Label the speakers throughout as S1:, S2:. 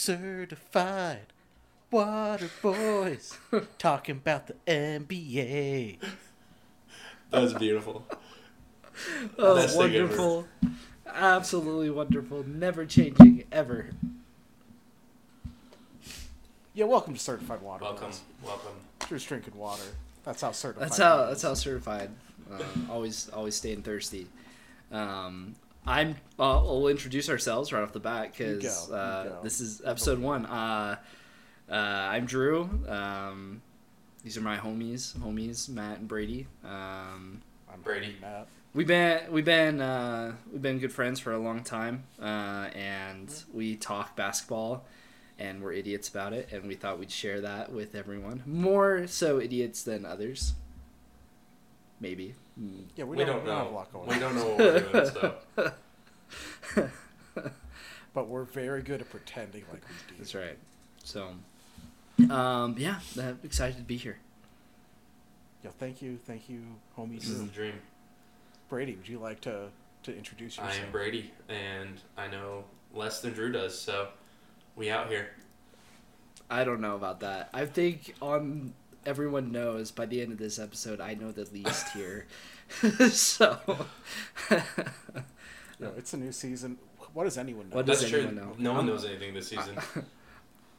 S1: Certified water boys talking about the NBA.
S2: That was beautiful.
S3: Oh,
S2: Best thing ever.
S3: wonderful. Absolutely wonderful. Never changing ever.
S4: Yeah, welcome to Certified Water.
S2: Welcome,
S4: Boys.
S2: welcome.
S4: You're Just drinking water. That's how certified.
S3: That's how
S4: it
S3: that's
S4: is.
S3: how certified. Uh, always always staying thirsty. Um, I'm. Uh, we'll introduce ourselves right off the bat because
S4: go, you
S3: uh,
S4: go.
S3: this is episode one. Uh, uh, I'm Drew. Um, these are my homies, homies Matt and Brady. Um,
S4: I'm
S2: Brady.
S4: hungry, Matt.
S3: we've been we've been uh, we've been good friends for a long time, uh, and we talk basketball, and we're idiots about it, and we thought we'd share that with everyone. More so idiots than others, maybe.
S4: Yeah, we,
S2: We,
S4: don't,
S2: don't,
S4: we don't have a
S2: know.
S4: lot going
S2: We
S4: on,
S2: don't know what we're doing, so
S3: Hmm.
S4: but we're very good at pretending like we do.
S3: That's right. So, um, yeah, uh, excited to be here.
S4: Yo, thank you, thank you, homie.
S2: this
S3: Mm-hmm.
S2: is the dream.
S4: Brady, would you like to to introduce
S2: I
S4: yourself?
S2: am Brady, and I know less than Drew does, so we out here.
S3: I don't know about that. I think on everyone knows by the end of this episode, I know the least here. so,
S4: Yo, it's a new season. What does anyone know?
S3: What does
S2: That's true.
S3: anyone know?
S2: No one
S3: I'm-
S2: knows anything this season.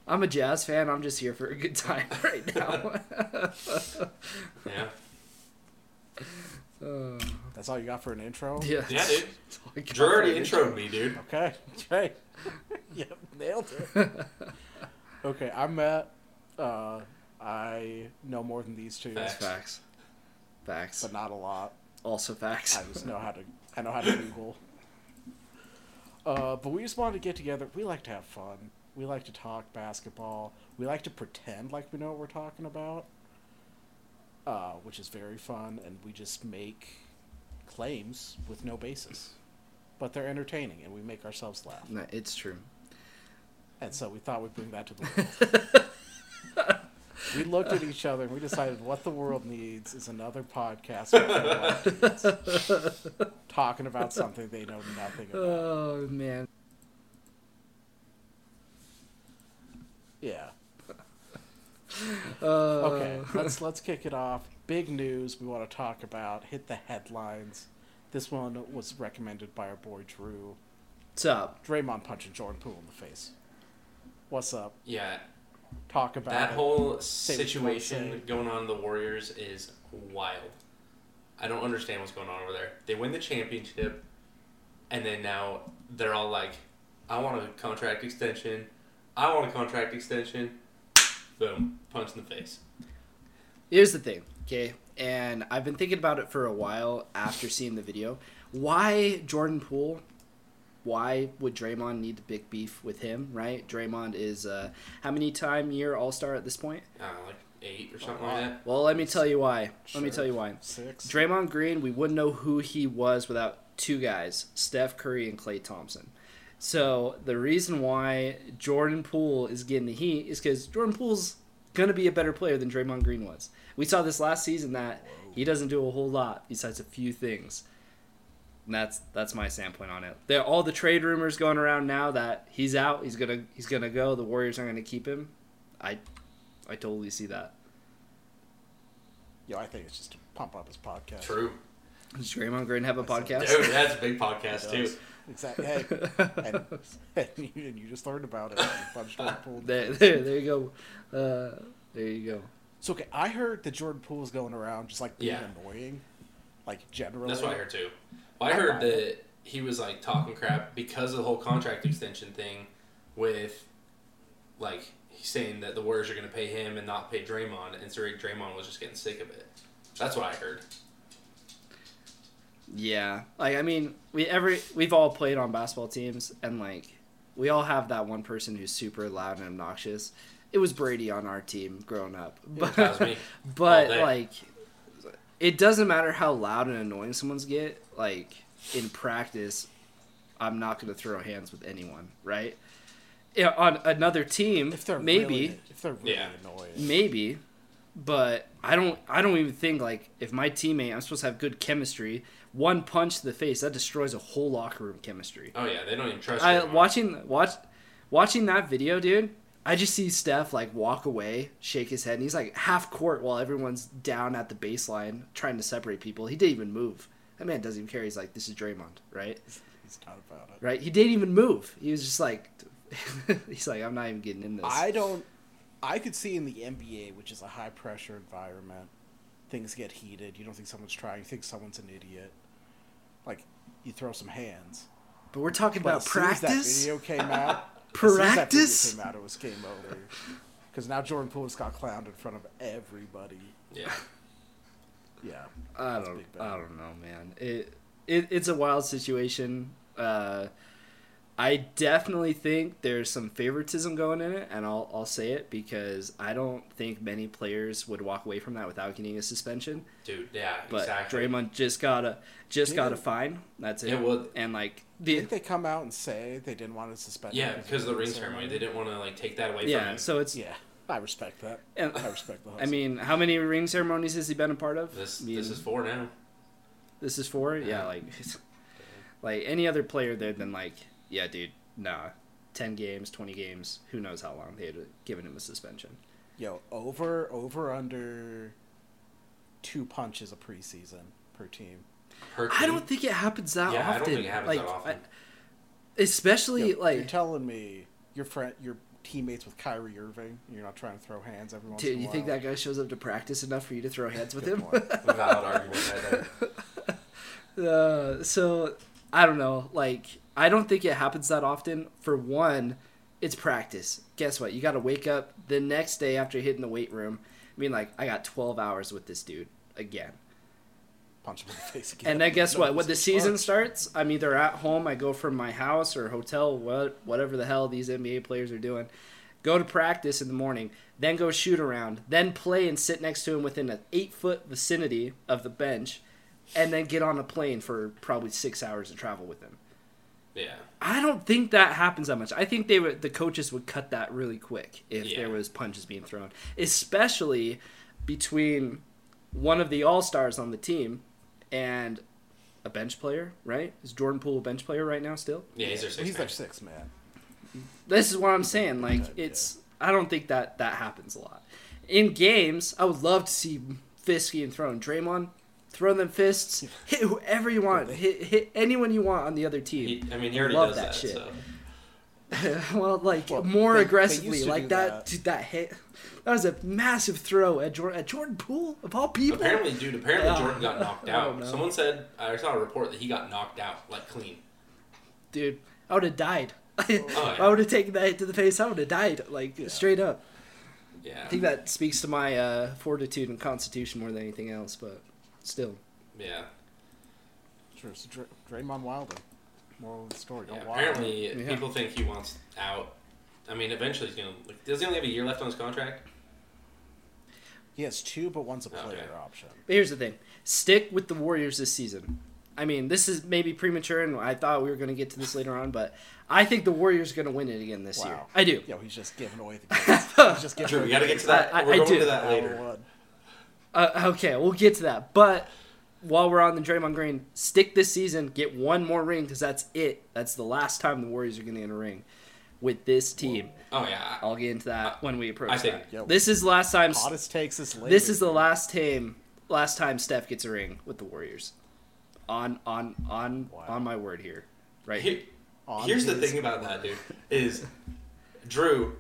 S3: I'm a jazz fan. I'm just here for a good time right now.
S2: yeah,
S3: Uh,
S4: That's all you got for an intro?
S3: yeah, Oh
S2: yeah, dude.
S3: that's all I got
S2: Drew already
S3: for you.
S2: introed me, dude.
S4: Okay. Okay. yep, nailed it. okay, I'm Matt. Uh, I know more than these two,
S2: Facts.
S3: Facts. Facts.
S4: but not a lot.
S3: Also facts.
S4: I just know how to. I know how to Google. Uh, but we just wanted to get together. We like to have fun. We like to talk basketball. We like to pretend like we know what we're talking about, uh, which is very fun. And we just make claims with no basis, but they're entertaining, and we make ourselves laugh.
S3: No, it's true.
S4: And so we thought we'd bring that to the world. we looked at each other and we decided what the world needs is another podcast with no ideas, talking about something they know nothing about.
S3: Oh man.
S4: Yeah.
S3: Uh,
S4: Okay. Let's let's kick it off. Big news we want to talk about. Hit the headlines. This one was recommended by our boy Drew.
S3: What's up?
S4: Draymond punching Jordan Poole in the face. What's up?
S2: Yeah,
S4: Talk about
S2: that
S4: it.
S2: whole
S4: what you wanna say.
S2: situation going on in the Warriors is wild. I don't understand what's going on over there. They win the championship, and then now they're all like, "I want a contract extension. I want a contract extension." Boom, punch in the face.
S3: Here's the thing, okay? And I've been thinking about it for a while after seeing the video. Why Jordan Poole? Why would Draymond need the big beef with him, right? Draymond is uh, how many time year All Star at this point?
S2: I don't know, Uh, like eight or something like that.
S3: Well, let me tell you why. Let me
S4: Sure.
S3: tell you why.
S4: Six.
S3: Draymond Green, we wouldn't know who he was without two guys, Steph Curry and Klay Thompson. So the reason why Jordan Poole is getting the heat is because Jordan Poole's gonna be a better player than Draymond Green was. We saw this last season that he doesn't do a whole lot besides a few things. And that's that's my standpoint on it. There all the trade rumors going around now that he's out, he's gonna he's gonna go, the Warriors aren't gonna keep him. I I totally see that.
S4: Yo, I think it's just to pump up his podcast.
S2: True,
S3: Does Draymond Green have a
S4: I see.
S3: podcast?
S2: dude. That's a big
S4: It
S2: podcast too.
S4: does. Exactly. Hey, and, and, you, and you just learned about it. and punched Jordan Poole in the
S3: There,
S4: face.
S3: there, there you go. Uh, there you go.
S4: So okay, I heard that Jordan Poole was going around just like being
S2: Yeah.
S4: annoying, like generally.
S2: That's what I heard too. Well, I heard that he was like talking crap because of the whole contract extension thing, with like he's saying that the Warriors are going to pay him and not pay Draymond, and so Draymond was just getting sick of it. That's what I heard.
S3: Yeah, like I mean, we every we've all played on basketball teams, and like we all have that one person who's super loud and obnoxious. It was Brady on our team growing up, but
S2: That was me.
S3: but
S2: all day.
S3: like it doesn't matter how loud and annoying someone's get. Like in practice, I'm not gonna throw hands with anyone, right? Yeah, on another team,
S4: If they're
S3: maybe.
S4: really, if they're really
S2: Yeah.
S4: annoying,
S3: Maybe, but I don't. I don't even think like if my teammate, I'm supposed to have good chemistry. One punch to the face that destroys a whole locker room chemistry.
S2: Oh yeah, they don't even trust.
S3: I
S2: Draymond.
S3: watching watch Watching that video, dude, I just see Steph like walk away, shake his head, and he's like half court while everyone's down at the baseline trying to separate people. He didn't even move. That man doesn't even care. He's like, this is Draymond, right?
S4: He's not about it.
S3: Right? He didn't even move. He was just like, he's like, I'm not even getting in this.
S4: I don't. I could see in the NBA, which is a high pressure environment, things get heated. You don't think someone's trying. You think someone's an idiot. Like you throw some hands.
S3: but we're talking
S4: But
S3: about
S4: as soon as that
S3: practice.
S4: video came out. As
S3: Practice?
S4: soon as that video came out, it was game over. Because now Jordan Poole just got clowned in front of everybody.
S2: Yeah.
S4: Yeah.
S3: I
S4: That's
S3: don't,
S4: Big Ben.
S3: I don't know, man. It, it it's a wild situation. Uh, I definitely think there's some favoritism going in it, and I'll I'll say it because I don't think many players would walk away from that without getting a suspension.
S2: Dude, yeah,
S3: But
S2: exactly.
S3: Draymond just got a just got a
S4: Yeah.
S3: fine. That's it.
S2: Yeah, well-
S3: and like
S4: I
S3: the
S4: think they come out and say they didn't want to suspend him
S2: yeah, because of the
S4: of
S2: ring ceremony, they didn't want to like take that away from
S3: yeah,
S2: him.
S3: so it's
S4: Yeah. Oh, I respect that.
S3: And-
S4: I respect the hustle.
S3: I mean, how many ring ceremonies has he been a part of?
S2: this
S3: I mean,
S2: this is four now.
S3: This is for yeah,
S2: Yeah.
S3: like like any other player there than like yeah, dude, nah, ten games, twenty games, who knows how long they had given him a suspension.
S4: yo, over, over, under two punches a preseason per team.
S2: Her
S3: I
S2: team-
S3: don't think it happens that
S2: Yeah,
S3: often.
S2: I don't think it happens
S3: like,
S2: that often.
S3: I- especially
S4: Yo, you're
S3: like
S4: telling me your friend, your teammates with Kyrie Irving, you're not trying to throw hands every once
S3: dude,
S4: in a
S3: you
S4: while.
S3: think that guy shows up to practice enough for you to throw heads with
S4: Good
S3: him?
S4: point.
S2: Valid argument right there.
S3: Uh, so I don't know. Like I don't think it happens that often. For one, it's practice. Guess what? You got to wake up the next day after hitting the weight room. I mean, like I got 12 hours with this dude again.
S4: punch him in the face again?
S3: And then guess
S4: No,
S3: what? When the
S4: it's a
S3: season
S4: punch.
S3: starts, I'm either at home, I go from my house or hotel, what whatever the hell these NBA players are doing, go to practice in the morning, then go shoot around, then play and sit next to him within an eight foot vicinity of the bench, and then get on a plane for probably six hours to travel with him.
S2: Yeah.
S3: I don't think that happens that much. I think they would the coaches would cut that really quick if
S2: Yeah.
S3: there was punches being thrown, especially between one of the all stars on the team and a bench player. Right? Is Jordan Poole a bench player right now still?
S2: Yeah, he's their
S4: Well,
S2: six.
S4: He's
S2: man.
S4: their six man.
S3: This is what I'm saying. Like it's I don't think that that happens a lot in games. I would love to see fists getting thrown. Draymond. Throw them fists, hit whoever you want, hit, hit anyone you want on the other team.
S2: He- I mean, he already
S3: Love
S2: does
S3: that
S2: that.
S3: shit.
S2: So.
S3: well, like
S4: Well,
S3: more
S4: they- they
S3: aggressively,
S4: used to do
S3: like that,
S4: that.
S3: dude, that hit. That was a massive throw at Jordan, at Jordan Poole of all people.
S2: Apparently, dude. Apparently,
S3: Yeah.
S2: Jordan got knocked
S3: I don't
S2: out.
S3: know.
S2: Someone said I saw a report that he got knocked out like clean.
S3: Dude, I would have died.
S2: Oh, yeah.
S3: I would have taken that hit to the face. I would have died, like
S4: Yeah.
S3: straight up.
S2: Yeah.
S3: I think that speaks to my uh, fortitude and constitution more than anything else, but still.
S2: Yeah.
S4: Sure, so Dr- Draymond Wilder. Moral of the story: Don't
S2: Yeah,
S4: walk.
S2: apparently,
S3: Yeah.
S2: people think he wants out. I mean, eventually he's gonna. Like, does he only have a year left on his contract?
S4: He has two, but one's a
S2: Okay.
S4: player option.
S3: But here's the thing stick with the Warriors this season. I mean, this is maybe premature, and I thought we were going to get to this later on, but I think the Warriors are going to win it again this year.
S4: Wow.
S3: I do.
S4: Yo, he's just giving away the games. he's just giving
S2: Drew,
S4: away
S2: we gotta
S4: the
S2: get to that.
S3: I- I-
S2: We're
S3: I
S2: going
S3: do.
S2: to that
S4: games.
S2: later.
S4: One.
S3: Uh, okay, we'll get to that. But while we're on the Draymond Green, stick this season, get one more ring because that's it. That's the last time the Warriors are going to get a ring with this team.
S2: Oh yeah.
S3: I'll get into that when we approach
S2: I think-
S3: that.
S4: Yep.
S3: This is last time.
S4: Hottest takes this later.
S3: This is the last time. Last time Steph gets a ring with the Warriors. On on on
S4: Wow.
S3: on my word here, right?
S2: Here-
S4: On
S2: here's the
S4: his
S2: thing about that, dude. Is Drew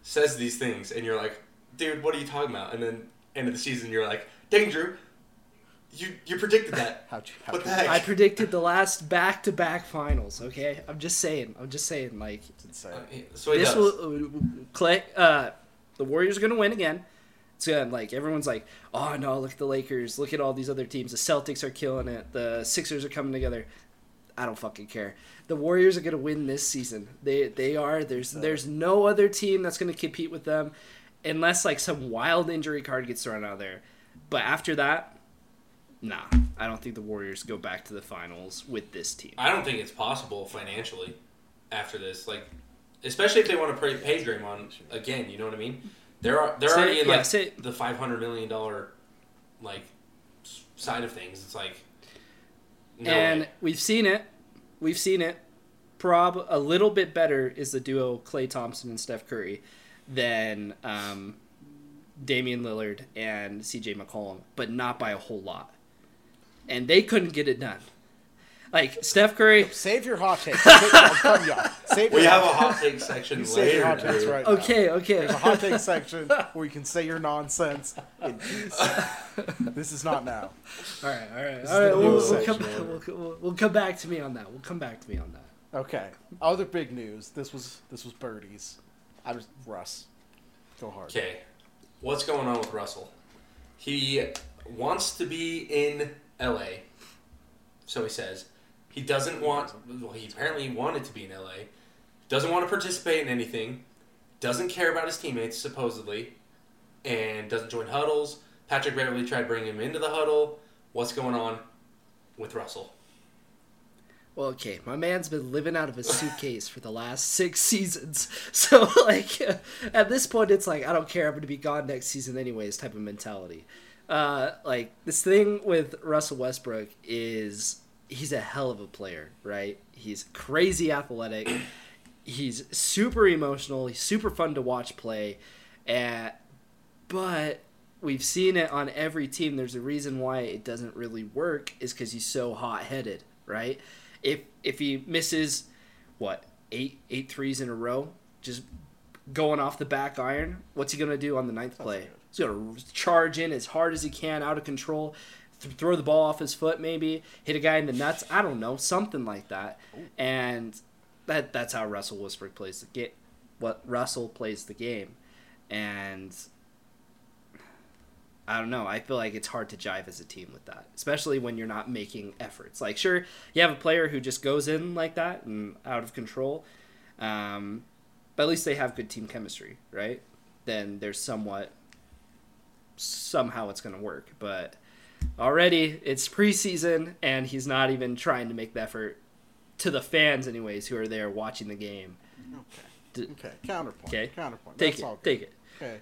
S2: says these things, and you're like, dude, what are you talking about? And then end of the season, you're like, dang, Drew, you you predicted that.
S4: How'd you- how'd
S2: what the
S4: you-
S2: heck?
S3: I predicted the last back to back finals. Okay, I'm just saying. I'm just saying. Like
S4: It's insane.
S2: Uh, so he
S3: this
S2: does.
S3: will uh, Clay. Uh, the Warriors are gonna win again. It's gonna like everyone's like, oh no, look at the Lakers, look at all these other teams. The Celtics are killing it. The Sixers are coming together. I don't fucking care. The Warriors are gonna win this season. They they are. There's there's no other team that's gonna compete with them, unless like some wild injury card gets thrown out there. But after that, nah, I don't think the Warriors go back to the finals with this team.
S2: I don't think it's possible financially after this. Like, especially if they want to pay, pay Draymond again. You know what I mean? They're al- they're
S3: Say-
S2: already in
S3: yeah,
S2: like
S3: say-
S2: the five hundred million dollar like s- side of things. It's like no
S3: and
S2: way.
S3: we've seen it. We've seen it. prob a little bit better is the duo Clay Thompson and Steph Curry than um, Damian Lillard and C.J. McCollum, but not by a whole lot. And they couldn't get it done. Like Steph Curry,
S4: Save your hot takes. Save- I'll come, y'all. Save
S2: We
S4: your
S2: have a
S4: hot-
S2: hot take section
S4: save
S2: later.
S4: your hot takes
S2: dude.
S4: right now.
S3: okay, okay,
S4: There's a hot take section where you can say your nonsense in peace. This is not now.
S3: all right, all right,
S4: is
S3: all
S4: the
S3: right. We'll,
S4: new
S3: we'll, come,
S4: section
S3: back- we'll, we'll, we'll come back to me on that. We'll come back to me on that.
S4: Okay. Other big news. This was this was birdies. I was Russ. Go hard.
S2: Okay, what's going on with Russell? He wants to be in LA, so he says. He doesn't want. Well, he apparently wanted to be in LA. Doesn't want to participate in anything. Doesn't care about his teammates supposedly, and doesn't join huddles. Patrick Beverly tried bringing him into the huddle. What's going on with Russell?
S3: Well, okay, my man's been living out of a suitcase for the last six seasons. So, like, at this point, it's like, I don't care, I'm going to be gone next season anyways, type of mentality. Uh, like, this thing with Russell Westbrook is he's a hell of a player, right? He's crazy athletic. He's super emotional. He's super fun to watch play. And, but we've seen it on every team. There's a reason why it doesn't really work is because he's so hot headed, right? If if he misses what eight eight threes in a row, just going off the back iron, what's he gonna do on the ninth play? He's gonna charge in as hard as he can, out of control. th- Throw the ball off his foot, maybe hit a guy in the nuts. I don't know, something like that. And that that's how Russell Westbrook plays the game. What Russell plays the game, and I don't know. I feel like it's hard to jive as a team with that, especially when you're not making efforts. Like, sure, you have a player who just goes in like that and out of control, um, but at least they have good team chemistry, right? Then there's somewhat, somehow it's going to work. But already it's preseason and he's not even trying to make the effort to the fans, anyways, who are there watching the game.
S4: Okay. Okay. Counterpoint.
S3: Okay.
S4: Counterpoint.
S3: Take
S4: That's all
S3: it.
S4: good.
S3: Take it.
S4: Okay.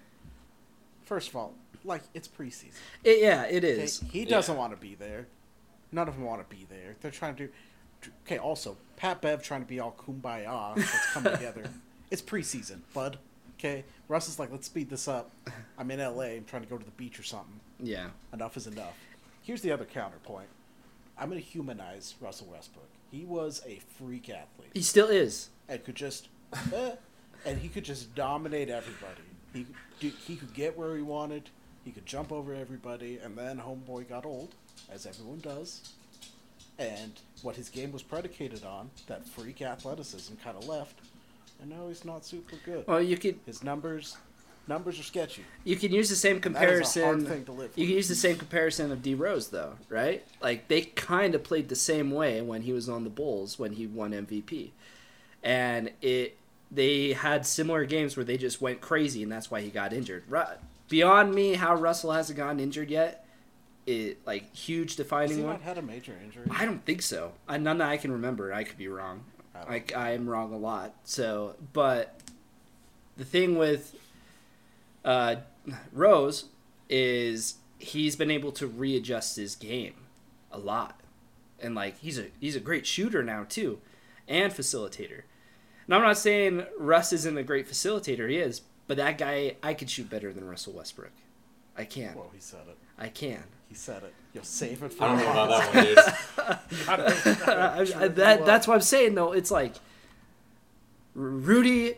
S4: First of all, like it's preseason.
S3: it. Yeah, it
S4: Okay,
S3: is.
S4: He
S2: Yeah.
S4: doesn't want to be there. None of them want to be there. They're trying to. Okay, also, Pat Bev trying to be all kumbaya. Let's come together. It's preseason, bud. Okay? Russ is like, let's speed this up. I'm in LA. I'm trying to go to the beach or something.
S3: Yeah.
S4: Enough is enough. Here's the other counterpoint I'm going to humanize Russell Westbrook. He was a freak athlete
S3: He still is.
S4: and could just eh, and he could just dominate everybody. He could- he could get where he wanted. He could jump over everybody, and then homeboy got old, as everyone does. And what his game was predicated on, that freak athleticism, kind of left. And now he's not super good.
S3: Well, you could
S4: His numbers, numbers are sketchy.
S3: You can use the same
S4: that is a hard
S3: comparison.
S4: thing to live
S3: You
S4: with.
S3: can use the same comparison of D Rose though, right? Like they kind of played the same way when he was on the Bulls when he won MVP, and it they had similar games where they just went crazy and that's why he got injured. Ru- Beyond me, how Russell hasn't gotten injured yet, it like huge
S4: Has
S3: defining
S4: he
S3: one.
S4: not had a major injury?
S3: I don't think so. I, none that I can remember. I could be wrong.
S4: I don't
S3: Like I am wrong a lot. So, but the thing with uh, Rose is he's been able to readjust his game a lot, and like he's a he's a great shooter now too, and facilitator. And I'm not saying Russ isn't a great facilitator. He is, but that guy I could shoot better than Russell Westbrook. I can.
S4: Well, he said it.
S3: I can.
S4: He said it. You'll save it for.
S2: I don't
S4: the
S2: know about
S4: podcast.
S2: that one, dude.
S3: I,
S4: Sure
S3: I,
S4: you
S3: that,
S4: will.
S3: that's what I'm saying though. It's like Rudy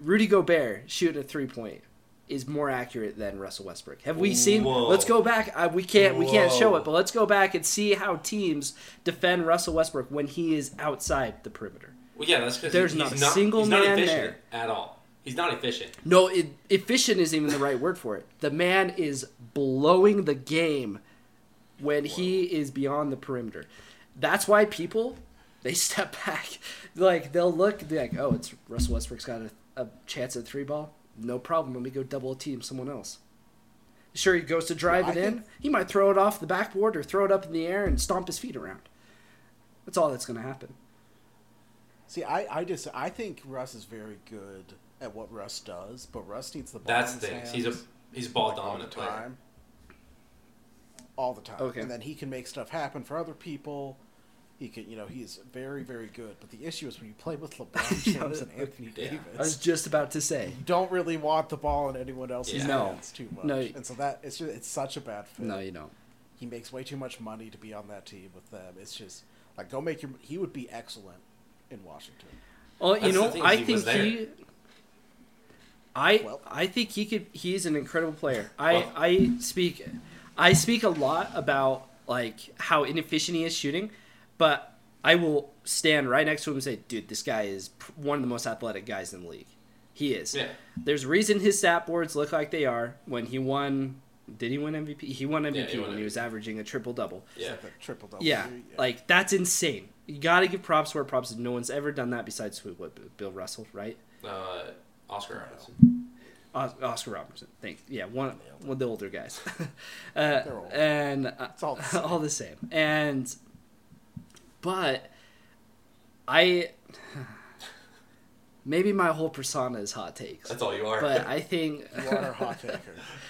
S3: Rudy Gobert shooting a three point is more accurate than Russell Westbrook. Have we seen?
S2: Whoa.
S3: Let's go back. I, we can't we can't show
S2: Whoa.
S3: it, but let's go back and see how teams defend Russell Westbrook when he is outside the perimeter.
S2: Well, yeah, that's because
S3: There's
S2: he's
S3: not a
S2: not
S3: single
S2: he's
S3: man
S2: not efficient
S3: there.
S2: at all. He's not efficient.
S3: No, it, efficient isn't even the right word for it. The man is blowing the game when he is beyond the perimeter. That's why people they step back. Like they'll look and be like, "Oh, it's Russell Westbrook's got a, a chance at three ball. No problem. Let me go double team someone else." Sure, he goes to drive
S4: Yeah,
S3: it
S4: I
S3: in.
S4: think-
S3: He might throw it off the backboard or throw it up in the air and stomp his feet around. That's all that's going to happen.
S4: See, I, I just I think Russ is very good at what Russ does, but Russ needs the ball.
S2: That's
S4: in
S2: the thing.
S4: his
S2: He's a
S4: hands,
S2: he's a ball
S4: like, all
S2: dominant
S4: the
S2: player.
S4: All the time.
S3: Okay.
S4: And then he can make stuff happen for other people. He can, you know, he is very, very good. But the issue is when you play with LeBron James and Anthony
S2: Yeah.
S3: I
S4: Davis,
S3: was just about to say.
S4: you don't really want the ball in anyone else's
S2: Yeah.
S3: No.
S4: hands too much.
S3: No.
S4: And so that it's just, it's such a bad fit.
S3: No, you don't.
S4: He makes way too much money to be on that team with them. It's just like go make your. He would be excellent in Washington.
S3: Well, Oh, you
S2: That's the
S3: know,
S2: thing,
S3: I
S2: he was
S3: think
S2: there.
S3: he. I
S4: Well-
S3: I think he could. He's an incredible player. I
S2: Well-
S3: I speak, I speak a lot about like how inefficient he is shooting, but I will stand right next to him and say, dude, this guy is pr- one of the most athletic guys in the league. He is.
S2: Yeah.
S3: There's a reason his stat boards look like they are. When he won, did he win MVP? He won MVP
S2: he won
S3: when he
S2: MVP.
S3: was averaging a triple double.
S4: It's
S2: Yeah.
S4: like a triple double.
S3: Yeah, like that's insane. You gotta give props where props. is. No one's ever done that besides who? What? Bill Russell, right?
S2: Uh, Oscar Robertson.
S3: Os- Oscar Robertson. Thanks. Yeah, one one of the older guys.
S4: They're
S3: uh,
S4: old.
S3: and uh,
S4: It's all the same.
S3: all the same. And but I maybe my whole persona is hot takes,
S2: That's all you are.
S3: but I think
S4: you are a hot taker.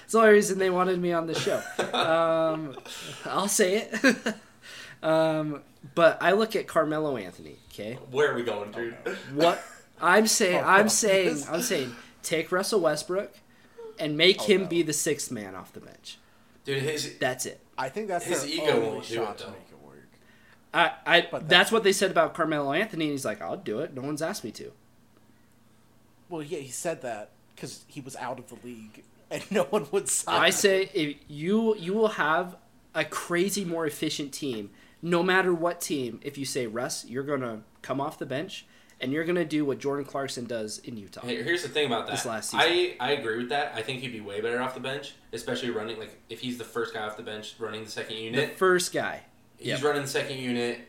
S3: It's the only reason they wanted me on the show. Um, I'll say it. um, but I look at Carmelo Anthony. Okay,
S2: Where are we going, dude?
S3: what I'm saying,
S4: Oh,
S3: I'm
S4: God.
S3: saying, I'm saying, take Russell Westbrook and make
S4: Oh,
S3: him
S4: no.
S3: be the sixth man off the bench.
S2: Dude, his
S3: That's it.
S4: I think that's
S2: His
S4: their
S2: ego
S4: only
S2: won't do it,
S4: shot to
S2: though.
S4: make it work.
S3: I, I
S4: But
S3: that's,
S4: that's-
S3: what they said about Carmelo Anthony, and he's like, I'll do it. No one's asked me to.
S4: Well, yeah, he said that because he was out of the league and no one would sign.
S3: I
S4: him.
S3: say if you you will have a crazy more efficient team, no matter what team. If you say Russ, you're gonna come off the bench and you're gonna do what Jordan Clarkson does in Utah.
S2: Hey, Here's the thing about that.
S3: This last
S2: I, I agree with that. I think he'd be way better off the bench, especially running. Like if he's the first guy off the bench running the second
S3: the
S2: unit,
S3: first guy.
S2: he's running the second unit.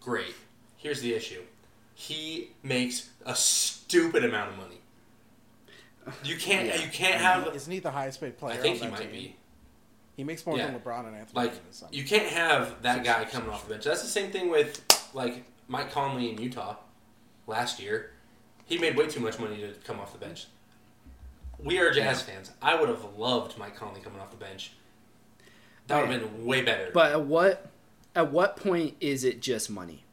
S2: Great. Here's the issue. He makes a stupid amount of money. You can't.
S3: Yeah.
S2: You can't
S4: Isn't he-
S2: have.
S4: Isn't he the highest paid player?
S2: I think he
S4: on that team?
S2: might be.
S4: He makes more
S2: Yeah.
S4: than LeBron and Anthony.
S2: Like
S4: Davis, I mean.
S2: you can't have that
S4: Six-
S2: guy coming off the bench. That's the same thing with like Mike Conley in Utah last year. He made way too much money to come off the bench. We are Jazz fans. I would have loved Mike Conley coming off the bench. That would have been way better.
S3: But at what at what point is it just money?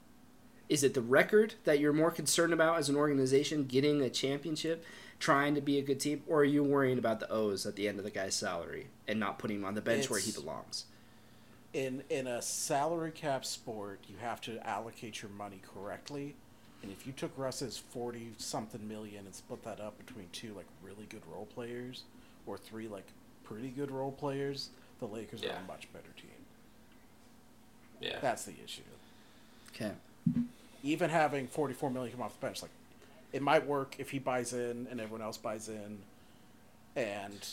S3: Is it the record that you're more concerned about as an organization getting a championship, trying to be a good team, or are you worrying about the O's at the end of the guy's salary and not putting him on the bench where he
S4: It's-
S3: belongs?
S4: in in a salary cap sport, you have to allocate your money correctly. And if you took Russ's forty something million and split that up between two like really good role players or three like pretty good role players, the Lakers are
S2: Yeah.
S4: a much better team.
S2: yeah,
S4: That's the issue.
S3: Okay.
S4: Even having forty four million come off the bench, like it might work if he buys in and everyone else buys in, and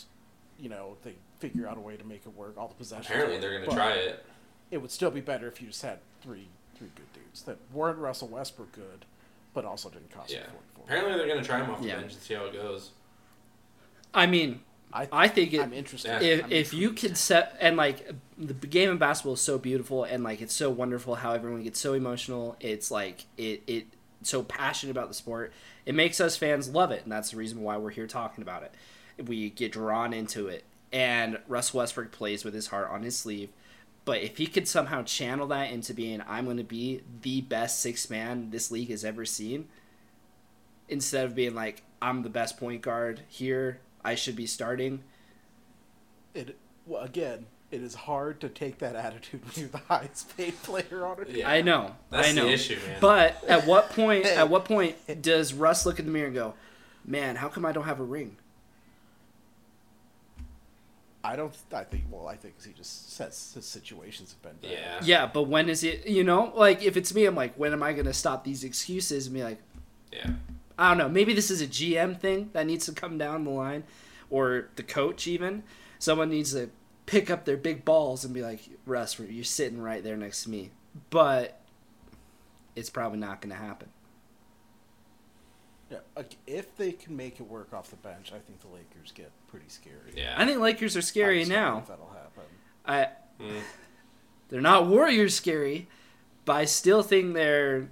S4: you know they figure out a way to make it work. All the possessions.
S2: apparently
S4: work,
S2: they're gonna
S4: but-
S2: try it.
S4: it would still be better if you just had three three good dudes that weren't Russell Westbrook good, but also didn't cost
S2: Yeah.
S4: you forty four.
S2: Apparently they're gonna try him off the
S3: Yeah.
S2: bench and see how it goes.
S3: I mean,
S4: I
S3: I think it,
S4: I'm interested.
S3: if,
S4: I'm
S3: if you
S4: intrigued.
S3: could set and like the game of basketball is so beautiful and like it's so wonderful how everyone gets so emotional it's like it it so passionate about the sport it makes us fans love it and that's the reason why we're here talking about it we get drawn into it and russ westbrook plays with his heart on his sleeve but if he could somehow channel that into being i'm going to be the best six man this league has ever seen instead of being like i'm the best point guard here i should be starting
S4: it, well, again, it is hard to take that attitude when you're the highest paid player on it.
S2: Yeah.
S3: I know.
S2: That's
S3: I know.
S2: the issue, man.
S3: But at what point? At what point does Russ look in the mirror and go, "Man, how come I don't have a ring?"
S4: I don't. I think. Well, I think he just says his situations have been bad.
S2: yeah.
S3: Yeah, but when is it? You know, like if it's me, I'm like, when am I gonna stop these excuses and be like,
S2: Yeah.
S3: I don't know. Maybe this is a GM thing that needs to come down the line, or the coach even. Someone needs to pick up their big balls and be like, "Russ, you're sitting right there next to me," but it's probably not gonna happen.
S4: Yeah, like, If they can make it work off the bench, I think the Lakers get pretty scary.
S2: Yeah.
S3: I think Lakers are
S4: I
S3: scary
S4: just don't
S3: now.
S4: think That'll happen.
S3: I
S2: Mm.
S3: They're not Warriors scary, but I still think they're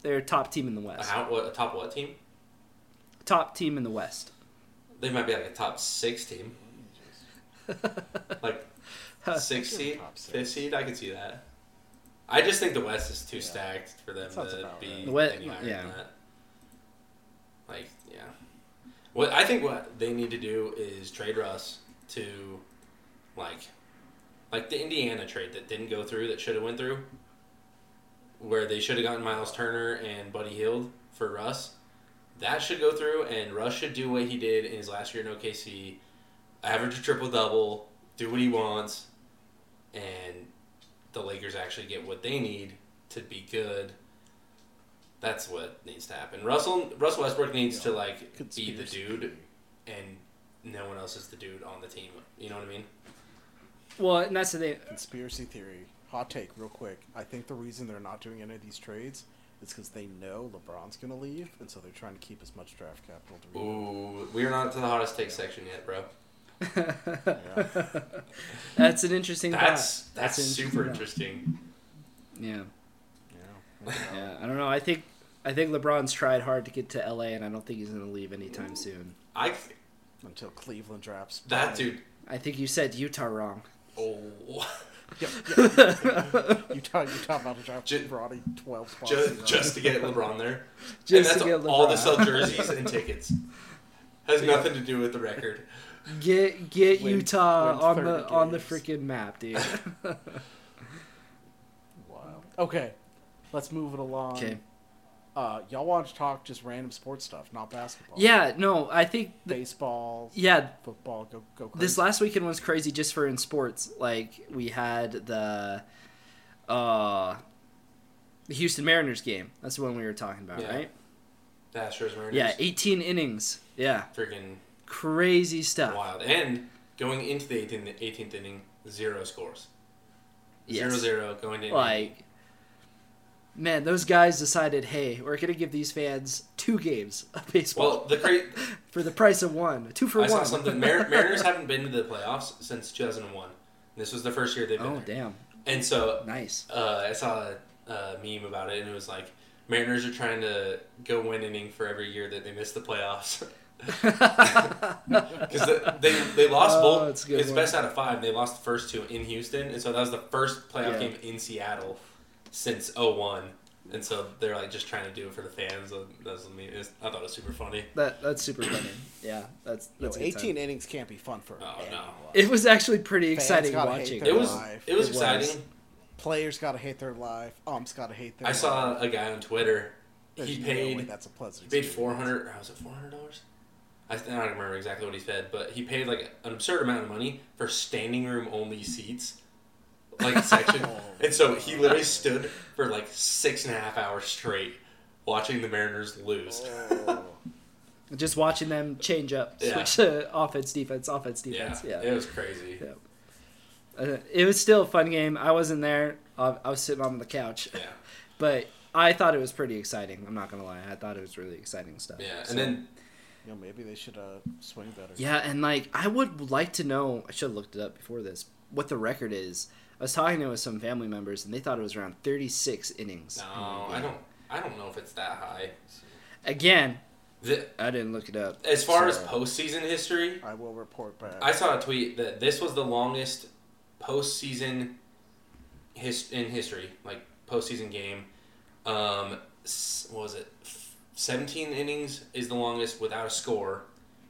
S3: they're top team in the
S2: A
S3: West.
S2: how, what, a top what team?
S3: Top team in the West.
S2: They might be like a top six team, like six
S4: They're
S2: seed,
S4: top six.
S2: fifth seed. I could see that. I just think the West is too
S4: Yeah.
S2: stacked for them
S4: Sounds
S2: to
S4: about
S2: be
S4: right.
S3: The West-
S2: any higher
S3: yeah.
S2: than that. Like, yeah. What I think what they need to do is trade Russ to, like, like the Indiana trade that didn't go through that should have went through, where they should have gotten Miles Turner and Buddy Hield for Russ. That should go through, and Russ should do what he did in his last year in OKC, average a triple double, do what he wants, and the Lakers actually get what they need to be good. That's what needs to happen. Russell Russell Westbrook needs to like be the
S4: Conspiracy
S2: dude,
S4: theory.
S2: and no one else is the dude on the team. You know what I mean?
S3: Well, and that's the thing.
S4: Conspiracy theory. Hot take, real quick. I think the reason they're not doing any of these trades is because they know LeBron's going to leave, and so they're trying to keep as much draft capital to rebuild.
S2: Ooh, we're not to the hottest take section yet, bro.
S3: that's an interesting
S2: That's
S3: thought.
S2: that's
S3: an
S2: super
S3: thought.
S2: interesting.
S3: Yeah.
S4: Yeah.
S3: Yeah, I don't know. I think I think LeBron's tried hard to get to LA, and I don't think he's going to leave anytime soon.
S2: I
S4: Until Cleveland drafts.
S2: that dude.
S3: I think you said Utah wrong.
S2: Oh,
S4: Yeah, yeah. Utah, Utah about to draft
S2: Ju-
S4: Bronny 12 spots. in a
S2: just,
S4: row.
S2: just to get LeBron there. and
S3: Just
S2: that's
S3: to get
S2: all to
S3: LeBron.
S2: sell jerseys and tickets. Has nothing to do with the record.
S3: Get get
S4: Win-
S3: Utah
S4: win
S3: on
S4: 30
S3: the on the
S4: games.
S3: freaking map, dude.
S4: Wow. Okay, let's move it along.
S3: Okay.
S4: Uh, y'all want to talk just random sports stuff, not basketball.
S3: Yeah, no, I think th-
S4: Baseball,
S3: yeah,
S4: football, go go crazy.
S3: this last weekend was crazy just for in sports. Like we had the uh the Houston Mariners game. That's the one we were talking about,
S2: Yeah.
S3: right?
S2: The Astros Mariners.
S3: Yeah, 18 innings. Yeah.
S2: freaking
S3: Crazy stuff.
S2: wild. And going into the 18th, 18th inning, zero scores. Zero
S3: Yes.
S2: zero going into
S3: Like man, those guys decided, "Hey, we're going to give these fans two games of baseball
S2: well the cra-
S3: for the price of one. Two for
S2: I
S3: one."
S2: saw something. Mar- Mariners haven't been to the playoffs since 2001. This was the first year they've been
S3: oh,
S2: there.
S3: damn.
S2: And so
S3: Nice.
S2: uh, I saw a, a meme about it, and it was like Mariners are trying to go win inning for every year that they miss the playoffs. Because they, they lost
S3: Oh,
S2: both.
S3: that's a good
S2: it's
S3: one.
S2: best out of five. They lost the first two in Houston, and so that was the first playoff
S3: Yeah.
S2: game in Seattle since 01. And so they're like just trying to do it for the fans. and That's what I mean. It's- I thought it was super funny.
S3: That that's super funny. Yeah, that's
S4: Yo,
S3: that's a good
S4: 18
S3: time.
S4: innings can't be fun for
S2: Oh,
S4: anyone.
S2: no.
S3: It was actually pretty
S4: Fans
S3: exciting
S4: gotta hate
S3: watching.
S4: their
S2: It was
S4: Live.
S2: it was
S3: It was.
S2: exciting.
S4: Players got to hate their life. Umps got to hate their
S2: I
S4: life.
S2: saw a guy on Twitter.
S4: There's
S2: he
S4: no
S2: paid
S4: way that's a pleasant
S2: He paid
S4: experience.
S2: four hundred. How was it? Four hundred dollars. I th- I don't remember exactly what he said, but he paid like an absurd amount of money for standing room only seats, like section.
S3: Oh,
S2: and so he literally stood for like six and a half hours straight, watching the Mariners lose.
S3: Oh, Just watching them change up,
S2: Yeah.
S3: switch to offense, defense, offense,
S2: Yeah,
S3: defense. Yeah,
S2: it was crazy.
S3: Yeah. Uh, it was still a fun game. I wasn't there. I, I was sitting on the couch,
S2: Yeah,
S3: but I thought it was pretty exciting. I'm not gonna lie. I thought it was really exciting stuff.
S2: yeah.
S3: So-
S2: And then
S4: You know, maybe they should uh, swing better.
S3: Yeah, and like I would like to know. I should have looked it up before this. What the record is. I was talking to some family members, and they thought it was around 36 innings.
S2: no, I don't. I don't know if it's that high.
S3: Again,
S2: The,
S3: I didn't look it up.
S2: as far as
S3: so-
S2: postseason history,
S4: I will report back.
S2: I saw a tweet that this was the longest postseason his in history, like postseason game. Um, s- what was it? F- Seventeen innings is the longest without a score,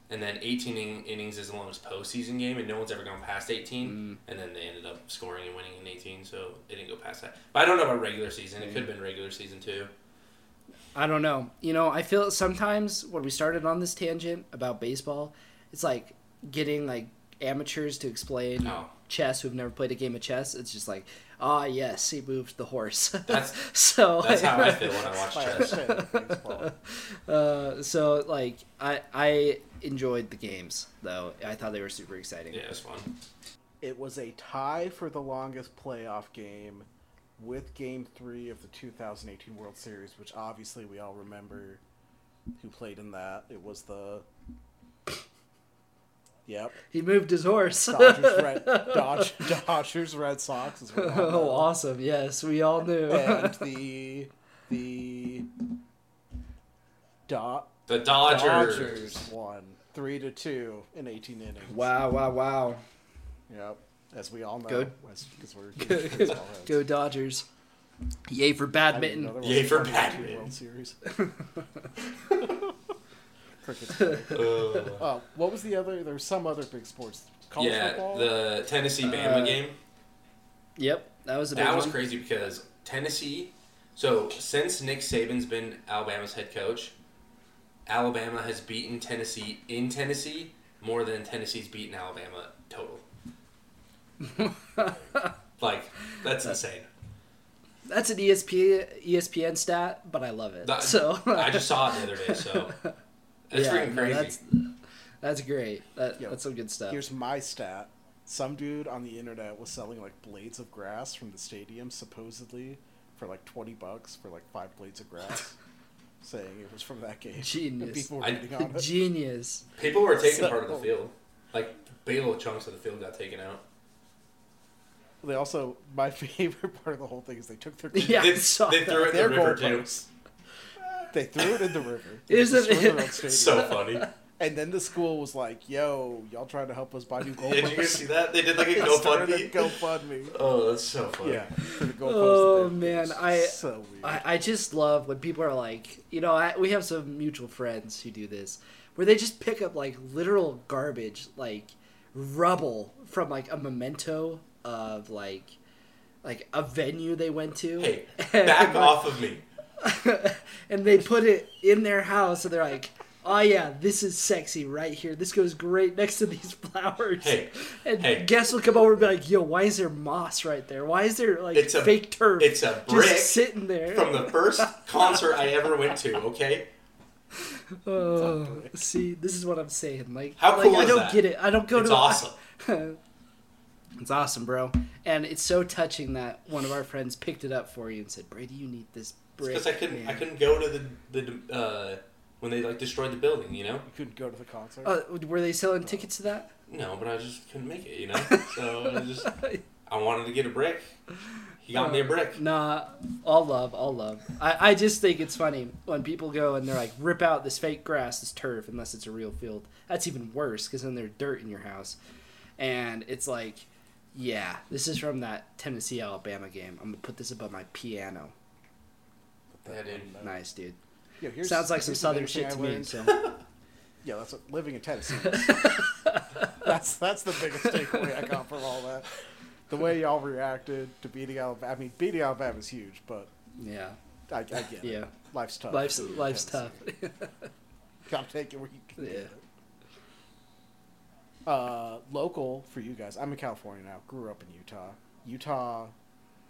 S2: and then eighteen in- innings is the longest postseason game, and no one's ever gone past eighteen.
S4: Mm.
S2: And then they ended up scoring and winning in eighteen, so it didn't go past that. But I don't know about regular season. It
S4: Mm.
S2: could have been regular season too.
S3: I don't know. You know, I feel sometimes when we started on this tangent about baseball, it's like getting like amateurs to explain
S4: Mm.
S2: Oh.
S3: chess who've never played a game of chess. It's just like, ah, yes, he moved the horse.
S2: That's-
S3: so
S2: Oh, That's how I feel when I
S4: That's
S2: watch
S4: why I
S2: chess.
S4: said it, baseball.
S3: uh, so like I I enjoyed the games though. I thought they were super exciting.
S2: Yeah, it's fun.
S4: It was a tie for the longest playoff game with Game 3 of the 2018 World Series, which obviously we all remember who played in that. It was the. Yep.
S3: He moved his horse.
S4: Dodgers, Red, Dodge, Dodgers, Red Sox. Is what we all
S3: oh,
S4: know.
S3: awesome! Yes, we all knew.
S4: And the. The. Do-
S2: The Dodgers.
S4: Dodgers won 3 to 2 in 18 innings.
S3: wow! Wow! Wow!
S4: Yep. As we all know,
S3: Good.
S4: because we're baseball heads.
S3: Go Dodgers! Yay for
S4: I need
S3: badminton.
S4: another
S2: Yay for
S4: I need two
S2: badminton.
S4: World Series. Cricket.
S2: Uh,
S4: Oh, what was the other? There was some other big sports. College
S2: yeah,
S4: football.
S2: the Tennessee Bama
S3: Uh,
S2: game.
S3: Yep, that was a big
S2: That was
S3: one.
S2: crazy because Tennessee. So since Nick Saban's been Alabama's head coach, Alabama has beaten Tennessee in Tennessee more than Tennessee's beaten Alabama total. Like that's
S3: Uh,
S2: insane.
S3: That's an E ESPN ESPN stat, but I love it.
S2: That-
S3: so
S2: I just saw it the other day, so that's
S3: Yeah,
S2: freaking
S3: no,
S2: crazy.
S3: that's that's great. That,
S4: Yo,
S3: that's some good stuff.
S4: Here's my stat. Some dude on the internet was selling like blades of grass from the stadium, supposedly for like twenty bucks for like five blades of grass, saying it was from that game. And
S3: Genius.
S4: People were
S2: I-
S4: reading on it.
S3: Genius.
S2: People were taking
S4: So-
S2: part of the field. Like big old chunks of the field got taken out.
S4: They also, my favorite part of the whole thing is they took their
S3: Yeah,
S2: they,
S3: I saw
S2: they threw it in the
S4: their
S2: river too.
S4: goalposts. They threw it in the river.
S3: Isn't
S4: They destroyed their own
S3: it-
S4: stadium.
S2: So funny.
S3: Oh
S4: And then the school was like, "Yo, y'all trying to help us buy new goalposts?"
S2: Did you guys see that? They did like a
S4: They started a
S2: GoFundMe.
S4: GoFundMe.
S2: oh, that's so funny.
S4: Yeah, for the goalposts. that
S3: Oh,
S4: they-
S3: man, I-
S4: so weird.
S3: I, I just love when people are like, you know, I, we have some mutual friends who do this, where they just pick up like literal garbage, like rubble from like a memento of like like a venue they went to.
S2: Hey,
S3: and,
S2: back
S3: like,
S2: off of me.
S3: and they put it in their house, and they're like, "Oh yeah, this is sexy right here. This goes great next to these flowers."
S2: Hey,
S3: and
S2: hey.
S3: guests will come over and be like, "Yo, why is there moss right there? Why is there like
S2: It's a-
S3: fake turf?
S2: it's a brick
S3: just sitting there."
S2: From the first concert I ever went to, okay?
S3: Oh, see, this is what I'm saying. Like,
S2: How
S3: like,
S2: cool
S3: I
S2: is
S3: don't
S2: that?
S3: get it. I don't go
S2: It's
S3: to.
S2: awesome.
S3: it's awesome, bro. And it's so touching that one of our friends picked it up for you and said, "Brady, you need this brick."
S2: Because I couldn't, I
S3: man."
S2: couldn't go to the the uh, when they like destroyed the building, you know.
S4: you couldn't go to the concert.
S3: Uh, were they selling tickets to that?
S2: No, but I just couldn't make it, you know. So I just, I wanted to get a brick. He got me a brick.
S3: Nah, all love, all love. I, I just think it's funny when people go and they're like, rip out this fake grass, this turf, unless it's a real field. That's even worse because then there's dirt in your house. And it's like, yeah, this is from that Tennessee Alabama game. I'm going to put this above my piano.
S2: Yeah, dude.
S3: Nice, dude.
S4: Yo, here's-
S3: Sounds like some
S4: here's
S3: southern
S4: another thing I
S3: shit to me.
S4: learned.
S3: So.
S4: Yeah, that's what, living in Tennessee. that's that's the biggest takeaway I got from all that. The way y'all reacted to beating Alabama. I mean, beating Alabama is huge, but
S3: Yeah,
S4: I, I get it.
S3: yeah.
S4: Life's tough.
S3: Life's,
S4: Living in
S3: life's tough.
S4: Tennessee. Gotta take it where you can. get
S3: Yeah.
S4: it. Uh, local for you guys. I'm in California now. Grew up in Utah. Utah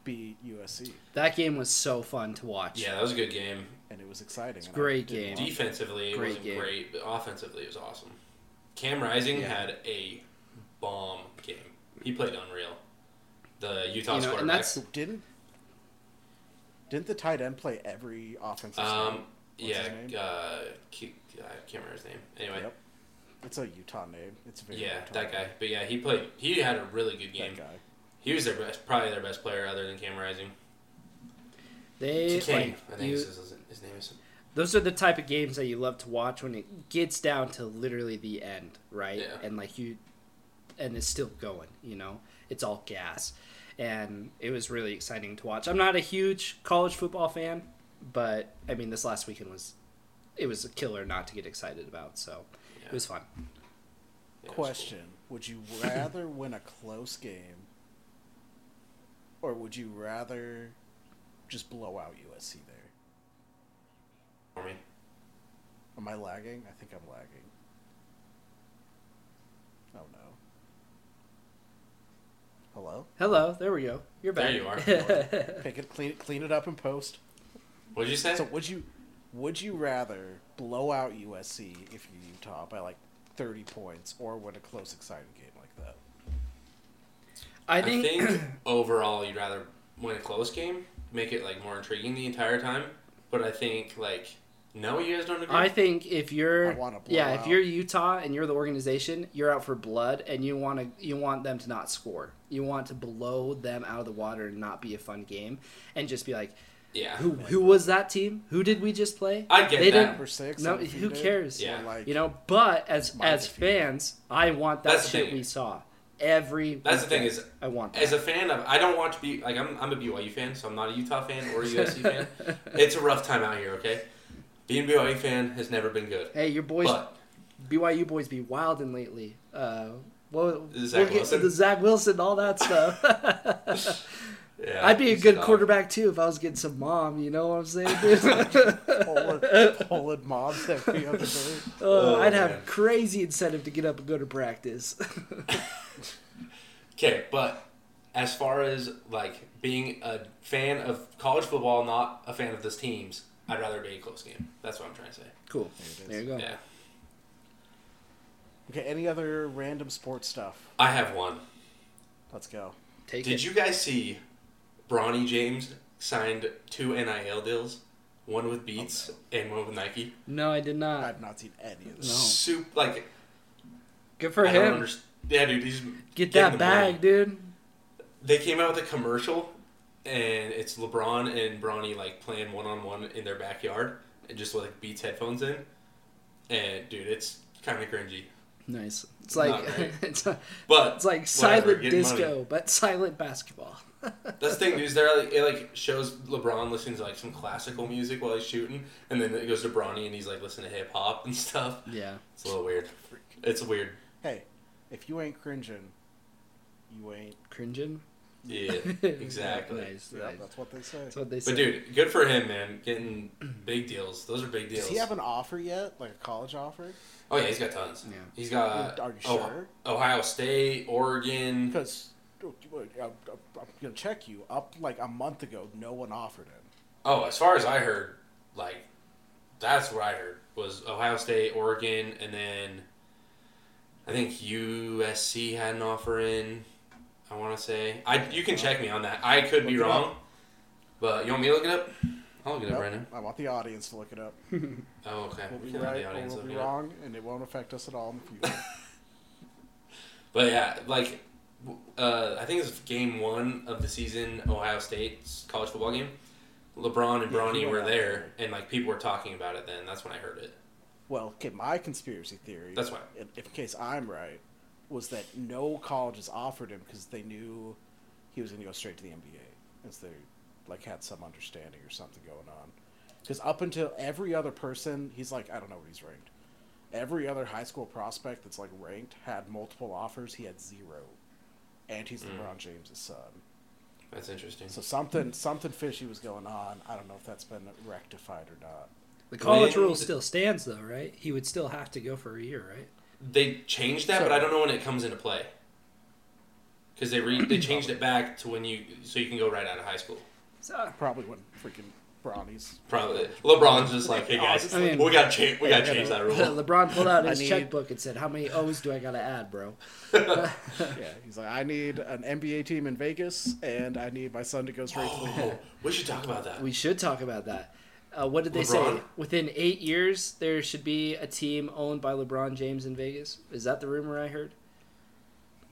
S4: beat USC,
S3: that game was so fun to watch.
S2: Yeah, that was a good game.
S4: and it was exciting. and I
S3: great
S4: did
S3: game.
S4: watch it.
S2: Defensively, it
S3: Great
S2: wasn't
S3: game.
S2: great, but offensively, it was awesome. Cam Rising
S4: Yeah.
S2: had a bomb game. He played unreal. The Utah
S3: You know, and
S2: quarterback.
S3: that's-
S4: So didn't didn't the tight end play every offensive?
S2: um,
S4: his
S2: yeah,
S4: name?
S2: uh, Ke- I can't remember his name. Anyway,
S4: Yep. It's a Utah name. It's a very
S2: yeah,
S4: Utah name.
S2: that guy. But yeah, he played. He had a really good
S4: That
S2: game.
S4: guy.
S2: He was their best, probably their best player other than Cam Rising.
S3: They,
S2: It's King,
S3: like,
S2: I think
S3: you-
S2: his, his, his name is.
S3: those are the type of games that you love to watch when it gets down to literally the end, right?
S2: Yeah.
S3: And like you, and it's still going. You know, it's all gas, and it was really exciting to watch. I'm not a huge college football fan, but I mean, this last weekend was, it was a killer not to get excited about. So
S2: Yeah,
S3: it was fun.
S2: yeah, it was cool.
S4: Question: Would you rather win a close game, or would you rather just blow out USC there?
S2: for me.
S4: Am I lagging? I think I'm lagging. Oh no. Hello.
S3: Hello, there we go. You're
S2: There
S3: back.
S2: you are.
S4: Pick it, clean it, clean it up, and post.
S2: What did you say?
S4: So would you would you rather blow out USC if you're Utah by like 30 points or win a close exciting game like that?
S3: I
S2: I
S3: think,
S2: think, overall, you'd rather win a close game, make it like more intriguing the entire time. But I think like no, you guys don't agree.
S3: I think if
S4: I
S3: you're
S4: wanna blow
S3: yeah, if
S4: out.
S3: you're Utah and you're the organization, you're out for blood and you want to you want them to not score. You want to blow them out of the water and not be a fun game and just be like,
S2: yeah,
S3: who who was that team? Who did we just play?
S2: I get
S3: they
S2: that.
S3: didn't-
S4: Number six.
S3: no,
S4: undefeated,
S3: who cares?
S4: or,
S2: Yeah.
S4: like,
S3: You know, but as
S4: Mine's
S3: as
S4: defeated.
S3: fans, I want that
S2: That's the
S3: shit
S2: thing.
S3: we saw. every.
S2: That's the thing
S3: weekend.
S2: is,
S3: I want that.
S2: as a fan of, I don't watch B. Like I'm, I'm a BYU fan, so I'm not a Utah fan or a USC fan. It's a rough time out here. Okay, being a BYU fan has never been good.
S3: hey, your boys,
S2: But
S3: BYU boys, be wilding lately. Uh, what,
S2: Zach
S3: we'll get to
S2: Wilson?
S3: the Zach Wilson, all that stuff.
S2: yeah,
S3: I'd be a
S2: he's
S3: good
S2: dog.
S3: quarterback too if I was getting some mom. You know what I'm saying, dude?
S4: Poland, Poland mobs every other day.
S2: Oh,
S3: Oh, I'd
S2: man.
S3: have crazy incentive to get up and go to practice.
S2: Okay, but as far as like being a fan of college football, not a fan of those teams, I'd rather be a close game. That's what I'm trying to say.
S3: cool.
S4: There it is.
S3: There you go.
S2: Yeah,
S4: Okay, any other random sports stuff?
S2: I have one.
S4: Let's go.
S3: Take
S2: Did
S3: it.
S2: you guys see Bronny James signed two NIL deals? One with Beats and one with Nike.
S3: No, I did not.
S4: I've not seen any of
S3: Oh, Uh, No.
S4: this.
S2: Soup like
S3: Good for
S2: I don't
S3: him.
S2: understand. Yeah, dude, he's
S3: Get
S2: getting the
S3: that
S2: money.
S3: bag, dude.
S2: They came out with a commercial, and it's LeBron and Bronny like playing one on one in their backyard, and just with like Beats headphones in. And dude, it's kind of cringy,
S3: Nice. It's
S2: Not
S3: like
S2: great.
S3: it's,
S2: but
S3: it's like
S2: whatever,
S3: silent
S2: get
S3: disco,
S2: money.
S3: but silent basketball.
S2: That's the thing, dude. is There, like, it like shows LeBron listening to like some classical music while he's shooting, and then it goes to Bronny and he's like listening to hip hop and stuff.
S3: Yeah.
S2: It's a little weird. It's weird.
S4: Hey, if you ain't cringing, you ain't.
S3: Cringing.
S2: Yeah, exactly.
S3: nice.
S4: Yeah,
S3: nice.
S4: that's what they say.
S3: That's what they
S2: But
S3: said.
S2: dude, good for him, man. Getting big deals. Those are big deals.
S4: Does he have an offer yet? Like a college offer?
S2: oh yeah, he's got tons.
S3: Yeah.
S2: He's got.
S4: Are you
S2: Oh-
S4: sure?
S2: Ohio State, Oregon.
S4: Because I'm I'm gonna check you. Up like a month ago, no one offered him.
S2: Oh, as far as I heard, like that's what I heard was Ohio State, Oregon, and then I think USC had an offer in. I want to say I you can check me on that. I could be
S4: Look it up.
S2: wrong, but you want me to look it up? I'll look it up
S4: Nope.
S2: right now.
S4: I want the audience to look it up.
S2: Oh, okay.
S4: We'll
S2: We
S4: be
S2: can have
S4: right
S2: the
S4: or
S2: audience
S4: we'll
S2: look
S4: be
S2: it up.
S4: wrong, and it won't affect us at all in the future.
S2: But yeah, like w- uh, I think it's game one of the season, Ohio State's college football game. LeBron and
S4: Yeah, he
S2: Bronny
S4: went
S2: were
S4: out
S2: there, and like people were talking about it. Then that's when I heard it.
S4: well, okay, my conspiracy theory.
S2: That's why.
S4: in- if in case I'm right, was that no colleges offered him because they knew he was going to go straight to the NBA, as they like had some understanding or something going on. Because up until every other person, he's like, I don't know what he's ranked. Every other high school prospect that's like ranked had multiple offers. He had zero, and he's
S2: Mm.
S4: LeBron James' son.
S2: That's interesting.
S4: So something something fishy was going on. I don't know if that's been rectified or not.
S3: the
S2: college
S3: college
S2: When- rule
S3: rule
S2: still
S3: still stands, though, right? He would still have to go for a year, right?
S2: They changed that, but I don't know when it comes into play. Because they re- they changed it back to when you so you can go right out of high school.
S3: So,
S4: Probably when freaking Bronny's
S2: Probably LeBron's just like, hey guys,
S3: I mean-
S2: we got to change we got to
S4: Yeah,
S2: change that rule.
S3: LeBron pulled out
S4: I
S3: his
S4: need-
S3: checkbook and said, "How many O's do I gotta add, bro?"
S4: Yeah, he's like, I need an NBA team in Vegas, and I need my son to go straight to the
S2: Oh, we should talk about that.
S3: We should talk about that. Uh, what did they say?
S2: LeBron?
S3: Within eight years, there should be a team owned by LeBron James in Vegas. Is that the rumor I heard?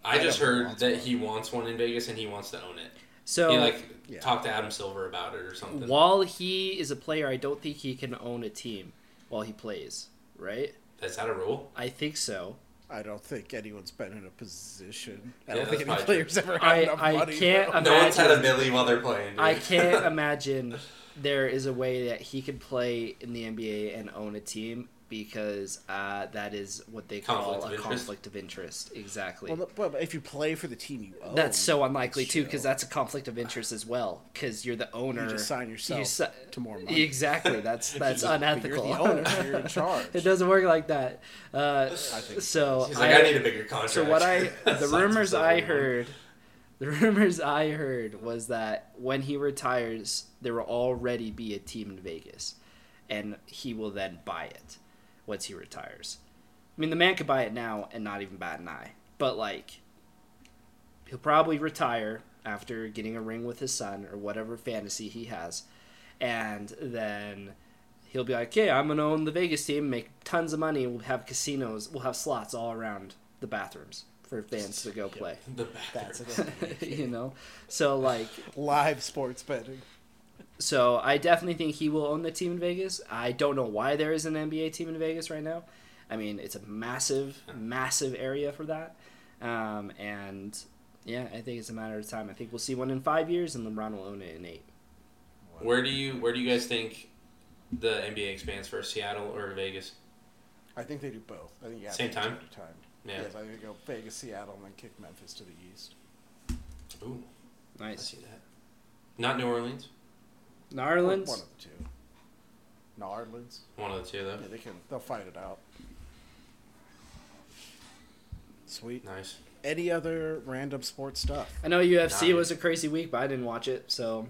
S2: I just
S4: I don't
S2: heard
S4: want
S2: that
S4: one.
S2: he wants one in Vegas and he wants to own it.
S3: So,
S2: he like
S4: yeah.
S2: talked to Adam Silver about it or something.
S3: while he is a player, I don't think he can own a team while he plays, right?
S2: Is that a rule?
S3: I think so.
S4: I don't think anyone's been in a position. I
S2: Yeah,
S4: don't think
S2: that's
S4: any
S2: probably
S4: players ever had
S3: I-
S4: enough
S3: I
S4: money.
S3: can't
S4: though.
S3: imagine-
S2: No one's had a milli while they're playing. Dude.
S3: I can't imagine there is a way that he could play in the NBA and own a team because uh, that is what they
S2: Conflict
S3: call
S2: of
S3: a
S2: interest.
S3: conflict of interest. Exactly.
S4: Well, no, but if you play for the team you own,
S3: That's so unlikely too,
S4: Chill.
S3: because that's a conflict of interest as well. Because you're the owner.
S4: you just sign yourself
S3: si-
S4: to more money.
S3: Exactly. That's that's
S4: But you're
S3: unethical.
S4: the owner. You're in charge.
S3: it doesn't work like that. Uh,
S4: think-
S3: so
S2: He's like, I, need a bigger contract.
S3: so what I
S2: Signs
S3: the rumors
S2: himself
S3: I
S2: with one.
S3: heard, the rumors I heard was that when he retires, there will already be a team in Vegas, and he will then buy it once he retires. I mean, the man could buy it now and not even bat an eye, but like, he'll probably retire after getting a ring with his son or whatever fantasy he has, and then he'll be like, "Hey, I'm gonna own the Vegas team, make tons of money. We'll have casinos. We'll have slots all around the bathrooms for fans to go play."
S2: the back.
S4: That's it.
S3: you know, so like,
S4: Live sports betting.
S3: so I definitely think he will own the team in Vegas. I don't know why there is an NBA team in Vegas right now. I mean, it's a massive, massive area for that. Um, and yeah, I think it's a matter of time. I think we'll see one in five years, and LeBron will own it in eight.
S2: Where do you where do you guys think the NBA expands first, Seattle or Vegas?
S4: I think they do both. I think yeah,
S2: Same
S4: they do
S2: time?
S4: At a time.
S2: Yeah.
S4: Yes, I think they go Vegas, Seattle, and then kick Memphis to the east.
S2: Ooh, I
S3: Nice.
S2: see that. Not New Orleans.
S3: Narlands.
S4: One of the two. No, Ireland's.
S2: One of the two though.
S4: Yeah, they can. They'll fight it out. Sweet.
S2: Nice.
S4: Any other random sports stuff?
S3: I know UFC
S2: Nine.
S3: was a crazy week, but I didn't watch it, so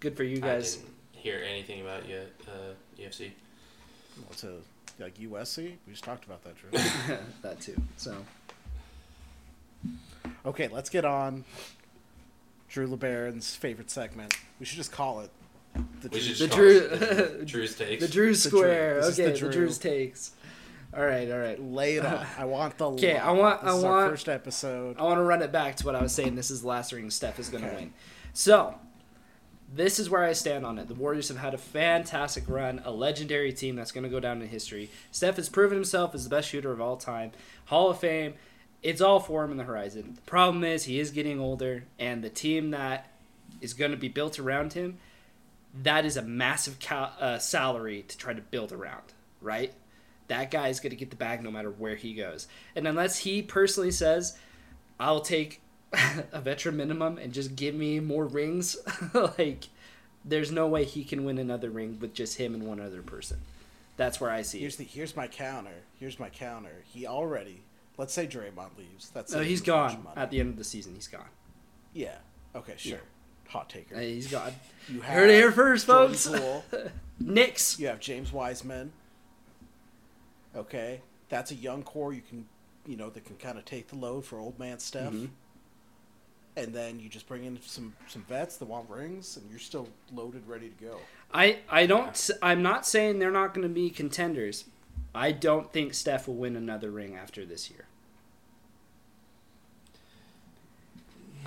S3: good for you guys.
S2: I didn't hear anything about you, uh, UFC.
S4: What's a like USC? We just talked about that, Drew.
S3: that too. So
S4: okay, let's get on. Drew LeBaron's favorite segment. We should just call it the Drew-
S2: We should
S3: The
S2: just call
S3: Drew-
S2: it the Drew's takes.
S3: the Drew
S4: Drew.
S3: Square.
S4: This is the
S3: okay, the,
S4: Drew.
S3: Drew's takes. All right, all right.
S4: Lay it on. I want the.
S3: 'Kay, I
S4: love.
S3: want-
S4: This
S3: I
S4: is our
S3: want-
S4: first episode.
S3: I want to run it back to what I was saying. This is the last ring. Steph is going to
S4: Okay.
S3: win. So, this is where I stand on it. The Warriors have had a fantastic run, a legendary team that's going to go down in history. Steph has proven himself as the best shooter of all time, Hall of Fame. It's all for him in the horizon. The problem is he is getting older, and the team that is going to be built around him, that is a massive cal- uh, salary to try to build around, right? That guy is going to get the bag no matter where he goes. And unless he personally says, I'll take a veteran minimum and just give me more rings. like, there's no way he can win another ring with just him and one other person. That's where I see
S4: Here's
S3: it.
S4: the. Here's my counter. Here's my counter. He already. Let's say Draymond leaves. That's.
S3: No,
S4: it.
S3: Oh, he's
S4: He's got
S3: gone
S4: money.
S3: at the end of the season. He's gone.
S4: Yeah. Okay. Sure. Hot taker.
S3: Uh, He's gone.
S4: You
S3: Heard it here first,
S4: Jordan
S3: folks.
S4: Poole.
S3: Knicks.
S4: You have James Wiseman. Okay, that's a young core you can, you know, that can kind of take the load for old man Steph.
S3: Mm-hmm.
S4: And then you just bring in some some vets that want rings, and you're still loaded, ready to go.
S3: I I don't. s- I'm not saying they're not going to be contenders. I don't think Steph will win another ring after this year.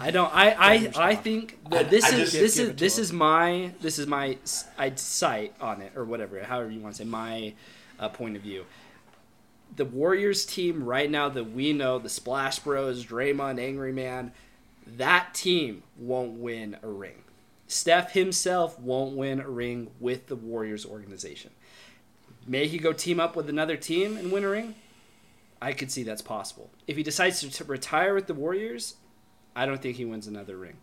S3: I don't. I I,
S4: Don't
S3: I
S4: stop.
S3: think
S2: I-
S3: that this
S2: I
S3: is
S2: just-
S3: this
S4: Give
S3: is
S4: it to
S3: this
S4: him.
S3: is my this is my s- I'd sight on it or whatever, however you want to say my uh, point of view. The Warriors team right now that we know, the Splash Bros, Draymond, Angry Man, that team won't win a ring. Steph himself won't win a ring with the Warriors organization. May he go team up with another team and win a ring? I could see that's possible. If he decides to t- retire with the Warriors, I don't think he wins another ring.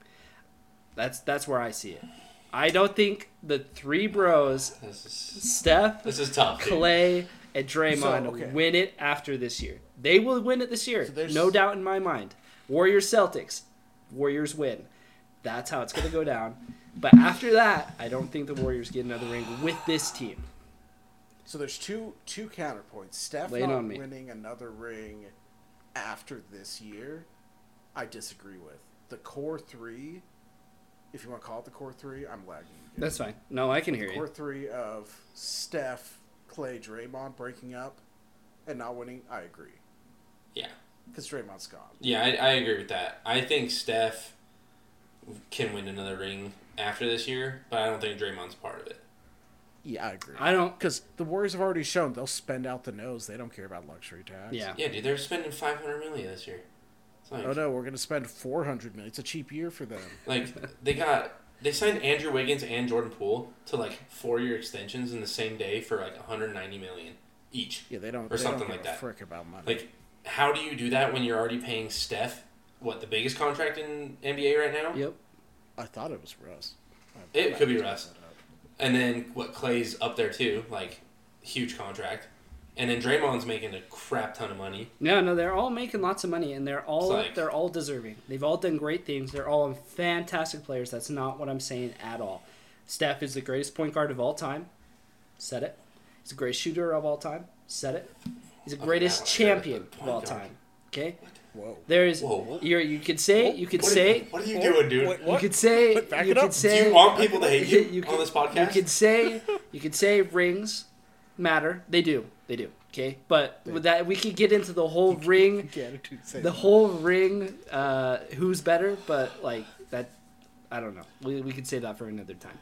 S3: That's that's where I see it. I don't think the three bros,
S2: This is
S3: Steph,
S2: this is tough. dude.
S3: Clay, and Draymond,
S4: So, okay.
S3: win it after this year. They will win it this year,
S4: So there's-
S3: no doubt in my mind. Warriors Celtics, Warriors win. That's how it's going to go down. But after that, I don't think the Warriors get another ring with this team.
S4: So there's two two counterpoints. Steph
S3: Lay it
S4: not
S3: on me.
S4: winning another ring after this year, I disagree with. The core three, if you want to call it the core three, I'm lagging. again.
S3: That's fine. No, I can hear
S4: Core
S3: you.
S4: three of Steph, Clay, Draymond breaking up and not winning, I agree.
S2: Yeah.
S4: Because Draymond's gone.
S2: Yeah, I, I agree with that. I think Steph can win another ring after this year, but I don't think Draymond's part of it.
S4: Yeah, I agree.
S3: I don't.
S4: Because the Warriors have already shown they'll spend out the nose. They don't care about luxury tax.
S3: Yeah.
S2: Yeah, dude, they're spending five hundred million this year. It's like,
S4: Oh no, we're gonna spend four hundred million. It's a cheap year for them.
S2: like they got they signed Andrew Wiggins and Jordan Poole to like four year extensions in the same day for like one hundred ninety million each.
S4: Yeah, they don't.
S2: Or
S4: they
S2: something
S4: don't give
S2: like
S4: a
S2: that.
S4: Frick about money.
S2: Like, how do you do that when you're already paying Steph what the biggest contract in NBA right now?
S3: Yep.
S4: I thought it was Russ.
S2: It
S4: I-
S2: could be
S4: I-
S2: Russ. And then what Clay's up there too, like huge contract. And then Draymond's making a crap ton of money.
S3: No, no, they're all making lots of money, and they're all
S2: It's like-
S3: they're all deserving. They've all done great things. They're all fantastic players. That's not what I'm saying at all. Steph is the greatest point guard of all time. Said it. He's the greatest shooter of all time. Said it. He's the
S2: Okay,
S3: greatest
S2: now I heard
S3: champion
S2: the
S3: of
S2: point
S3: all
S2: guard.
S3: time. Okay.
S4: Whoa.
S3: There is
S2: Whoa, what-
S3: you. You could say you could
S2: What are-
S3: say
S2: what are you doing, dude?
S4: Wait,
S3: you
S4: what?
S3: could say
S4: Wait, back
S3: you
S4: it
S3: could
S4: up. Do
S3: say
S2: Do you want people to hate you, on
S3: could-
S2: this podcast?
S3: You could say you could say rings matter. They do. They do. Okay, but with that we could get into the whole ring,
S4: Yeah, dude, say that.
S3: the whole ring. Uh, who's better? But like that, I don't know. We we could say that for another time.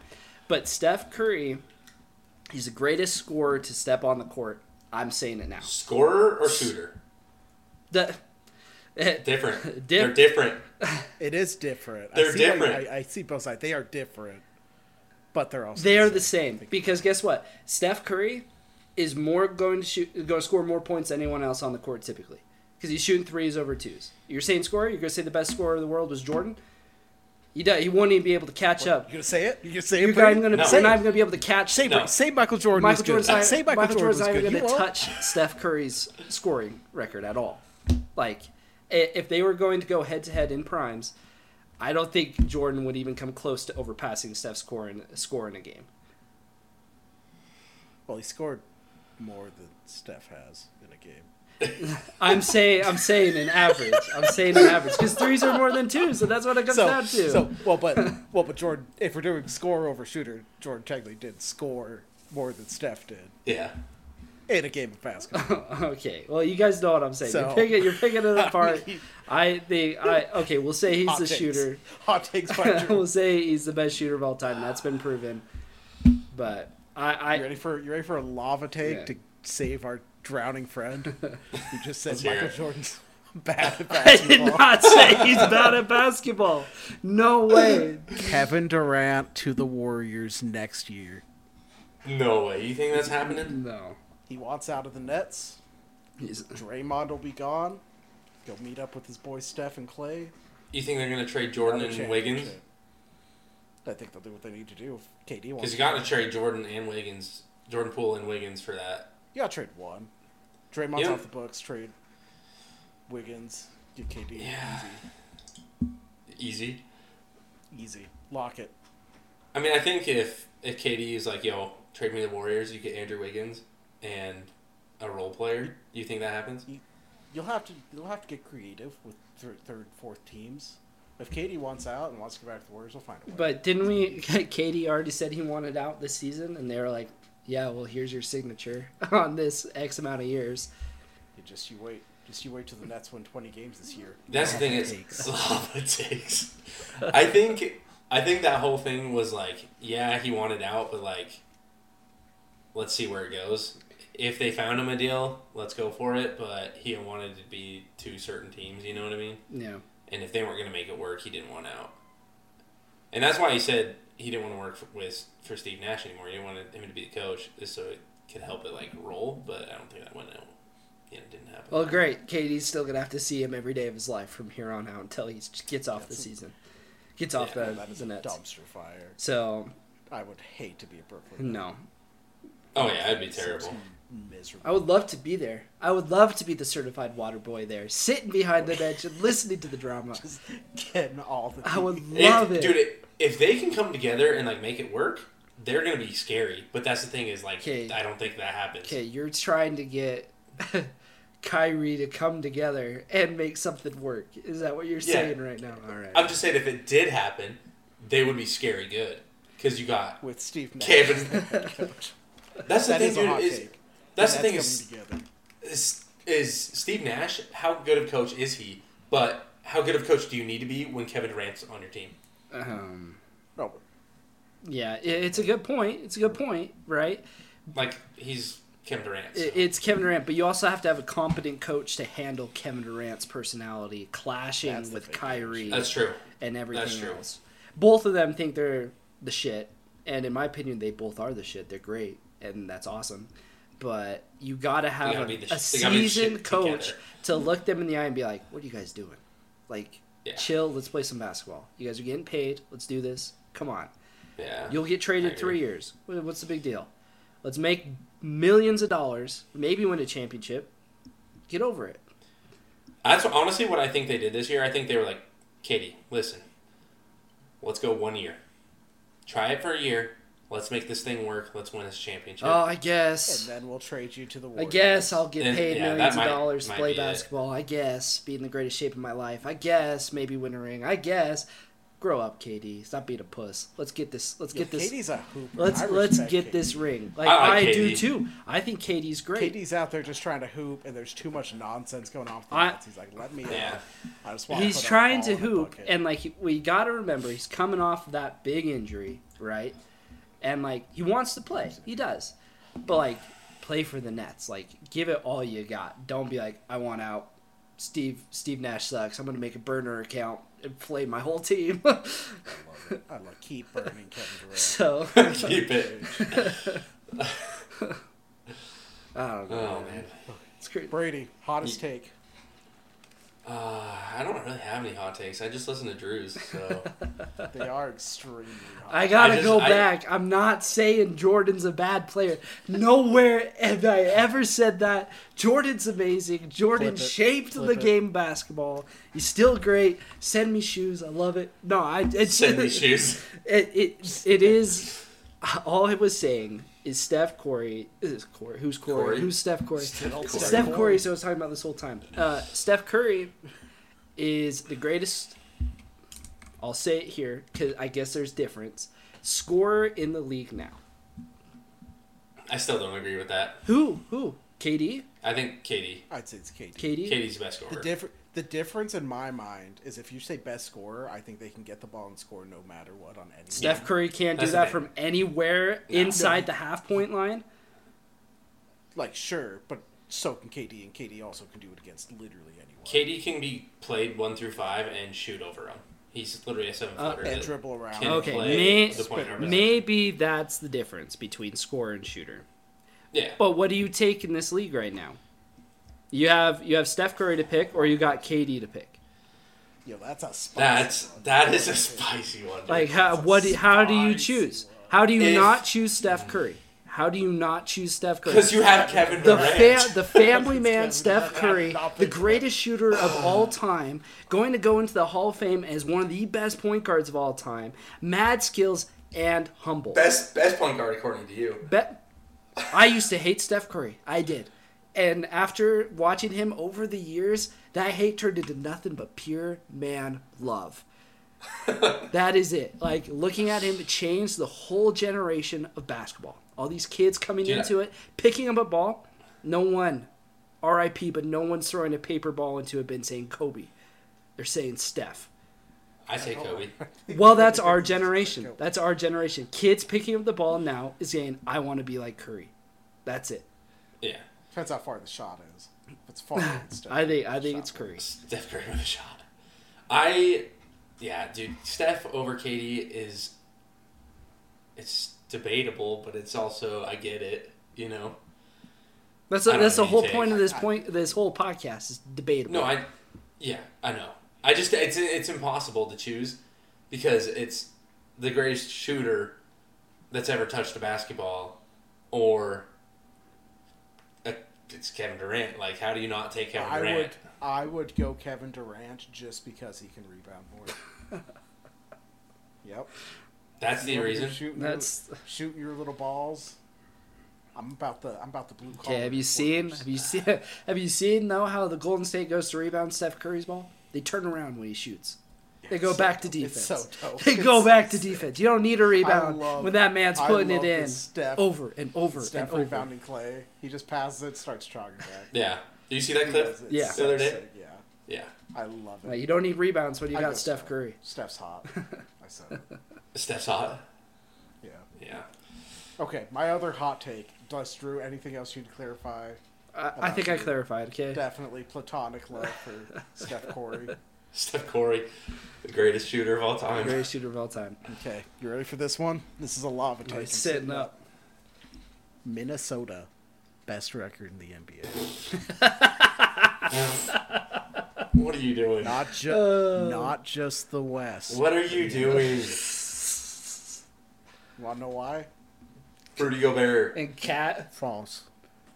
S3: But Steph Curry, he's the greatest scorer to step on the court. I'm saying it now.
S2: Scorer or shooter?
S3: The
S2: Different.
S3: Dif-
S2: They're different.
S4: It is different. I
S2: They're
S4: see,
S2: different.
S4: I, I see both sides. They are different, but they're also
S3: They are the same because guess what? Steph Curry is more going to shoot, going to score more points than anyone else on the court typically because he's shooting threes over twos. You're saying scorer? You're going to say the best scorer in the world was Jordan? He do, he won't even be able to catch
S4: You
S3: up.
S4: gonna say it? You gonna say
S3: You're
S4: it?
S3: not even going
S2: No.
S3: to
S4: Say
S3: not
S4: it.
S3: even going to be able to catch.
S4: Say,
S2: No.
S4: say Michael Jordan
S3: Michael
S4: was good.
S3: Jordan's not,
S4: say Michael,
S3: Michael
S4: Jordan
S3: Jordan's not
S4: was
S3: even
S4: good.
S3: going
S4: You
S3: to
S4: won't.
S3: touch Steph Curry's scoring record at all. Like, i- if they were going to go head to head in primes, I don't think Jordan would even come close to overpassing Steph's score in, score in a game.
S4: Well, he scored more than Steph has in a game.
S3: I'm saying I'm saying an average. I'm saying an average because threes are more than twos, so that's what it comes
S4: So,
S3: down to.
S4: so well, but well, but Jordan. If we're doing score over shooter, Jordan technically did score more than Steph did
S2: Yeah.
S4: in a game of basketball.
S3: okay, well you guys know what I'm saying.
S4: So-
S3: you're picking you're picking it apart.
S4: I mean-
S3: I think I okay. We'll say he's
S4: Hot
S3: the
S4: takes.
S3: shooter.
S4: Hot takes by Jordan.
S3: we'll say he's the best shooter of all time. That's been proven. But I,
S4: You
S3: I
S4: ready for you ready for a lava take
S3: Yeah.
S4: to save our drowning friend? You just said
S2: Let's hear
S4: Michael
S2: it.
S4: Jordan's bad at
S3: I did
S4: basketball.
S3: not say he's bad at basketball. No way.
S4: Kevin Durant to the Warriors next year.
S2: No way. You think that's happening?
S3: No.
S4: He wants out of the Nets.
S3: He's,
S4: Draymond will be gone. Go meet up with his boys Steph and Clay.
S2: You think they're gonna trade Jordan
S4: Another
S2: and Wiggins?
S4: championship. I think they'll do what they need to do if KD wants.
S2: Because you gotta trade Jordan and Wiggins, Jordan Poole and Wiggins for that.
S4: You gotta trade one. Draymond's
S2: Yeah.
S4: off the books. Trade Wiggins. Get KD.
S2: Yeah. Easy.
S4: Easy. Easy. Lock it.
S2: I mean, I think if if KD is like, yo, trade me the Warriors, you get Andrew Wiggins and a role player. Do you think that happens?
S4: You'll have to you'll have to get creative with thir- third, fourth teams. If KD wants out and wants to go back to the Warriors, we'll find a way.
S3: But didn't we? Katie already said he wanted out this season, and they were like, "Yeah, well, here's your signature on this X amount of years."
S4: you just you wait. Just you wait till the Nets win twenty games this year.
S2: That's the thing.
S4: Takes.
S2: It's lava takes. I think I think that whole thing was like, yeah, he wanted out, but like, let's see where it goes. If they found him a deal, let's go for it. But he wanted to be to certain teams. You know what I mean?
S3: Yeah,
S2: and if they weren't going to make it work, he didn't want out. And that's why he said he didn't want to work for, with for Steve Nash anymore. He didn't want him to be the coach, just so it could help it like roll. But I don't think that went out. Yeah, it didn't happen.
S3: Well, great. Katie's still gonna have to see him every day of his life from here on out until he gets off the season, gets off
S2: Yeah,
S3: the,
S4: That is
S3: the
S4: a
S3: Nets.
S4: dumpster fire.
S3: So
S4: I would hate to be a Brooklyn. Nets.
S3: no,
S2: oh yeah, that'd be
S4: It's so
S2: terrible.
S4: Miserable.
S3: I would love to be there. I would love to be the certified water boy there, sitting behind the bench and listening to the drama.
S4: just getting all the.
S3: I would
S2: If-
S3: love it.
S2: dude. It, if they can come together and like make it work, they're going to be scary. But that's the thing is like,
S3: 'Kay.
S2: I don't think that happens.
S3: Okay, you're trying to get Kyrie to come together and make something work. Is that what you're
S2: Yeah.
S3: saying right now? All right.
S2: I'm just saying, if it did happen, they would be scary good because you got
S4: with Steve Nash.
S2: Kevin. That's the
S4: that
S2: thing,
S4: is a
S2: dude.
S4: hot
S2: is-
S4: take.
S2: that's
S4: The
S2: the thing
S4: Nets
S2: is
S4: coming together.
S2: is, is Steve Nash, how good of a coach is he? But how good of a coach do you need to be when Kevin Durant's on your team?
S3: Um,
S4: No,
S3: yeah, it, it's a good point. It's a good point, right?
S2: Like he's Kevin Durant. so-
S3: It, it's Kevin Durant, but you also have to have a competent coach to handle Kevin Durant's personality clashing
S4: That's the
S3: with
S4: big
S3: Kyrie
S2: That's true.
S3: and everything
S2: that's true.
S3: else. Both of them think they're the shit, and in my opinion, they both are the shit. They're great, and that's awesome. But you gotta have
S2: gotta
S3: a,
S2: be the
S3: a
S2: sh- they gotta be the shit
S3: seasoned coach
S2: together.
S3: to look them in the eye and be like, "What are you guys doing? Like,
S2: Yeah.
S3: chill. Let's play some basketball. You guys are getting paid. Let's do this. Come on."
S2: Yeah.
S3: You'll get
S2: I
S3: traded
S2: agree.
S3: three years. Wh- What's the big deal? Let's make millions of dollars, maybe win a championship. Get over it.
S2: That's honestly what I think they did this year. I think they were like, Katie, listen, let's go one year. Try it for a year. Let's make this thing work. Let's win this championship.
S3: Oh, I
S4: and
S3: guess.
S4: then we'll trade you to the
S3: I
S4: Warriors.
S3: guess I'll get
S2: And-
S3: paid
S2: yeah, that
S3: millions
S2: might-
S3: of dollars to
S2: might
S3: play
S2: be it.
S3: basketball. I guess be in the greatest shape of my life. I guess maybe win a ring. I guess grow up, KD. Stop being a puss. Let's get this. Let's
S4: Yo,
S3: get this.
S4: KD's a hooper.
S3: Let's
S4: I
S3: let's
S4: respect
S3: get
S4: KD.
S3: this ring. Like
S2: I
S3: I,
S2: like
S3: do
S2: KD.
S3: too. I think KD's great.
S4: KD's out there just trying to hoop, and there's too much nonsense going on. With the
S3: I-
S4: Nets. He's like, let me.
S2: Yeah.
S4: Uh, I just want.
S3: he's trying to hoop and like he- we got to remember he's coming off that big injury right and like he wants to play he does but like play for the nets like give it all you got don't be like i want out Steve Steve Nash sucks. I'm gonna make a burner account and play my whole team.
S4: Love it. I love keep burning Kevin Durant.
S3: so
S2: Keep it.
S3: I don't know.
S2: Oh man.
S3: It's great.
S4: Brady, hottest take.
S2: Uh, I don't really have any hot takes. I just listen to Drew's, so
S4: They are extremely hot.
S3: I gotta
S2: I just-
S3: go
S2: I-
S3: back. I'm not saying Jordan's a bad player. Nowhere have I ever said that. Jordan's amazing. Jordan
S4: Flip it.
S3: shaped
S4: Flip
S3: the
S4: it.
S3: game basketball. He's still great. Send me shoes. I love it. No, I it's
S2: send me shoes.
S3: It, it it is all I was saying is Steph Curry is Corey. Who's Corey?
S2: Corey.
S3: Who's Steph Curry?
S2: Steph Curry.
S3: Steph
S4: Corey.
S3: Curry. So I was talking about this whole time. Uh, Steph Curry is the greatest. I'll say it here because I guess there's difference. Scorer in the league now.
S2: I still don't agree with that.
S3: Who? Who? KD.
S2: I think Katie.
S4: I'd say it's KD.
S3: KD.
S2: Katie's the best
S4: The
S2: scorer.
S4: differ- the difference in my mind is if you say best scorer, I think they can get the ball and score no matter what on any.
S3: Steph Curry can't
S2: That's
S3: do
S2: the
S3: that
S2: thing.
S3: from anywhere
S2: No.
S3: inside the half point line.
S4: Like sure, but so can KD, and KD also can do it against literally anyone.
S2: Katie can be played one through five and shoot over him. He's literally a seven
S3: Uh,
S2: footer.
S4: and dribble around.
S2: Can
S3: Okay,
S2: play
S3: may-
S2: the point guard position.
S3: Maybe that's the difference between scorer and shooter.
S2: Yeah.
S3: But what do you take in this league right now? You have you have Steph Curry to pick, or you got KD to pick.
S4: Yo, that's a spicy
S2: That's
S4: one.
S2: that is a spicy one. dude.
S3: Like how what? do- How do you
S4: Spicy
S3: choose?
S4: one.
S3: How do you
S2: If-
S3: not choose Steph Curry? How do you not choose Steph Curry?
S2: Because you have Kevin
S3: the
S2: Durant.
S3: fa- the family man
S4: Kevin
S3: Steph
S4: Durant.
S3: Curry,
S4: Stop
S3: the
S4: it.
S3: greatest shooter of all time, going to go into the Hall of Fame as one of the best point guards of all time. Mad skills and humble.
S2: best best point guard according to you.
S3: Bet. I used to hate Steph Curry. I did. And after watching him over the years, that hate turned into nothing but pure man love. that is it. Like looking at him changed the whole generation of basketball. All these kids coming
S2: Dude, I-
S3: into it, picking up a ball, no one, R.I.P. But no one's throwing a paper ball into a bin saying Kobe. They're saying Steph.
S2: I say Kobe.
S3: Well, that's our generation. That's our generation. Kids picking up the ball now is saying, I want to be like Curry. That's it.
S2: Yeah.
S4: Depends how far the shot is. If it's far, it's Steph.
S3: I think I think it's Curry.
S2: Steph Curry with a shot. I yeah, dude, Steph over Katie is it's debatable, but it's also I get it, you know.
S3: That's
S2: I
S3: a,
S2: don't
S3: that's
S2: know
S3: the whole
S2: any
S3: point of
S2: take.
S3: this point this whole podcast is debatable.
S2: No, I yeah, I know. I just it's it's impossible to choose because it's the greatest shooter that's ever touched a basketball or uh it's Kevin Durant. Like how do you not take Kevin
S4: I
S2: Durant?
S4: would I would go Kevin Durant just because he can rebound more. yep.
S2: That's the
S4: Over here
S2: reason.
S4: Shooting
S3: That's-
S4: your, shooting your little balls. I'm about the I'm about the blue collar.
S3: okay, have you seen have you seen have you seen though how the Golden State goes to rebound Steph Curry's ball? They turn around when he shoots. They go
S4: It's so
S3: back to
S4: dope.
S3: defense.
S4: It's so dope.
S3: They go
S4: It's-
S3: back to defense. You don't need a rebound
S4: love-
S3: when that man's
S4: I
S3: putting it
S4: love
S3: in
S4: this Steph-
S3: over and over
S4: Steph
S3: and over.
S4: rebounding Clay. He just passes it, starts jogging back.
S2: Yeah. Do you see that
S4: He
S2: clip?
S4: does it. It's
S3: Yeah.
S2: The other day?
S4: sick, Yeah.
S2: Yeah.
S4: I love it.
S3: Like, you don't need rebounds when you
S4: I
S3: got
S4: go
S3: Steph Curry.
S4: Steph's hot. I said it.
S2: Steph's hot.
S4: Yeah.
S2: Yeah.
S4: Okay, my other hot take. Does Drew anything else you'd clarify?
S3: I, I think I clarified. Okay.
S4: Definitely platonic love for Steph Curry.
S2: Steph Curry, the greatest shooter of all time.
S3: Greatest shooter of all time.
S4: Okay, you ready for this one? This is a lava take. I'm
S3: He's sitting up.
S4: Minnesota, best record in the NBA.
S2: What are you doing?
S4: Not just
S3: Uh.
S4: not just the West.
S2: What are you doing?
S4: Wanna know why?
S2: Rudy Gobert.
S3: And Cat.
S4: France.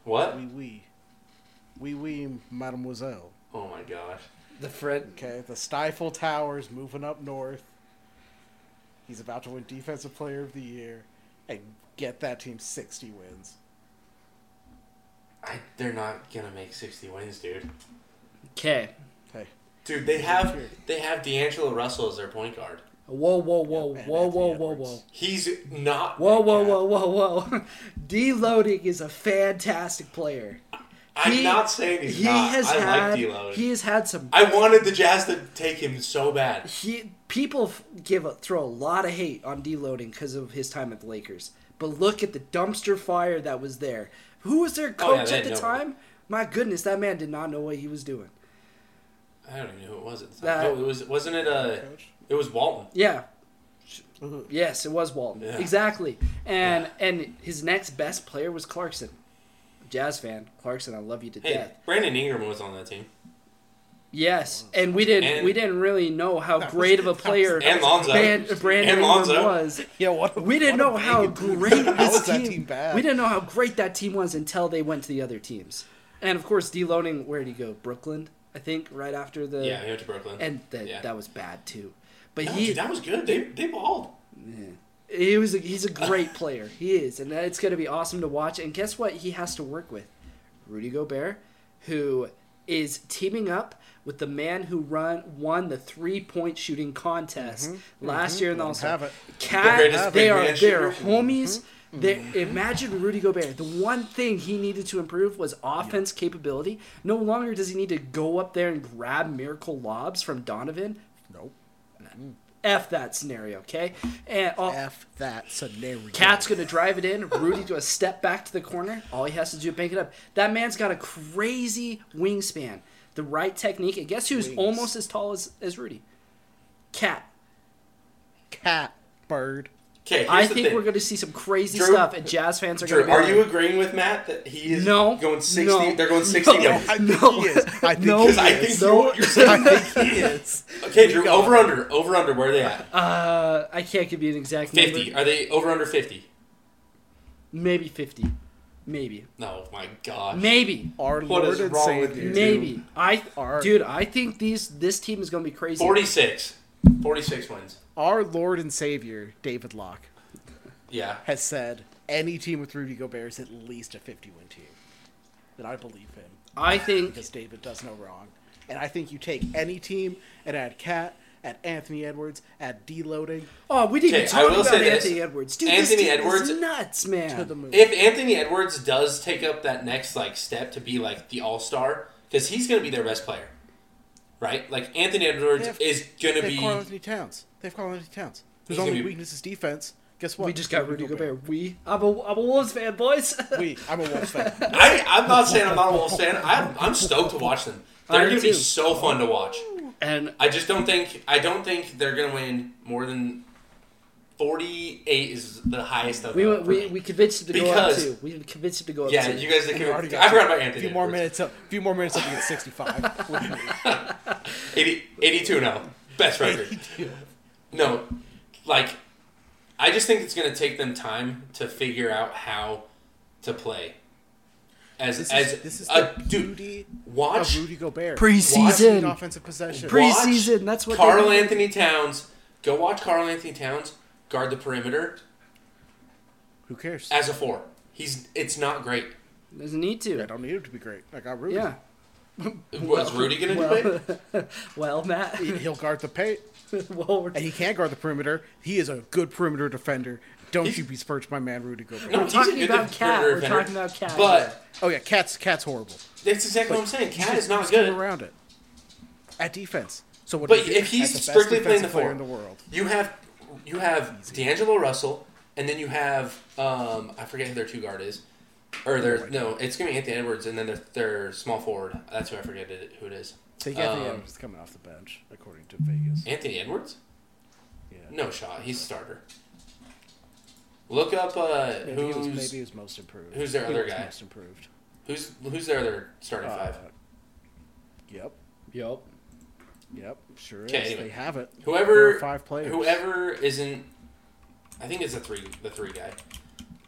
S2: What?
S4: Oui oui. Oui oui, mademoiselle.
S2: Oh my gosh.
S3: The Fred.
S4: Okay, the Stifle Towers moving up north. He's about to win Defensive Player of the Year and get that team 60 wins.
S2: I, they're not gonna make sixty wins, dude.
S3: Okay.
S4: Okay.
S2: Dude, they have they have D'Angelo Russell as their point guard.
S3: Whoa, whoa, whoa,
S4: Yep, and
S3: whoa, whoa,
S4: Anthony
S3: whoa, whoa.
S4: Edwards.
S2: He's not.
S3: Whoa, whoa, whoa, whoa, whoa. Deloading is a fantastic player.
S2: I'm
S3: He-
S2: not saying he's not. I
S3: had,
S2: like D'Lo.
S3: He has had some.
S2: I wanted the Jazz to take him so bad.
S3: He, people f- give a, throw a lot of hate on deloading because of his time at the Lakers. But look at the dumpster fire that was there. Who was their
S2: Oh, yeah,
S3: coach
S2: they
S3: at the
S2: had no-
S3: time? My goodness, that man did not know what he was doing.
S2: I don't even know who it was at the time.
S3: That-
S2: oh, it was wasn't it uh
S4: Coach?
S2: it was Walton.
S3: Yeah.
S4: Ooh.
S3: Yes, it was Walton.
S2: Mm-hmm. Yeah.
S3: Exactly. And and his next best player was Clarkson. Jazz fan, Clarkson, I love you to
S2: Hey,
S3: death.
S2: Brandon Ingram was on that team.
S3: Yes, and we didn't
S2: Mm-hmm. And-
S3: we didn't really know how
S4: That was-
S3: great of a
S4: that was-
S3: player
S2: And Lonzo.
S3: Ban- Brandon
S2: And
S3: Ingram
S2: Lonzo.
S3: was.
S4: Yeah, what a-
S3: We didn't
S4: what a
S3: know how
S4: big dude.
S3: great
S4: How
S3: this
S4: is that
S3: team,
S4: team bad?
S3: We didn't know how great that team was until they went to the other teams. And of course, deloaning where did he go? Brooklyn, I think, right after the
S2: Yeah, he went to Brooklyn.
S3: and the,
S2: Yeah.
S3: that was bad too. But
S2: No,
S3: he
S2: dude, that was good. They they balled.
S3: He was a, he's a great player. He is, and it's going to be awesome to watch. And guess what? He has to work with Rudy Gobert, who is teaming up with the man who run won the three point shooting contest last year in
S4: Let
S3: the All
S4: him
S3: Star.
S4: Mm-hmm. have it. Mm-hmm.
S2: The
S3: Cat,
S2: greatest
S3: they
S2: big
S3: are
S2: man
S3: they are
S2: shooter.
S3: homies. They, imagine Rudy Gobert. The one thing he needed to improve was offense capability. No longer does he need to go up there and grab miracle lobs from Donovan.
S4: Nope.
S3: F that scenario, okay? And oh, all,
S4: F that scenario.
S3: Cat's gonna drive it in. Rudy's gonna step back to the corner. All he has to do is bank it up. That man's got a crazy wingspan, the right technique, and guess who's
S4: Wings.
S3: almost as tall as, as Rudy? Cat.
S4: cat bird.
S2: Okay, here's
S3: I
S2: the
S3: think
S2: thing.
S3: we're gonna see some crazy
S2: Drew-
S3: stuff, and Jazz fans are
S2: Drew,
S3: gonna.
S2: are
S3: Be
S2: you
S3: like,
S2: agreeing with Matt that he is
S3: no
S2: going sixty?
S3: No.
S2: they're going sixty.
S3: No,
S2: wins?
S4: I think
S3: no,
S4: he is. I think
S3: no,
S4: he
S2: Because I think
S3: no.
S2: you're, what you're saying.
S4: I think he is.
S2: Okay, Drew,
S4: Go on.
S2: over under, over under. Where are they at?
S3: Uh, I can't give you an exact
S2: Fifty.
S3: number.
S2: Are they over under fifty?
S3: Maybe fifty. Maybe.
S2: No, my God.
S3: Maybe.
S4: Our
S2: What
S4: Lord
S2: is
S4: and
S2: wrong with
S4: Savior.
S2: you?
S3: Maybe. I.
S4: Are-
S3: Dude, I think these this team is gonna be crazy.
S2: Forty-six. Forty-six wins.
S4: Our Lord and Savior, David Locke,
S2: Yeah.
S4: has said any team with Rudy Gobert is at least a 50 win team. And I believe him
S3: I think
S4: because David does no wrong. And I think you take any team and add Cat, add Anthony Edwards, add deloading
S3: Oh, we didn't
S2: Okay,
S3: even
S2: I
S3: talk
S2: will
S3: about
S2: say this.
S3: Anthony Edwards. Dude,
S2: Anthony
S3: this dude
S2: Edwards-
S3: is nuts, man.
S4: to the moon.
S2: If Anthony Edwards does take up that next like step to be like the all star, because he's going to be their best player, right? Like Anthony Edwards
S4: If-
S2: is going to
S4: They've
S2: be.
S4: Carl Anthony Towns. They've Carl Anthony Towns. Whose
S2: He's gonna
S4: only
S2: be-
S4: weakness is defense. Guess what?
S3: we just got Rudy Gobert. We, I'm a, I'm a Wolves fan, boys.
S4: We. I'm a Wolves fan.
S2: I, I'm not saying I'm not a Wolves fan. I'm, I'm stoked to watch them.
S3: I
S2: They're
S3: am
S2: going to be
S3: too.
S2: so fun to watch.
S3: and
S2: I just don't think I don't think they're going to win more than forty eight is the highest of
S3: we
S2: them
S3: went,
S2: for
S3: we,
S2: me.
S3: we convinced him to go up
S2: Because-
S3: too. We convinced him to go up
S2: yeah,
S3: too.
S2: you guys. Think
S4: We already got
S2: I forgot about
S4: A
S2: Anthony.
S4: few more
S2: Edwards.
S4: minutes. A few more minutes. I'll be at 65. with me.
S2: 80, 82 now. Best record. No, like, I just think it's going to take them time to figure out how to play. As
S4: This
S2: as
S4: is, this is
S2: a
S4: the
S2: dude,
S4: beauty
S2: watch
S4: of Rudy Gobert.
S3: Preseason.
S4: Watching offensive possession.
S3: Pre-
S2: watch
S3: Preseason, that's what
S2: Carl
S3: they do.
S2: Anthony Towns. Go watch Carl Anthony Towns guard the perimeter
S4: Who cares?
S2: as a four. He's it's not great.
S3: Doesn't need
S4: I
S3: to.
S4: don't need him to be great. I got Rudy.
S3: Yeah.
S2: Was Rudy going to do it?
S3: well, well, Matt.
S4: He- He'll guard the paint,
S3: well, we're,
S4: and he can guard the perimeter. He is a good perimeter defender. Don't you besmirch my man Rudy Gobert.
S2: No,
S3: we're
S2: he's a
S3: talking
S2: good
S3: about Cat.
S2: perimeter
S3: We're
S2: defender.
S3: talking about Cat.
S2: But
S4: Oh yeah, cat's cat's horrible.
S2: that's exactly what I'm saying. Cat is not
S4: Just get
S2: good.
S4: around it at defense. So what?
S2: But
S4: do you do?
S2: if he's
S4: As the best
S2: strictly playing the
S4: defensive player
S2: four,
S4: in the world,
S2: you have you have D'Angelo Russell, and then you have um, I forget who their two guard is, or their no, it's gonna be Anthony Edwards, and then their their small forward. That's who I forget it, who it is.
S4: so you got
S2: Um,
S4: the Adams coming off the bench, according to Vegas.
S2: Anthony Edwards?
S4: Yeah.
S2: No shot. He's a starter. Look up uh,
S4: Maybe he was,
S2: who's
S4: maybe he was most improved.
S2: who's their
S4: He
S2: other
S4: was
S2: guy?
S4: Most improved.
S2: who's who's their other starting
S4: Uh,
S2: five.
S4: Yep.
S3: Yup.
S4: Yep. Sure is.
S2: Okay, anyway.
S4: They have it. There
S2: Whoever
S4: are five players.
S2: whoever isn't, I think it's the three the three guy.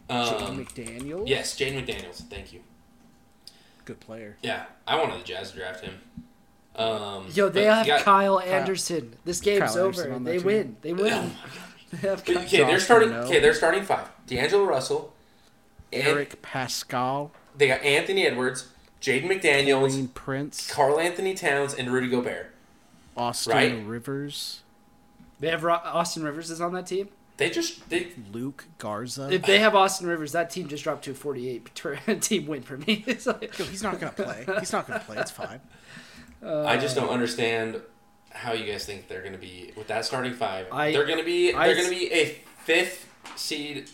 S4: Jalen
S2: Um,
S4: McDaniel.
S2: yes, Jane McDaniels. Thank you.
S4: Good player.
S2: Yeah, I wanted the Jazz to draft him. Um,
S3: Yo, they
S2: but
S3: have
S2: you got-
S3: Kyle Anderson. This game's
S4: Kyle
S3: over.
S4: Anderson on that
S3: they
S4: team.
S3: win. They win. they have Kyle.
S2: Okay, they're
S4: Josh
S2: starting.
S4: Minot.
S2: Okay, they're starting five. D'Angelo Russell, An-
S4: Eric Pascal,
S2: They got Anthony Edwards, Jaden McDaniels,
S4: Green Prince,
S2: Carl Anthony Towns, and Rudy Gobert.
S4: Austin
S2: right?
S4: Rivers,
S3: They have Ro- Austin Rivers is on that team.
S2: They just they
S4: Luke Garza.
S3: If they have Austin Rivers, that team just dropped to a 48 ter- team win for me. It's like,
S4: Yo, he's not gonna play. He's not gonna play. It's fine.
S2: I just
S3: Um,
S2: don't understand how you guys think they're going to be with that starting five.
S3: I-
S2: they're going to be
S3: I-
S2: they're going to be a fifth seed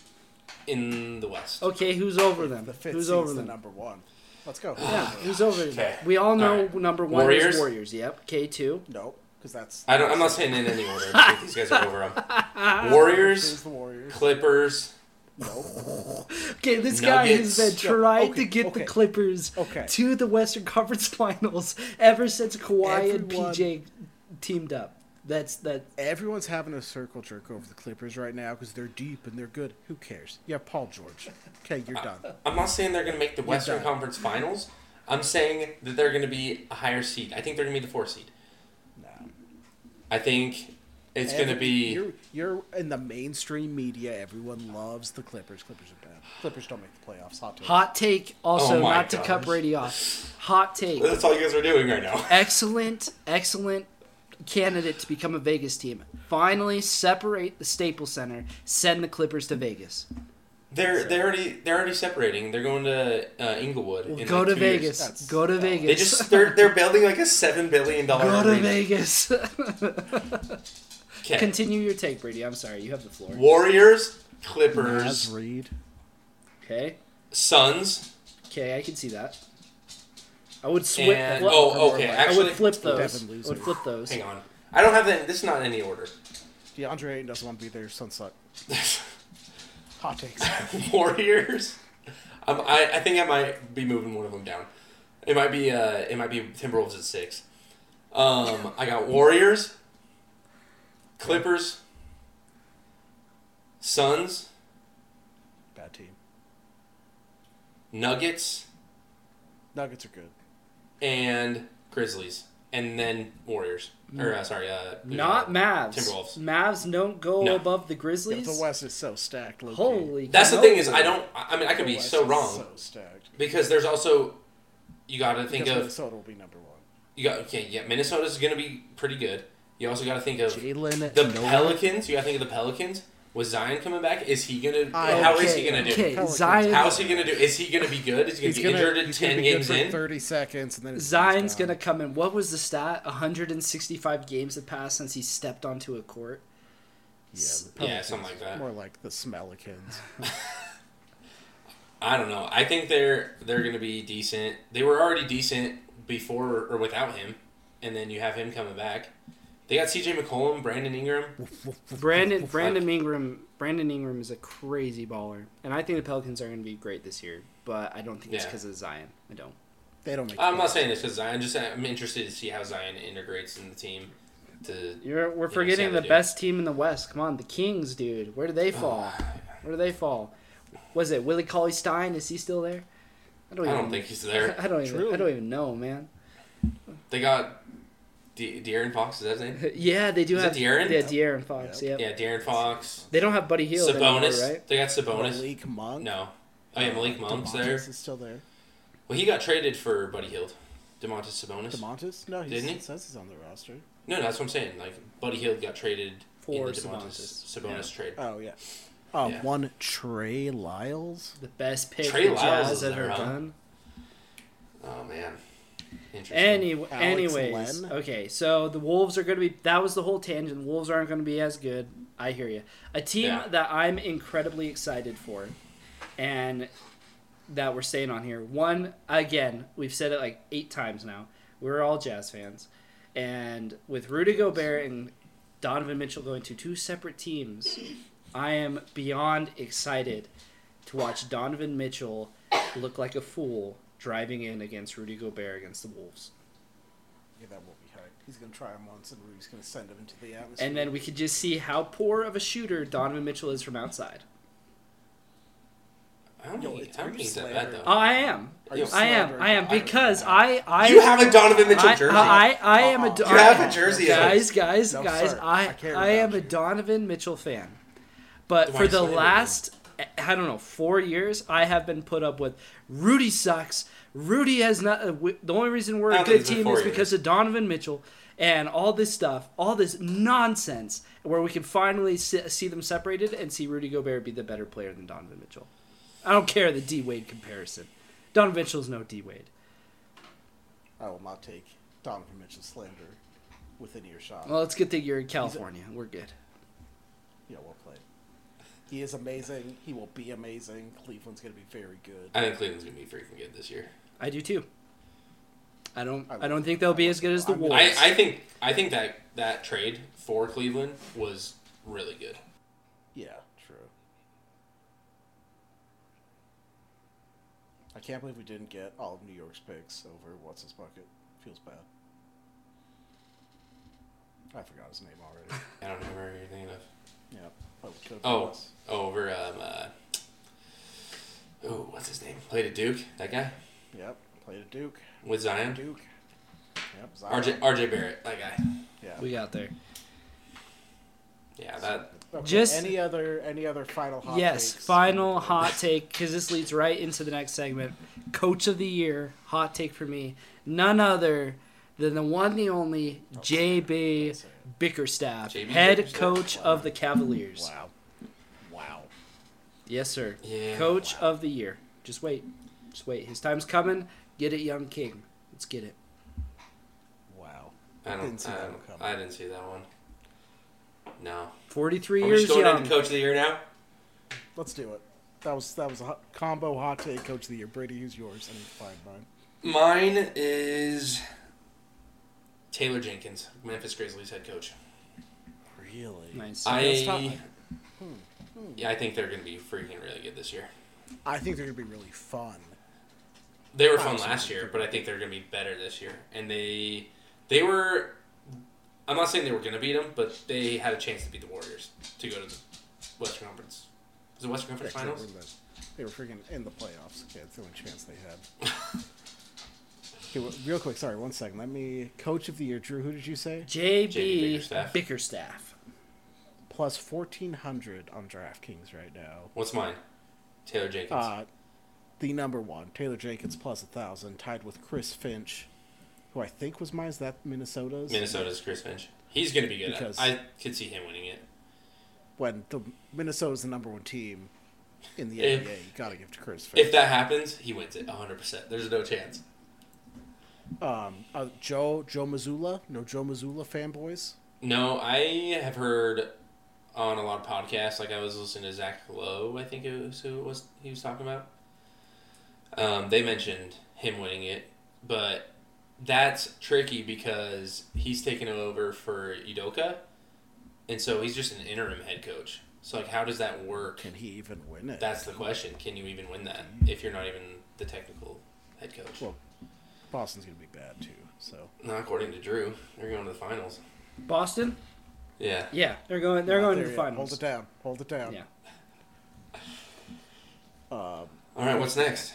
S2: in the West.
S3: okay, who's over them?
S4: The fifth
S3: who's
S4: seed's
S3: over
S4: the
S3: them?
S4: number one. Let's go.
S3: Yeah, he's over it.
S2: Okay.
S3: We all know
S2: Alright.
S3: number one
S2: Warriors?
S3: is Warriors. Yep. K two.
S4: No, because that's
S2: I don't. I'm not saying in any order. but These guys are over them. Warriors,
S4: is the Warriors.
S2: Clippers.
S4: No.
S3: Okay, this guy has been
S2: Nuggets.
S3: trying
S4: Okay,
S3: to get
S4: okay.
S3: the Clippers
S4: Okay.
S3: to the Western Conference Finals ever since Kawhi and
S4: Everyone-
S3: PJ teamed up. That's that.
S4: Everyone's having a circle jerk over the Clippers right now because they're deep and they're good. Who cares? Yeah, Paul George. Okay, you're done.
S2: I'm not saying they're going to make the
S4: done.
S2: Western Conference Finals. I'm saying that they're going to be a higher seed. I think they're going to be the four seed.
S4: No.
S2: I think it's going to
S4: Every-
S2: be.
S4: You're, you're in the mainstream media. Everyone loves the Clippers. Clippers are bad. Clippers don't make the playoffs. Hot take.
S3: Hot take. Also,
S2: Oh my
S3: not to cut
S2: gosh.
S3: Brady off. Hot take.
S2: That's all you guys are doing right now.
S3: excellent, excellent candidate to become a Vegas team. Finally, separate the Staples Center. Send the Clippers to Vegas.
S2: They're they're already they're already separating. They're going to uh, Inglewood. in
S3: Go
S2: like
S3: to
S2: two years.
S3: Vegas.
S4: That's-
S3: Go to
S4: that one.
S3: Vegas.
S2: They just they're they're building like a seven billion dollar.
S3: go to
S2: arena.
S3: Vegas.
S2: Okay.
S3: Continue your take, Brady. I'm sorry, you have the floor.
S2: Warriors, Clippers,
S4: Naz Reed.
S3: Okay.
S2: Suns,
S3: Okay, I can see that. I would switch.
S2: And- oh, okay,
S3: I
S2: actually-
S3: would flip those.
S4: Devin
S3: I would
S4: loser.
S3: flip those.
S2: Hang on. I don't have that. This is not in any order.
S4: DeAndre Ayton doesn't want to be there. Sunset. Hot takes.
S2: Warriors. Um, I, I think I might be moving one of them down. It might be uh, it might be Timberwolves at six. Um, I got Warriors, Clippers, Suns,
S4: Bad team.
S2: Nuggets,
S4: Nuggets are good.
S2: and Grizzlies, and then Warriors. Or uh, sorry, uh,
S3: Not Mavs.
S2: Timberwolves.
S3: Mavs don't go
S2: No.
S3: above the
S4: Yeah,
S3: Grizzlies.
S4: the West is so stacked. low-key.
S3: Holy.
S2: That's the
S3: cow.
S2: thing is I don't. I I mean I could
S4: The
S2: be
S4: West
S2: so
S4: is
S2: wrong
S4: So stacked.
S2: because there's also you got to think
S4: Because
S2: of
S4: Minnesota will be number one.
S2: you got okay yeah Minnesota's gonna be pretty good. You also got to think of
S4: Jalen.
S2: The Pelicans. You got to think of the Pelicans. Was Zion coming back? Is he gonna?
S4: I-
S2: how is he gonna do?
S3: Okay,
S4: Pelicans.
S3: Zion.
S2: How is he gonna do? Is he gonna be good? Is he gonna
S4: He's
S2: be
S4: gonna,
S2: injured in
S4: he's gonna be
S2: ten
S4: good
S2: games
S4: for
S2: in?
S4: 30 seconds, and then his
S3: Zion's
S4: team's
S3: gonna
S4: down.
S3: come in. What was the stat? 165 games have passed since he stepped onto a court.
S4: Yeah, the
S2: Yeah,
S4: Pelicans.
S2: something like that.
S4: More like the Smellikins.
S2: I don't know. I think they're they're gonna be decent. They were already decent before or without him, and then you have him coming back. They got C.J. McCollum, Brandon Ingram.
S3: Brandon Brandon Ingram Brandon Ingram is a crazy baller, and I think the Pelicans are gonna be great this year. But I don't think it's
S2: Yeah.
S3: because of Zion. I don't.
S4: They don't make.
S2: I'm not saying this because Zion. Just I'm interested to see how Zion integrates in the team. To
S3: You're, we're
S2: see
S3: forgetting
S2: how
S3: the
S2: they do.
S3: best team in the West. Come on, the Kings, dude. Where do they fall? Where do they fall? Was it Willie Cauley Stein? Is he still there?
S2: I don't think he's there.
S3: I don't even.
S4: True.
S3: I don't even know, man.
S2: They got De- De'Aaron Fox. Is that his name?
S3: yeah, they do
S2: Is it
S3: have
S2: De'Aaron?
S3: Yeah, De'Aaron Fox. Yeah.
S2: Yeah, De'Aaron Fox.
S3: They don't have Buddy Hield
S2: Sabonis.
S3: anymore, right?
S2: They got Sabonis.
S4: Malik Monk.
S2: No. Oh yeah, Malik Monk's there.
S4: DeMontis is still there.
S2: Well, he got traded for Buddy Hield, Demontis Sabonis.
S4: Demontis? No, he's,
S2: Didn't he?
S4: he says he's on the roster.
S2: no, no, that's what I'm saying. Like Buddy Hield got traded
S3: For
S2: in the Demontis
S3: Sabonis.
S2: Sabonis trade.
S4: Oh yeah. Um,
S2: Yeah.
S4: one Trey Lyles.
S3: The best pick
S2: Trey
S3: the
S2: Lyles is
S3: Jazz ever
S2: there, huh?
S3: done.
S2: Oh man. Interesting.
S3: Any,
S4: Alex
S3: anyways,
S4: Len.
S3: okay. So the Wolves are going to be. That was the whole tangent. Wolves aren't going to be as good. I hear you. A team
S2: Yeah.
S3: that I'm incredibly excited for, and that we're staying on here. One again, we've said it like eight times now. We're all Jazz fans, and with Rudy Gobert and Donovan Mitchell going to two separate teams, I am beyond excited to watch Donovan Mitchell look like a fool driving in against Rudy Gobert against the Wolves.
S4: Yeah, that will be hype. He's gonna try him once, and Rudy's gonna send him into the atmosphere.
S3: And then we could just see how poor of a shooter Donovan Mitchell is from outside.
S2: I don't
S4: Yo,
S2: think,
S4: it's
S2: I don't think
S4: pretty
S2: he's that
S4: slander.
S2: bad though.
S3: Oh, I am.
S4: Are you
S3: I am.
S4: slandering
S3: I am
S4: Donovan
S3: because
S4: Mitchell?
S3: I I
S2: you have a Donovan Mitchell
S3: I,
S2: jersey.
S3: I, I, I am a
S4: Uh-uh.
S3: Do-
S2: You have a jersey of
S3: guys,
S2: his.
S3: guys,
S4: No,
S3: guys.
S4: sir.
S3: I
S4: I care
S3: I, am
S4: about
S3: a
S4: you.
S3: Donovan Mitchell fan, but
S2: Why
S3: for the
S2: slander him?
S3: last eh, I don't know four years, I have been put up with Rudy sucks. Rudy has not. Uh, w- the only reason we're
S2: I
S3: a
S2: don't
S3: good
S2: think it's been
S3: team
S2: four
S3: is because of Donovan Mitchell and all this stuff, all this nonsense, where we can finally see, see them separated and see Rudy Gobert be the better player than Donovan Mitchell. I don't care the D Wade comparison. Donovan Mitchell's no D Wade.
S4: I will not take Donovan Mitchell slander within earshot.
S3: Well, it's a good thing you're in California. We're good.
S4: yeah, well played. He is amazing. He will be amazing. Cleveland's gonna be very good.
S2: I think Cleveland's gonna be freaking good this year.
S3: I do too. I don't.
S4: I
S3: I,
S4: would-
S3: don't think they'll be as good as the
S4: I'm- I-
S3: Wolves.
S2: I, I think I think that that trade for Cleveland was really good.
S4: Yeah, true. I can't believe we didn't get all of New York's picks over what's his bucket. Feels bad. I forgot his name already.
S2: I don't remember anything of.
S4: yeah, probably could have been
S2: Oh,
S4: us.
S2: over um. Uh, oh, what's his name? Played at Duke. That guy
S4: Yep, played at Duke.
S2: with Zion.
S4: Duke. Yep, Zion.
S2: RJ RJ Barrett. That guy.
S4: Yeah.
S3: we got there.
S2: Yeah, that
S4: Okay,
S3: Just-
S4: any other any other final hot
S3: yes,
S4: takes?
S3: final hot take because this leads right into the next segment. Coach of the year, hot take for me, none other than the one, the only
S4: Oh, Don't
S3: JB
S4: say it.
S3: Bickerstaff,
S2: JB
S3: head
S2: Bickerstaff.
S3: coach of the Cavaliers.
S4: Wow. Wow.
S3: Yes, sir.
S2: Yeah.
S3: Coach of the year. Just wait, just wait. His time's coming. Get it, young king. Let's get it.
S4: Wow.
S2: I don't.
S4: Didn't see
S2: I,
S4: that
S2: don't-
S4: one coming.
S2: I didn't see that one. No.
S3: Forty-three
S2: Are we
S3: years
S2: just going
S3: young.
S2: into coach of the year now?
S4: Let's do it. That was that was a hot, combo hot take coach of the year. Brady, who's yours? I need to find mine.
S2: Mine is Taylor Jenkins, Memphis Grizzlies head coach.
S4: Really?
S3: Nice.
S4: that's tough.
S2: I yeah, I think they're going to be freaking really good this year.
S4: I think they're gonna be really fun.
S2: They were fun last year, but I think they're going to be better this year. And they they were. I'm not saying they were going to beat them, but they had a chance to beat the Warriors to go to the Western Conference. Was it Western Conference
S4: They were,
S2: Finals?
S4: in the, they were freaking in the playoffs. Okay, that's the only chance they had. okay, well, real quick. Sorry, one second. Let me. Coach of the year, Drew. Who did you say?
S3: JB
S2: Bickerstaff.
S3: Bickerstaff.
S4: Plus fourteen hundred on DraftKings right now.
S2: What's mine? Taylor Jenkins.
S4: Uh, the number one, Taylor Jenkins, plus a thousand, tied with Chris Finch, who I think was mine. Is that Minnesota's?
S2: Minnesota's Chris Finch. He's going to be good. at it.
S4: Because-
S2: I could see him winning it.
S4: When the Minnesota's the number one team in the
S2: If-
S4: NBA, you gotta give to Chris Finch.
S2: If that happens, he wins it 100%. There's no chance.
S4: Um, uh, Joe Joe Missoula, no Joe Missoula fanboys.
S2: No, I have heard on a lot of podcasts. Like I was listening to Zach Lowe, I think it was who it was he was talking about. Um, they mentioned him winning it, but that's tricky because he's taken over for Udoka, and so he's just an interim head coach. So like, how does that work?
S4: Can he even win it?
S2: That's the question. Can you even win that if you're not even the technical head coach?
S4: Well, Boston's gonna be bad too. So
S2: Not according to Drew. They're going to the finals.
S3: Boston.
S2: Yeah.
S3: Yeah, they're going. They're
S4: Not
S3: going
S4: there
S3: to the
S4: yet.
S3: finals.
S4: Hold it down. Hold it down.
S3: Yeah.
S4: Um,
S2: All right. What's next?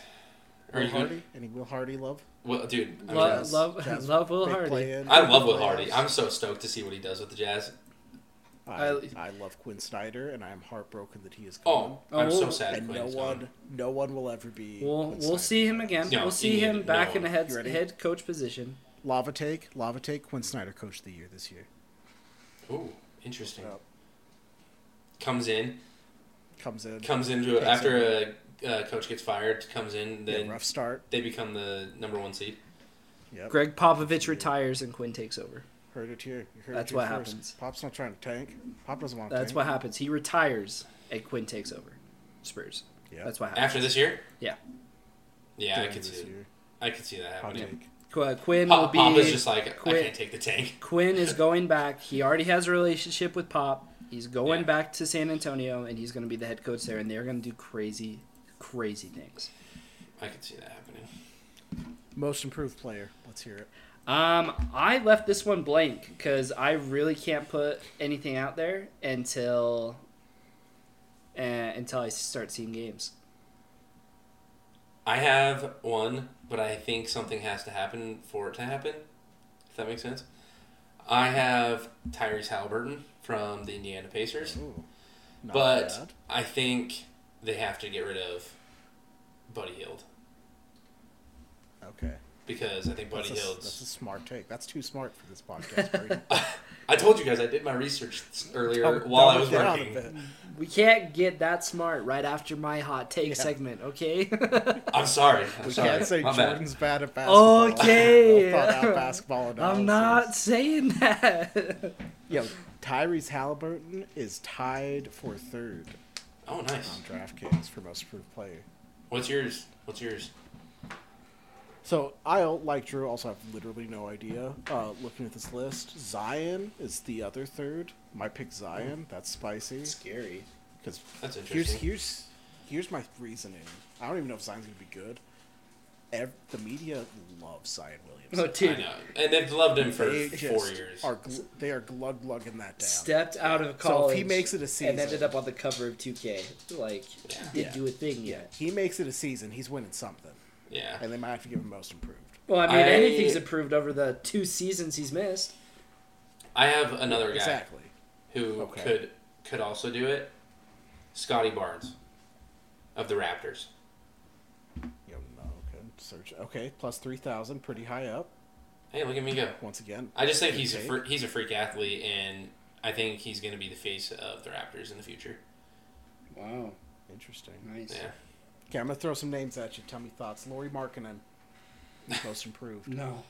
S2: Are
S4: Will
S2: you
S4: Hardy?
S2: going
S4: Any Will Hardy love?
S2: Well, dude, I, mean,
S3: Lo-
S4: Jazz-
S3: love-
S4: Jazz
S3: love Will
S4: big
S3: Hardy.
S4: play-in,
S2: I love Will
S4: playoffs.
S2: Hardy. I'm so stoked to see what he does with the Jazz.
S4: I,
S3: I-
S4: I love Quinn Snyder, and I am heartbroken that he is gone.
S2: Oh, I'm so
S3: Oh,
S2: sad.
S4: and no
S2: Quinn's
S4: one,
S2: gone.
S4: no one will ever be.
S3: We'll
S4: Quinn
S3: we'll
S4: Snyder.
S3: see him again.
S2: No,
S3: we'll see
S2: you need
S3: him
S2: it.
S3: back
S2: No.
S3: in the head
S4: You ready?
S3: head coach position.
S4: Lava take, lava take. Quinn Snyder coach of the year this year.
S2: Ooh, interesting.
S4: Yep.
S2: Comes in,
S4: Comes in.
S2: comes into
S4: Takes
S2: after a uh, coach gets fired, comes in,
S4: yeah,
S2: then
S4: rough start.
S2: they become the number one seed.
S4: Yep.
S3: Greg Popovich retires and Quinn takes over.
S4: Heard it here. You heard
S3: That's
S4: it here
S3: what
S4: first.
S3: happens.
S4: Pop's not trying to tank. Pop doesn't want to
S3: That's what
S4: tank.
S3: happens. He retires and Quinn takes over. Spurs.
S4: Yeah.
S3: That's what happens.
S2: After this year,
S3: Yeah.
S2: yeah, I
S4: Doing
S2: could
S4: this
S2: see, it.
S4: year.
S2: I could see that
S4: Hot
S2: happening.
S4: take.
S3: Qu- uh, Quinn will
S2: Pop,
S3: be.
S2: Pop is just like, I
S3: Quinn,
S2: can't take the tank.
S3: Quinn is going back. He already has a relationship with Pop. He's going
S2: Yeah.
S3: back to San Antonio and he's going to be the head coach there. And they're going to do crazy, crazy things.
S2: I could see that happening.
S4: Most improved player. Let's hear it.
S3: Um, I left this one blank because I really can't put anything out there until uh, until I start seeing games.
S2: I have one, but I think something has to happen for it to happen. If that makes sense. I have Tyrese Halliburton from the Indiana Pacers.
S4: Ooh, not
S2: but
S4: bad.
S2: I think they have to get rid of Buddy Hield
S4: okay,
S2: because I think Buddy
S4: that's a, that's a
S2: Hield's.
S4: smart take. That's too smart for this podcast. Brady.
S2: I told you guys I did my research earlier
S4: Dumb-
S2: while
S4: dumb
S2: I
S4: it
S2: was
S4: down a
S2: working.
S4: bit.
S3: We can't get that smart right after my hot take
S4: Yeah.
S3: segment, okay?
S2: I'm sorry. I'm
S4: We
S2: sorry.
S4: can't say
S2: My bad.
S4: Jordan's bad. at basketball.
S3: Okay.
S4: Well thought out basketball analysis.
S3: I'm not saying that.
S4: Yo, Tyrese Halliburton is tied for third
S2: Oh,
S4: on
S2: nice.
S4: DraftKings for most improved player.
S2: What's yours? What's yours?
S4: So I, like Drew, also have literally no idea. Uh, looking at this list, Zion is the other third. My pick Zion. That's spicy.
S3: Scary.
S4: Because
S2: That's
S4: here's
S2: interesting.
S4: here's here's my reasoning. I don't even know if Zion's gonna be good. Ev- the media loves Zion
S3: Oh,
S4: Williams.
S2: I
S3: dude.
S2: know. And they've loved him for
S4: they
S2: four
S4: just
S2: years.
S4: are gl- they are glug glugging that down.
S3: Stepped out of
S4: So if
S3: college.
S4: he makes it a season-
S3: And ended up on the cover of 2K. Like, didn't
S4: Yeah.
S3: do a thing yet.
S4: he makes it a season. He's winning something,
S2: yeah.
S4: and they might have to give him most improved.
S3: Well, I mean,
S2: I-
S3: anything's improved over the two seasons he's missed.
S2: I have another guy
S4: Exactly.
S2: who
S4: Okay.
S2: could could also do it. Scotty Barnes of the Raptors.
S4: You know, Oh, okay. Search. Okay, plus three thousand, pretty high up.
S2: Hey, look at me go.
S4: Once again,
S2: I just think he's a
S4: Okay.
S2: fre- he's a freak athlete, and I think he's going to be the face of the Raptors in the future.
S3: Wow.
S4: interesting.
S3: Nice.
S2: Yeah.
S4: Okay, I'm gonna throw some names at you. Tell me thoughts. Lori Markkinen, most improved.
S3: No.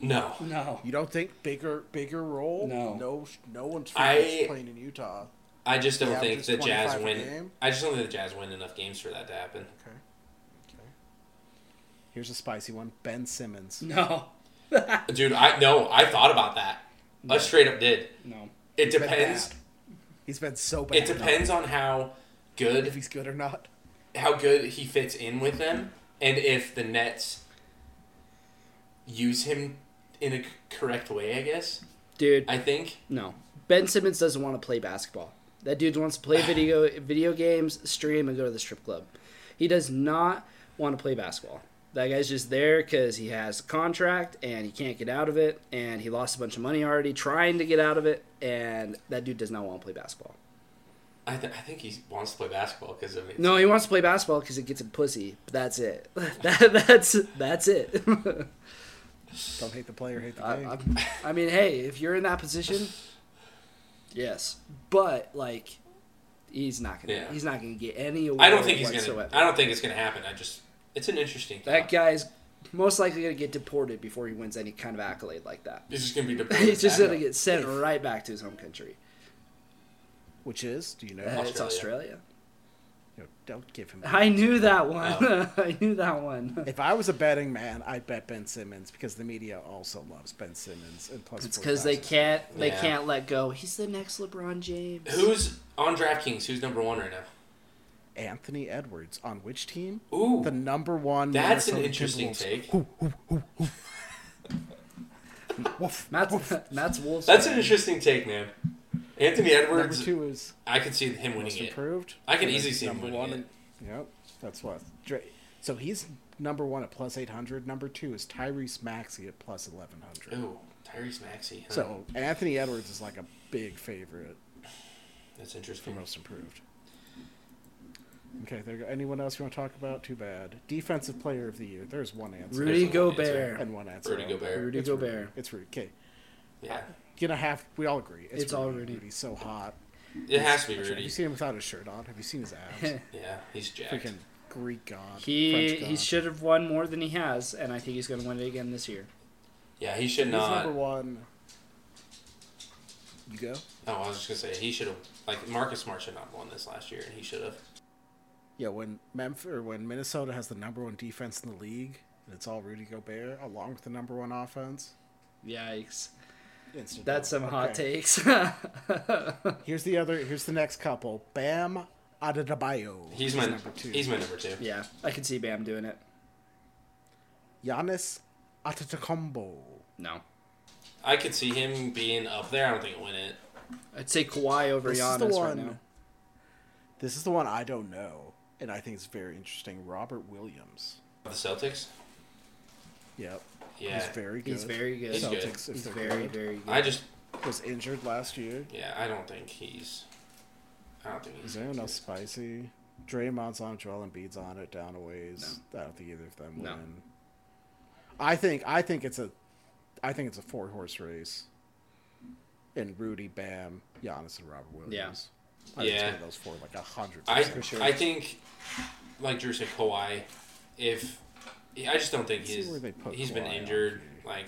S2: No,
S3: No.
S4: You don't think bigger bigger role?
S3: No.
S4: no, sh- no one's
S2: I-
S4: freaking playing in Utah.
S2: I just don't
S4: Yeah,
S2: think
S4: just
S2: the Jazz
S4: 25 a
S2: win.
S4: game.
S2: I just don't think the Jazz win enough games for that to happen.
S4: Okay, okay. Here's a spicy one: Ben Simmons.
S3: No.
S2: Dude, I no, I thought about that. I straight up did.
S3: No.
S2: It
S4: He's been
S2: depends.
S4: bad. He's been so bad.
S2: It depends on how good
S4: if he's good or not.
S2: how good he fits in with them, and if the Nets use him in a c- correct way, I guess.
S3: Dude,
S2: I think
S3: no. Ben Simmons doesn't want to play basketball. That dude wants to play video video games, stream, and go to the strip club. He does not want to play basketball. That guy's just there because he has a contract and he can't get out of it, and he lost a bunch of money already trying to get out of it, and that dude does not want to play basketball.
S2: I, th- I think he wants to play basketball because of it.
S3: No, he wants to play basketball because it gets him pussy. But that's it. that, that's that's it.
S4: Don't hate the player, hate the
S3: I,
S4: game.
S3: I'm- I mean, hey, if you're in that position, yes, but like, he's not gonna.
S2: Yeah.
S3: He's not gonna get any award.
S2: I don't think he's
S3: whatsoever.
S2: gonna. I don't think it's gonna happen. I just it's an interesting.
S3: That
S2: thought.
S3: guy's most likely gonna get deported before he wins any kind of accolade like that.
S2: He's just gonna be deported.
S3: he's just
S2: back.
S3: gonna get sent right back to his home country.
S4: Which is, do you know?
S3: Uh, It's Australia.
S4: You know, don't give him.
S3: I knew that one.
S2: Oh.
S3: I knew that one.
S4: If I was a betting man, I'd bet Ben Simmons because the media also loves Ben Simmons and plus.
S3: It's because they can't. They
S2: Yeah.
S3: can't let go. He's the next LeBron James.
S2: Who's on DraftKings? Who's number one right now?
S4: Anthony Edwards on which team?
S2: Ooh,
S4: The number one.
S2: that's an
S4: Minnesota
S2: interesting
S4: Timberwolves.
S2: take.
S4: Woof.
S3: Matt's, Matt's Wolves.
S2: That's an
S3: fan.
S2: interesting take, man. Anthony Edwards.
S4: Number two is
S2: I could see him winning
S4: most
S2: it.
S4: improved.
S2: I could
S4: And then
S2: easily see him
S4: number
S2: winning
S4: one.
S2: it.
S4: and- Yep, that's what. Dra- So he's number one at plus eight hundred. Number two is Tyrese Maxey at plus eleven hundred.
S2: Ooh, Tyrese Maxey. huh?
S4: So Anthony Edwards is like a big favorite
S2: that's
S4: for
S2: interesting.
S4: most improved. Okay, there. You go. Anyone else you want to talk about? Too bad. Defensive player of the year. There's one answer.
S3: Rudy
S2: There's only one answer.
S3: Gobert.
S4: and one answer.
S2: Rudy Gobert.
S3: Rudy
S4: It's
S3: Gobert.
S4: Rudy. It's Rudy. Okay,
S2: Yeah,
S4: gonna have. We all agree. It's,
S3: It's all Rudy.
S4: Rudy's so hot.
S2: it has to be
S4: Have you
S2: Rudy.
S4: seen him without his shirt on? Have you seen his abs?
S2: Yeah, he's jacked.
S4: Freaking Greek god.
S3: He
S4: French god.
S3: he should have won more than he has, and I think he's going to win it again this year.
S2: Yeah, he should
S4: He's
S2: not.
S4: number one. You go.
S2: No, Oh, I was just gonna say he should have. Like Marcus Smart should not have won this last year, and he should have.
S4: Yeah, when Memphis or when Minnesota has the number one defense in the league, and it's all Rudy Gobert along with the number one offense.
S3: Yikes!
S4: Instant
S3: That's
S4: dope.
S3: some hot
S4: Okay.
S3: takes.
S4: Here's the other. Here's the next couple. Bam Adebayo.
S2: He's
S4: is
S2: my
S4: number two.
S2: He's my number two.
S3: yeah, I can see Bam doing it.
S4: Giannis Antetokounmpo.
S3: No,
S2: I could see him being up there. I don't think he'll win it.
S3: I'd say Kawhi over
S4: This is
S3: Giannis
S4: the
S3: right
S4: one.
S3: now.
S4: this is the one I don't know, and I think it's very interesting. Robert Williams.
S2: The Celtics.
S4: Yep.
S2: Yeah.
S4: He's very good.
S3: He's very good.
S2: He's
S3: He's,
S2: good.
S4: Celtics, if they're
S3: very
S4: good.
S3: very good.
S2: I just
S4: was injured last year.
S2: yeah. I don't think he's. I don't think
S4: Is
S2: he's.
S4: anyone else spicy? Draymond's on, Joel Embiid's on it, down a ways. I don't think either of them
S3: No.
S4: win. I think I think it's a I think it's a four horse race. And Rudy, Bam, Giannis, and Robert Williams. I think it's
S2: Yeah.
S4: one of those four like a hundred
S2: I
S4: percent.
S2: I think, like Drew said, Kawhi. If I just don't think
S4: Let's see
S2: he's
S4: where they put
S2: he's been
S4: Kawhi on
S2: injured.
S4: here.
S2: Like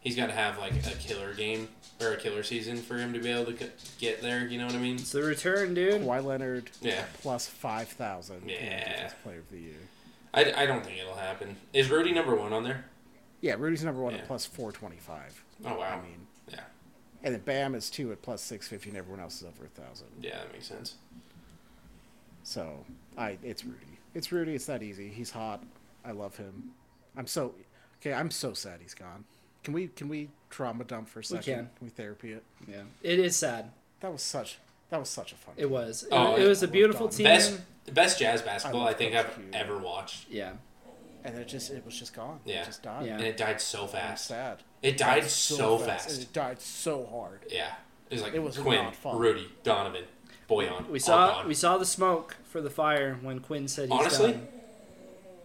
S2: he's got to have like a killer game or a killer season for him to be able to c- get there. You know what I mean?
S3: it's the return, dude.
S4: Kawhi Leonard
S2: Yeah.
S4: plus five thousand
S2: Yeah.
S4: player of the year.
S2: I, I don't think it'll happen. Is Rudy number one on there?
S4: Yeah, Rudy's number one
S2: Yeah.
S4: at plus 425.
S2: Oh, wow.
S4: I mean,
S2: Yeah.
S4: and then Bam is two at plus 650, and everyone else is over a 1,000.
S2: Yeah, that makes sense.
S4: So, I it's Rudy. It's Rudy. It's that easy. He's hot. I love him. I'm so okay. I'm so sad he's gone. Can we can we trauma dump for a second?
S3: can.
S4: we therapy it?
S3: Yeah, it is sad.
S4: That was such that was such a fun.
S3: It was. It,
S2: Oh,
S3: it
S2: yeah.
S3: was a beautiful
S4: Well
S3: team.
S2: Best best jazz basketball
S4: I
S2: I,
S4: love
S2: think
S4: Coach
S2: I've
S4: Q.
S2: ever watched,
S3: Yeah,
S4: and it just it was just gone.
S2: Yeah.
S4: it just died.
S3: Yeah.
S2: and it died so
S4: It was
S2: fast.
S4: sad.
S2: It died
S4: It's
S2: so, fast.
S4: and it died so hard.
S2: Yeah, it was like
S4: It was
S2: Quinn,
S4: not fun.
S2: Rudy, Donovan, Boyan. all
S3: we saw
S2: gone.
S3: we saw the smoke for the fire when Quinn said he's
S2: honestly,
S3: done.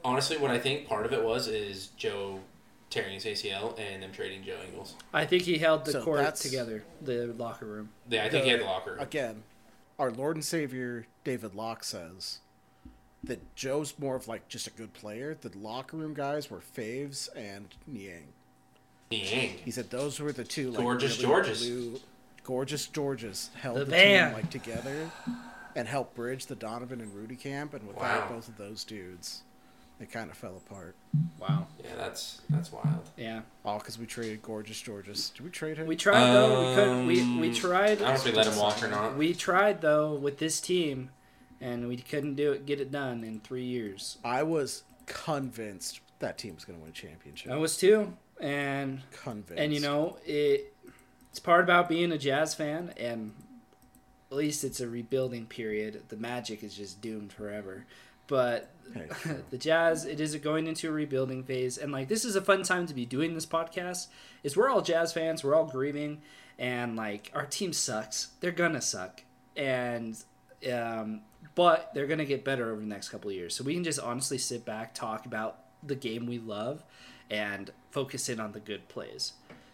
S2: honestly, what I think part of it was is Joe tearing his ACL and them trading Joe Ingles.
S3: I think he held the
S4: So
S3: court
S4: that's-
S3: together, the locker room.
S2: They, I think he
S4: The-
S2: had the locker. room.
S4: Again, our Lord and Savior David Locke says that Joe's more of like just a good player. The locker room guys were Faves and Niang.
S2: Yang.
S4: He said those were the two like,
S2: Gorgeous Georges.
S4: blue- gorgeous Georges held
S3: The
S4: the,
S3: band.
S4: team like together and helped bridge the Donovan and Rudy camp. And without
S2: Wow.
S4: both of those dudes, it kind of fell apart.
S3: Wow.
S2: Yeah, that's that's wild.
S3: Yeah,
S4: All because we traded gorgeous Georges. Did we trade him?
S3: we tried though. We couldn't. We
S2: Um,
S3: we
S2: I
S3: tried.
S2: don't know if we let him walk or not.
S3: We tried though with this team, and we couldn't do it. Get it done in three years.
S4: I was convinced that team was going to win a championship.
S3: I was too, and
S4: convinced.
S3: Oh. and you know it. It's part about being a jazz fan, and at least it's a rebuilding period. The Magic is just doomed forever, but
S4: Hey, true.
S3: the jazz it is going into a rebuilding phase and like this is a fun time to be doing this podcast is we're all jazz fans we're all grieving and like our team sucks they're gonna suck and um but they're gonna get better over the next couple of years so we can just honestly sit back talk about the game we love and focus in on the good plays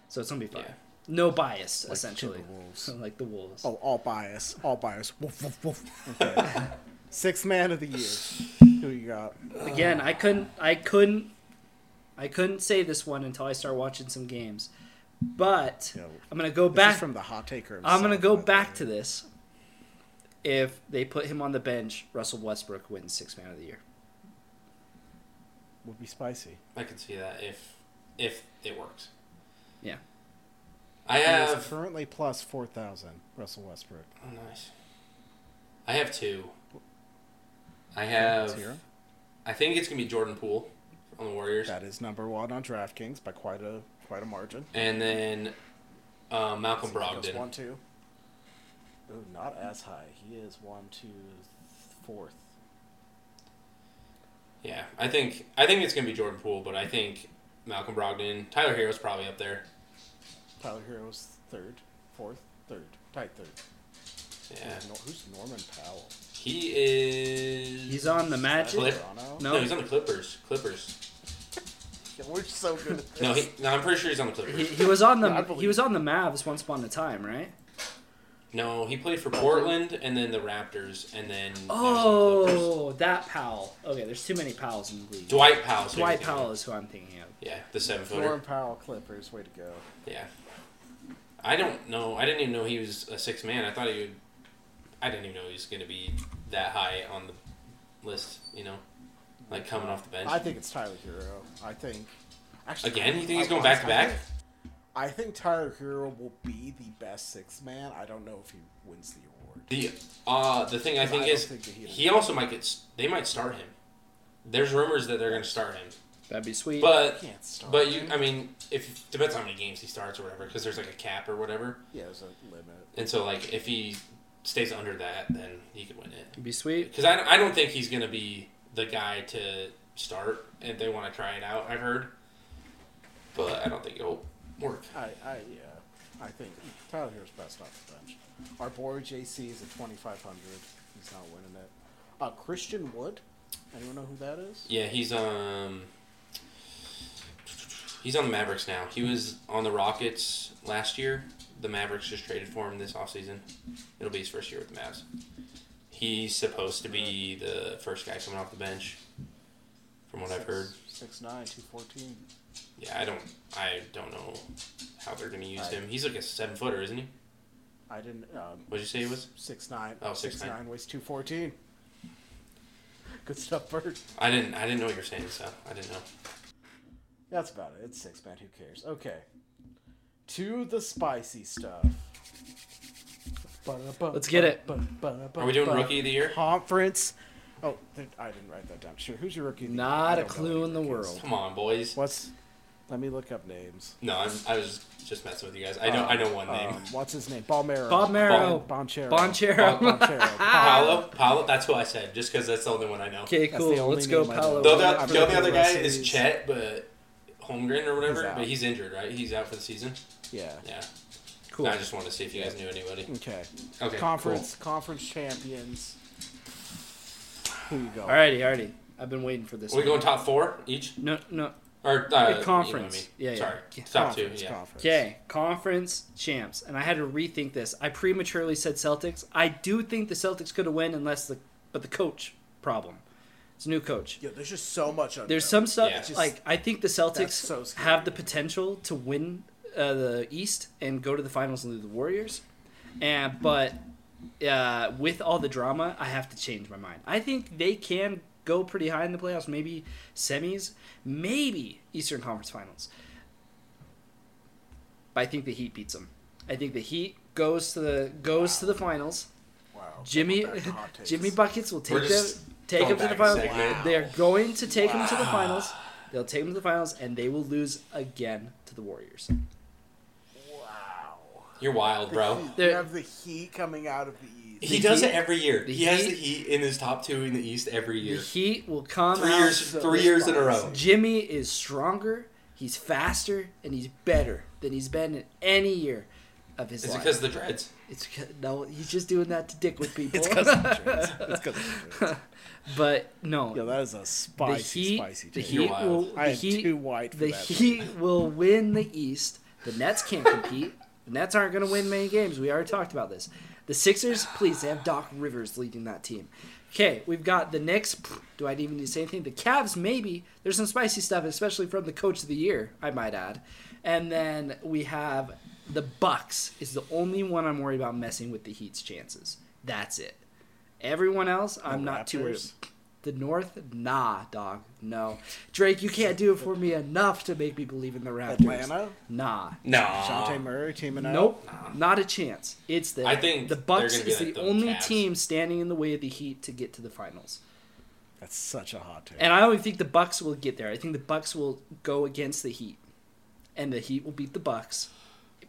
S3: so it's gonna be fun
S2: Yeah.
S3: no bias essentially
S4: Timberwolves.
S3: like the wolves
S4: Oh, all bias, all bias. Woof, woof, woof. Okay. Sixth man of the year. Who you got?
S3: Again, I couldn't I couldn't I couldn't say this one until I start watching some games. But
S4: Yeah,
S3: I'm gonna go
S4: This
S3: back
S4: is from the hot taker.
S3: I'm gonna
S4: himself,
S3: go
S4: by the
S3: back
S4: way.
S3: to this. If they put him on the bench, Russell Westbrook wins six man of the year.
S4: Would be spicy.
S2: I can see that if if it works.
S3: Yeah.
S2: I
S4: He
S2: have
S4: is currently plus four thousand. Russell Westbrook.
S2: Oh, nice. I have two. I
S4: Let's
S2: have.
S4: hear 'em.
S2: I think it's gonna be Jordan Poole on the Warriors,
S4: That is number one on DraftKings by quite a quite a margin.
S2: and then uh, Malcolm
S4: See if he goes One
S2: Brogdon.
S4: two. Ooh, not as high. He is one two fourth.
S2: Yeah, I think I think it's gonna be Jordan Poole, but I think Malcolm Brogdon, Tyler Hero's probably up there.
S4: Tyler Hero's third, fourth, third, tied third.
S2: Yeah,
S4: Who's Nor- Who's Norman Powell?
S2: he is.
S3: He's on the Magic.
S2: Clip?
S4: Toronto?
S2: No,
S3: No.
S2: he's on the Clippers. Clippers.
S4: Yeah, we're so good at this.
S2: No, he, no, I'm pretty sure he's on the Clippers.
S3: He, he was on
S4: I
S3: the
S4: believe
S3: he was on the Mavs once upon a time, right?
S2: No, he played for Portland and then the Raptors and then. now he's on the Clippers.
S3: Oh, that Powell. Okay, there's too many Powells in the league.
S2: Dwight Powell.
S3: Dwight Powell is who I'm thinking of.
S2: Yeah, the seven footer.
S4: Norman Powell Clippers, way to go.
S2: Yeah. I don't know. I didn't even know he was a six man. I thought he would. I didn't even know he was going to be that high on the list, you know? Like coming off the bench.
S4: I think it's Tyler Hero. I think. Actually,
S2: Again? You think he's
S4: I-
S2: going back to
S4: I
S2: back?
S4: think- I think Tyler Hero will be the best six man. I don't know if he wins the award.
S2: The uh, the thing I
S4: I
S2: think
S4: don't
S2: is
S4: think that he-
S2: he also might get. s- They might start him. There's rumors that they're going to start him.
S3: That'd be sweet.
S2: But.
S4: Can't start.
S2: But you, I mean, if depends on how many games he starts or whatever, because there's like a cap or whatever,
S4: yeah, there's a limit.
S2: and so like if he stays under that, then he could win it.
S3: It'd be sweet.
S2: Because I, I don't think he's going to be the guy to start, and they want to try it out, I've heard. But I don't think it'll work.
S4: I, I, yeah, I think Tyler Hero's best off the bench. Our boy JC is at 2,500. He's not winning it. Uh, Christian Wood. Anyone know who that is?
S2: Yeah, he's um he's on the Mavericks now. He was on the Rockets last year. The Mavericks just traded for him this offseason. It'll be his first year with the Mavs. He's supposed to be the first guy coming off the bench, from what I've heard.
S4: Six nine, two fourteen.
S2: Yeah, I don't I don't know how they're going to use
S4: I-
S2: him. He's like a seven footer, isn't he?
S4: I didn't. Um,
S2: What'd you say he was?
S4: Six nine.
S2: Oh,
S4: six
S2: 6'9".
S4: nine weighs two fourteen. Good stuff, Bert.
S2: I didn't. I didn't know what you were saying, so I didn't know.
S4: That's about it. It's six, man. Who cares? Okay. To the spicy stuff.
S3: Let's get it.
S2: Are we doing rookie of the year?
S4: Conference. Oh, th- I didn't write that down. Sure. Who's your rookie? of the year? I
S3: Not a
S4: don't know
S3: clue
S4: any
S3: in the
S4: rookies.
S3: world.
S2: Come on, boys.
S4: What's. Let me look up names.
S2: No, I'm, I was just messing with you guys. I know.
S4: Um,
S2: I know one name.
S4: um, what's his name? Balmero.
S3: Bob Marrow.
S4: Bonchero.
S3: Bonchero.
S2: Bon-
S4: Bonchero.
S2: Paolo. Paolo. That's who I said, just because that's the only one I know.
S3: Okay,
S4: That's
S3: cool.
S4: the only
S3: Let's go,
S4: name I know.
S3: Paolo.
S2: The
S4: I'm
S2: other,
S4: not
S2: the only
S4: sure
S2: other
S4: what
S2: guy
S4: series.
S2: is Chet, but Holmgren or whatever.
S4: out.
S2: but he's injured, right? He's out for the season.
S4: Yeah.
S2: Yeah.
S3: Cool. Mm-hmm.
S2: I just wanted to see if you guys knew anybody.
S4: Okay.
S2: Okay.
S4: Conference. Conference champions. Who you go?
S3: Alrighty, alrighty. I've been waiting for this.
S2: Cool. Are we
S3: one.
S2: going top four each?
S3: No, no.
S2: Or uh, you know what
S3: conference.
S2: I mean.
S3: Yeah, yeah.
S2: Sorry.
S3: Yeah.
S2: Top two.
S4: Conference,
S2: Yeah.
S4: Conference.
S3: Okay, conference champs, and I had to rethink this. I prematurely said Celtics. I do think the Celtics could have won unless the but the coach problem. It's a new coach.
S4: Yo, there's just so much. Unknown.
S3: There's some stuff
S2: Yeah. Just-
S3: like I think the Celtics
S4: That's so scary.
S3: have the potential to win uh, the East and go to the finals and lose the Warriors, and but uh, with all the drama, I have to change my mind. I think they can go pretty high in the playoffs, maybe semis, maybe Eastern Conference Finals. But I think the Heat beats them. I think the Heat goes to the goes to the finals.
S4: Wow.
S3: Jimmy
S4: Back to hot takes.
S3: Jimmy Buckets will
S2: We're
S3: take them
S2: just
S3: take
S2: going
S3: them to
S2: back
S3: the
S2: a
S3: finals.
S2: segment.
S3: They're going to take them to the finals. They'll take them to the finals, and they will lose again to the Warriors.
S4: Wow.
S2: You're wild, bro.
S4: The heat.
S3: They're-
S4: You have the heat coming out of the east.
S2: He
S3: The
S2: does
S3: Heat-
S2: it every year.
S3: the
S2: He has the
S3: Heat-
S2: Heat in his top two in the East every
S3: The
S2: year.
S3: Heat will come
S2: Three
S3: out.
S2: years,
S4: so
S2: three years in a row.
S4: spicy.
S3: Jimmy is stronger. He's faster, and he's better than he's been in any year of his
S2: Is it
S3: life.
S2: because of the dreads?
S3: it's because no, he's just doing that to dick with people.
S4: It's because of the dreads. It's because of the dreads.
S3: but no,
S4: Yo, that is a spicy,
S3: the Heat,
S4: spicy
S3: the
S4: take.
S3: Heat
S2: wild.
S3: will, the
S4: I am
S3: Heat,
S4: too white for
S3: the
S4: that.
S3: Heat will win the East. The Nets can't compete. The Nets aren't going to win many games. We already talked about this. The Sixers, please, they have Doc Rivers leading that team. Okay, we've got the Knicks. Pff, Do I even need to say anything? The Cavs, maybe. There's some spicy stuff, especially from the coach of the year, I might add. And then we have the Bucks. Is the only one I'm worried about messing with the Heat's chances. That's it. Everyone else, I'm not too worried.
S4: Raptors?
S3: The North, nah, dog, no. Drake, you can't do it for me enough to make me believe in the Raptors.
S4: Atlanta,
S3: Nah.
S2: No.
S4: Shante Murray teaming up.
S3: Ah. Nope, not a chance. It's the
S2: I think
S3: the
S2: they're
S3: Bucks
S2: gonna be
S3: is
S2: like
S3: the
S2: the
S3: only
S2: Cavs.
S3: team standing in the way of the Heat to get to the finals,
S4: That's such a hot take.
S3: and I don't even think the Bucks will get there. I think the Bucks will go against the Heat, and the Heat will beat the Bucks,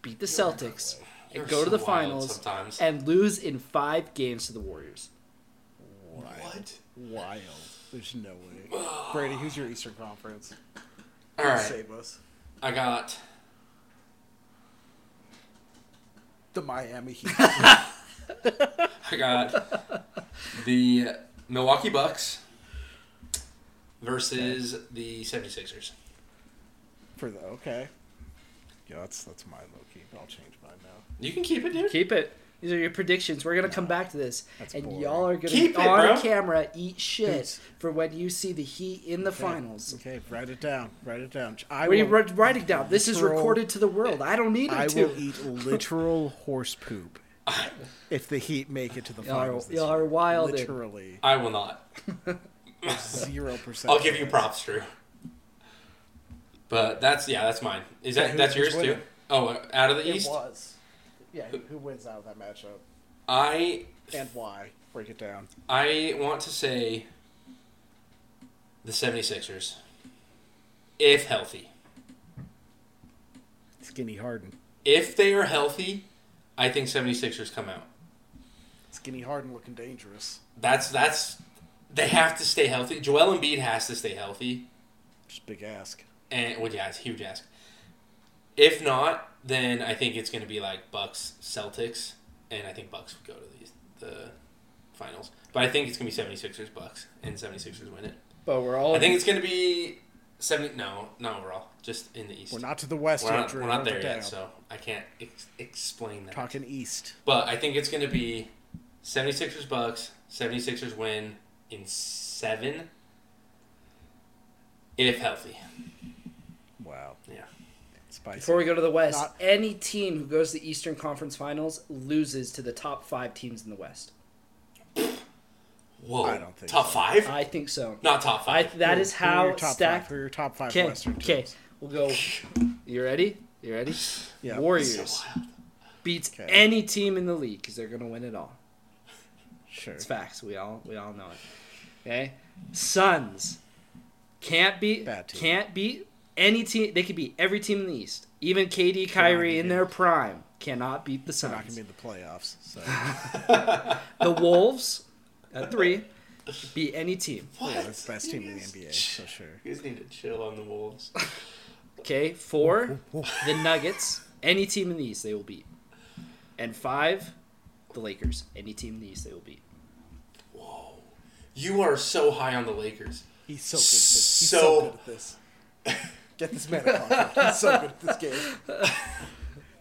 S3: beat the Celtics,
S2: You're
S3: and go
S2: so
S3: to the
S2: wild
S3: finals,
S2: sometimes.
S3: and lose in five games to the Warriors.
S2: What?
S4: Wild. There's no way. Brady, who's your Eastern Conference?
S2: All right.
S4: Save us.
S2: I got.
S4: The Miami Heat.
S2: I got the Milwaukee Bucks versus the 76ers.
S4: for the okay. Yeah, that's that's my low key. I'll change mine now.
S2: You can keep it, dude.
S3: Keep it. These are your predictions. We're gonna come back to this,
S4: That's
S3: and
S4: boring.
S3: y'all are gonna
S2: Keep it,
S3: on
S2: bro.
S3: camera eat shit
S4: Dudes.
S3: for when you see the Heat in the finals.
S4: Okay, write it down. Write it down. I
S3: Are you
S4: will,
S3: wri- writing down? This is
S4: Literal-
S3: recorded to the world. I don't need it
S4: I
S3: to.
S4: will eat literal horse poop if the Heat make it to the
S3: Y'all are-
S4: finals. this
S3: y'all are
S4: year.
S3: wild.
S4: Literally
S2: I will not.
S4: zero percent.
S2: I'll give you props, Drew. But that's yeah, that's mine. Is
S4: Yeah,
S2: that
S4: who-
S2: that's
S4: who's
S2: yours too?
S4: winning?
S2: Oh, uh, out of the
S4: It
S2: East.
S4: was. Yeah, who- who wins out of that matchup
S2: I
S4: and why? Break it down.
S2: I want to say the 76ers. If healthy.
S4: Skinny Harden.
S2: If they are healthy, I think 76ers come out.
S4: Skinny Harden looking dangerous.
S2: That's that's they have to stay healthy. Joel Embiid has to stay healthy.
S4: Just big ask.
S2: And well yeah, it's a huge ask. If not, then I think it's gonna be like Bucks Celtics and I think Bucks would go to the the finals. But I think it's gonna be 76ers Bucks and 76ers win it.
S3: But we're all.
S2: I think it's gonna be 70 no, not overall, just in the East.
S4: We're not to the West
S2: We're
S4: yet,
S2: not,
S4: Drew.
S2: we're not
S4: Break
S2: there
S4: it
S2: yet,
S4: down.
S2: so I can't ex- explain that.
S4: Talking East.
S2: But I think it's going to be 76ers Bucks, 76ers win in seven if healthy.
S4: Wow.
S2: Yeah.
S4: Spicy.
S3: before we go to the West,
S4: Not-
S3: any team who goes to the Eastern Conference Finals loses to the top five teams in the West.
S2: Whoa,
S4: I don't think
S2: top
S4: so.
S2: five?
S3: I think so.
S2: Not top
S3: I,
S2: five.
S4: Who-
S3: that is
S4: who are your
S3: how
S4: top Five,
S3: stacked.
S4: who are your top five
S3: Okay,
S4: Western
S3: okay,
S4: teams?
S3: we'll go. You ready? You ready?
S4: Yeah.
S3: Warriors
S2: So wild.
S3: beats
S4: Okay.
S3: any team in the league because they're gonna win it all.
S4: Sure.
S3: It's facts. We all we all know it. Okay, Suns can't beat
S4: Bad team.
S3: can't beat any team. They could beat every team in the East. Even KD, Kyrie
S4: be
S3: in
S4: good.
S3: their prime cannot beat the
S4: They're not gonna
S3: Suns.
S4: be in the playoffs. So
S3: the Wolves at three beat any team.
S2: What?
S4: yeah, that's the best team in the
S2: You guys-
S4: NBA. So sure.
S2: You guys need to chill on the Wolves.
S3: Okay, four the Nuggets. Any team in the East they will beat. And five, the Lakers. Any team in the East they will beat.
S2: Whoa. You are so high on the Lakers.
S4: He's so good. At this. He's so,
S2: So-
S4: good at this. Get this man a contract. He's so good at this game.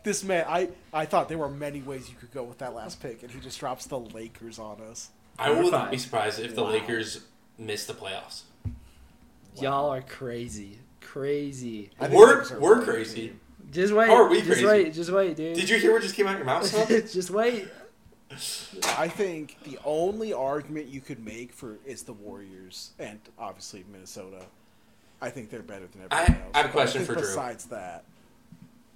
S4: This man, I, I thought there were many ways you could go with that last pick, and he just drops the Lakers on us.
S2: I
S3: Number
S2: will not
S3: five.
S2: be surprised if the
S4: Wow.
S2: Lakers miss the playoffs.
S3: Y'all are crazy. Crazy.
S4: I think
S2: We're,
S4: Lakers are a
S2: we're
S4: great
S2: crazy.
S4: team.
S3: Just wait.
S2: How are we
S3: just
S2: crazy?
S3: wait. Just wait, dude.
S2: Did you hear what just came out of your mouth? Seth?
S3: just wait.
S4: I think the only argument you could make for is the Warriors, and obviously Minnesota. I think they're better than
S2: I-
S4: everyone else.
S2: I have a
S4: But
S2: question
S4: think
S2: for Drew.
S4: Besides that,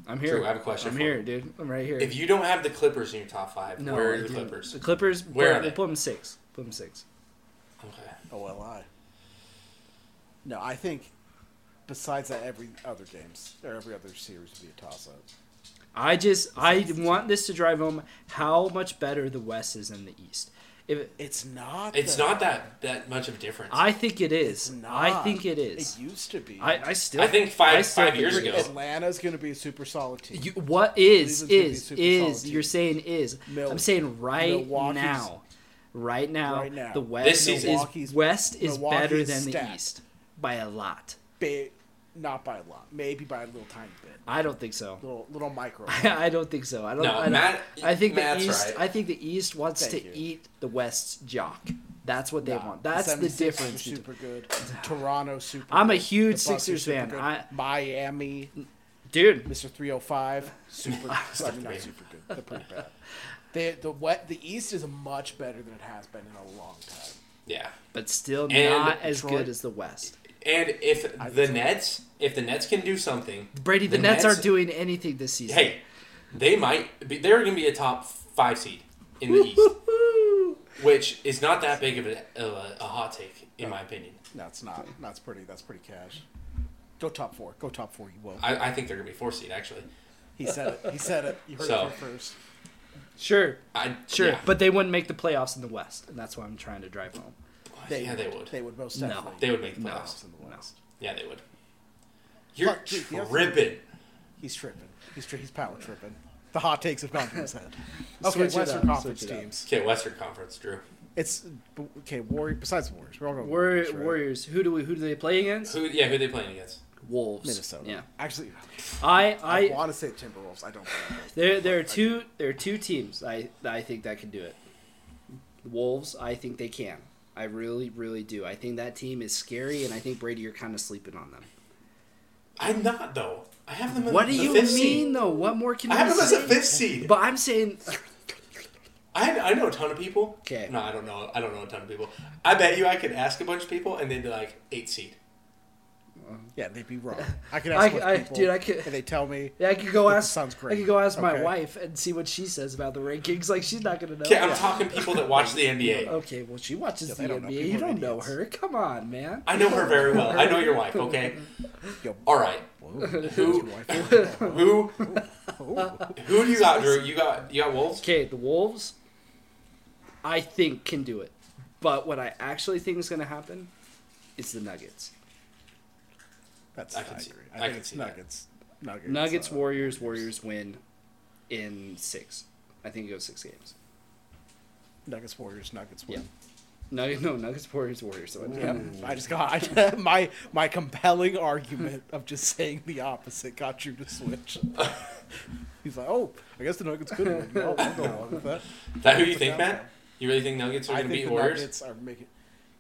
S3: I'm here.
S2: Drew, I have a question
S3: I'm
S2: for
S3: here,
S2: you.
S3: dude. I'm right here.
S2: If you don't have the Clippers in your top five,
S3: no,
S2: where
S3: I
S2: are the
S3: didn't.
S2: Clippers?
S3: The Clippers.
S2: Where
S3: put-
S2: are they?
S3: We'll put them six. Put them six.
S2: Okay.
S4: OLI. No, I think besides that, every other games or every other series would be a toss up.
S3: I just I want this to drive home how much better the West is than the East. If
S4: It's not.
S2: It's
S4: though.
S2: not that, that much of a difference.
S3: I think it is.
S4: It's not.
S3: I think it is.
S4: It used to be.
S3: I, I still.
S2: I think five-
S3: I still
S2: five years
S3: agree.
S2: ago.
S4: Atlanta's going to be a super solid team.
S3: You, what
S4: Cleveland's
S3: is
S4: gonna be
S3: is
S4: super
S3: is
S4: solid
S3: you're
S4: team.
S3: saying is
S4: Mil-
S3: I'm saying right
S4: Milwaukee's-
S3: now, right now,
S4: Right now.
S3: the West
S2: This season.
S3: is
S4: Milwaukee's-
S3: West is
S4: Milwaukee
S3: better
S4: is
S3: than the
S4: stacked.
S3: East by a lot.
S4: Ba- not by a lot, maybe by a little tiny bit,
S3: I don't think so.
S4: little little micro.
S3: I don't think so. I don't.
S2: No,
S3: I, don't-
S2: Matt-
S3: I think
S2: Matt's
S3: the East.
S2: right.
S3: I think the East wants
S4: Thank
S3: to
S4: you.
S3: eat the West's jock. That's what they
S4: Nah,
S3: want. That's the
S4: 76ers
S3: difference.
S4: are
S3: between-
S4: Super good. Toronto super.
S3: I'm a
S4: good.
S3: huge
S4: The Bucks are
S3: Sixers
S4: super
S3: fan.
S4: good.
S3: I-
S4: Miami,
S3: Dude,
S4: Mr. 305, super. I mean, not super good. They're pretty bad. They, the wet, the East is much better than it has been in a long time.
S2: yeah.
S3: but still
S2: And
S3: not as
S4: Detroit-
S3: good as the West.
S2: And if
S4: I
S2: the
S4: think-
S2: Nets, if the Nets can do something,
S3: Brady, the, Nets, aren't doing anything this season.
S2: Hey, they might. Be, they're going to be a top five seed in the East, which is not that big of a, of a, a hot take, in my opinion.
S4: No, it's not. That's pretty. That's pretty cash. Go top four. Go top four. You will.
S2: I, I think they're going to be four seed actually.
S4: He said it. He said it. You heard
S2: So.
S4: it here first.
S3: Sure,
S2: I
S3: sure,
S2: yeah.
S3: but they wouldn't make the playoffs in the West, and that's why I'm trying to drive home.
S4: They,
S2: yeah, they would.
S4: They would most
S3: No.
S4: definitely.
S2: They would make the
S3: No.
S2: playoffs.
S4: in the
S3: No.
S4: West.
S2: Yeah, they would. You're
S4: Fuck, dude, the other-
S2: tripping.
S4: He's tripping. He's tri- he's power tripping. The hot takes have gone to his head. Okay,
S3: Switch it
S4: Western
S3: up,
S4: Conference
S3: switch it up.
S4: teams.
S2: Okay, Western Conference, Drew.
S4: It's okay. Warrior. Besides the Warriors, we're all going
S3: Warrior,
S4: Warriors. right?
S3: Warriors, who do we? Who do they play against?
S2: Who? Yeah, who they playing against?
S3: Wolves.
S4: Minnesota.
S3: Yeah.
S4: Actually,
S3: I,
S4: I,
S3: I,
S4: want to say Timberwolves. I don't. Think
S3: there, there are two, there are two teams I, that I think that can do it. The Wolves, I think they can. I really, really do. I think that team is scary, and I think Brady, you're kind of sleeping on them.
S2: I'm not though. I have them. In
S3: What
S2: the
S3: do you mean,
S2: fifth Seed.
S3: though? What more can
S2: I
S3: I
S2: have them as a
S3: say?
S2: fifth seed.
S3: But I'm saying,
S2: I, I know a ton of people.
S3: 'Kay.
S2: No, I don't know. I don't know a ton of people. I bet you I could ask a bunch of people and they'd be like eight seed.
S4: Oh, yeah, they'd be wrong. I could
S3: I-
S4: ask I,
S3: I-
S4: people,
S3: dude, I could-
S4: and they tell me.
S3: yeah, I could go
S4: That
S3: ask.
S4: sounds
S3: I
S4: great.
S3: could go ask my
S4: Okay.
S3: wife and see what she says about the rankings. Like she's not gonna know.
S2: Okay, I'm talking people that watch the NBA.
S3: Okay, well, she watches
S4: Yeah,
S3: the
S4: they don't know.
S3: NBA. You
S4: People are
S3: don't know
S4: idiots.
S3: her. Come on, man.
S2: I know her very well. I know your wife. Okay.
S4: Yo,
S2: All right.
S4: whoa, your
S2: Who-
S4: wife-
S2: Who
S4: whoa.
S2: who do you got, Drew? You got you got Wolves.
S3: Okay, the Wolves, I think, can do it. But what I actually think is going to happen is the Nuggets.
S4: That's
S2: I
S4: I
S2: can see-
S4: agree.
S2: I
S4: I,
S2: can
S4: think it's
S2: see that.
S4: Nuggets. Nuggets.
S3: Nuggets,
S4: uh,
S3: Warriors, Warriors win in six. I think it goes six games.
S4: Nuggets. Warriors. Nuggets. Win.
S3: Nugget, no, Nuggets, Warriors, Warriors. So
S4: Yep. I just got I, my my compelling argument of just saying the opposite got you to switch. He's like, oh, I guess the Nuggets could win. No, I'll go along with that.
S2: Is that who you think, Matt? You really think Nuggets are
S4: I
S2: going to
S4: think
S2: beat
S4: the
S2: Warriors?
S4: Nuggets are making.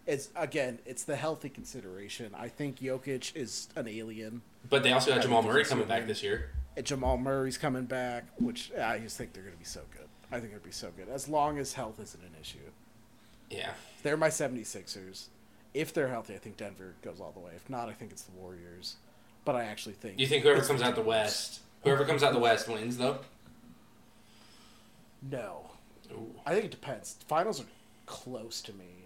S4: It's again, it's the healthy consideration. I think Jokic is an alien.
S2: But they also got
S4: I
S2: Jamal
S4: think
S2: Murray
S4: it's
S2: coming
S4: gonna
S2: back
S4: be-
S2: this year.
S4: And Jamal Murray's coming back, which I just think they're going to be so good. I think it'd be so good as long as health isn't an issue.
S2: Yeah.
S4: They're my 76ers. If they're healthy, I think Denver goes all the way. If not, I think it's the Warriors. But I actually think
S2: You think whoever comes out the West, whoever comes out the West wins though?
S4: no.
S2: Ooh.
S4: I think it depends. Finals are close to me.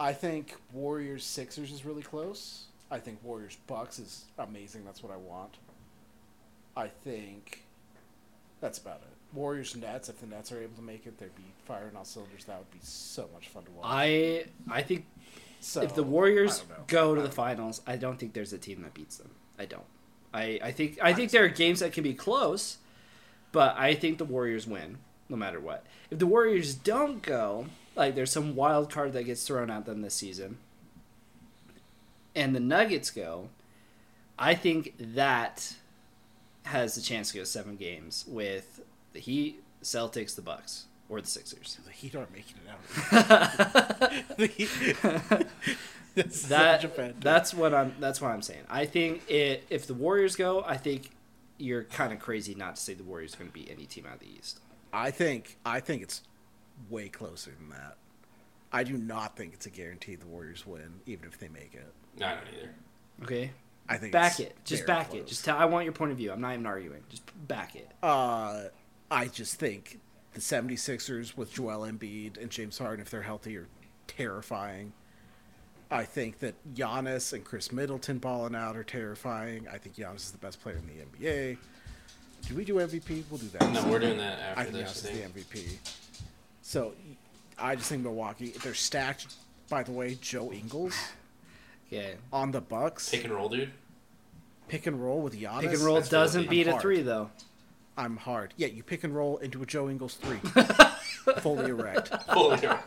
S4: I think Warriors Sixers is really close. I think Warriors Bucks is amazing. That's what I want. I think that's about it. Warriors Nets. If the Nets are able to make it, they'd be firing all cylinders. That would be so much fun to watch.
S3: I I think
S4: so,
S3: if the Warriors
S4: I don't know.
S3: go to the finals, I don't think there's a team that beats them. I don't. I, I think I think there are games that can be close, but I think the Warriors win no matter what. If the Warriors don't go, like there's some wild card that gets thrown at them this season, and the Nuggets go, I think that has the chance to go seven games with the Heat, Celtics, the Bucks, or the Sixers.
S4: the Heat aren't making it out. The Heat- That's such a bad
S3: that
S4: joke.
S3: that's what I'm that's what I'm saying. I think it, if the Warriors go, I think you're kind of crazy not to say the Warriors are going to beat any team out of the East.
S4: I think I think it's way closer than that. I do not think it's a guarantee the Warriors win, even if they make it.
S2: No, I don't either.
S3: Okay,
S4: I think
S3: back
S4: it's
S3: it, just
S4: very
S3: back it.
S4: close.
S3: Just tell, I want your point of view. I'm not even arguing. Just back it.
S4: uh, I just think the 76ers with Joel Embiid and James Harden, if they're healthy, are terrifying. I think that Giannis and Chris Middleton balling out are terrifying. I think Giannis is the best player in the NBA. Do we do MVP? We'll do that.
S2: No, we're doing that after
S4: I think
S2: this.
S4: Giannis
S2: I
S4: is the
S2: think.
S4: MVP. So I just think Milwaukee. They're stacked. By the way, Joe Ingles
S3: Yeah,
S4: on the Bucks
S2: Pick and roll, dude.
S4: pick and roll with Giannis.
S3: pick and roll
S2: that's
S3: doesn't
S2: filthy.
S3: beat a
S4: Hard.
S3: three though.
S4: I'm hard. Yeah, you pick and roll into a Joe Ingles three, fully erect.
S2: Holy cow.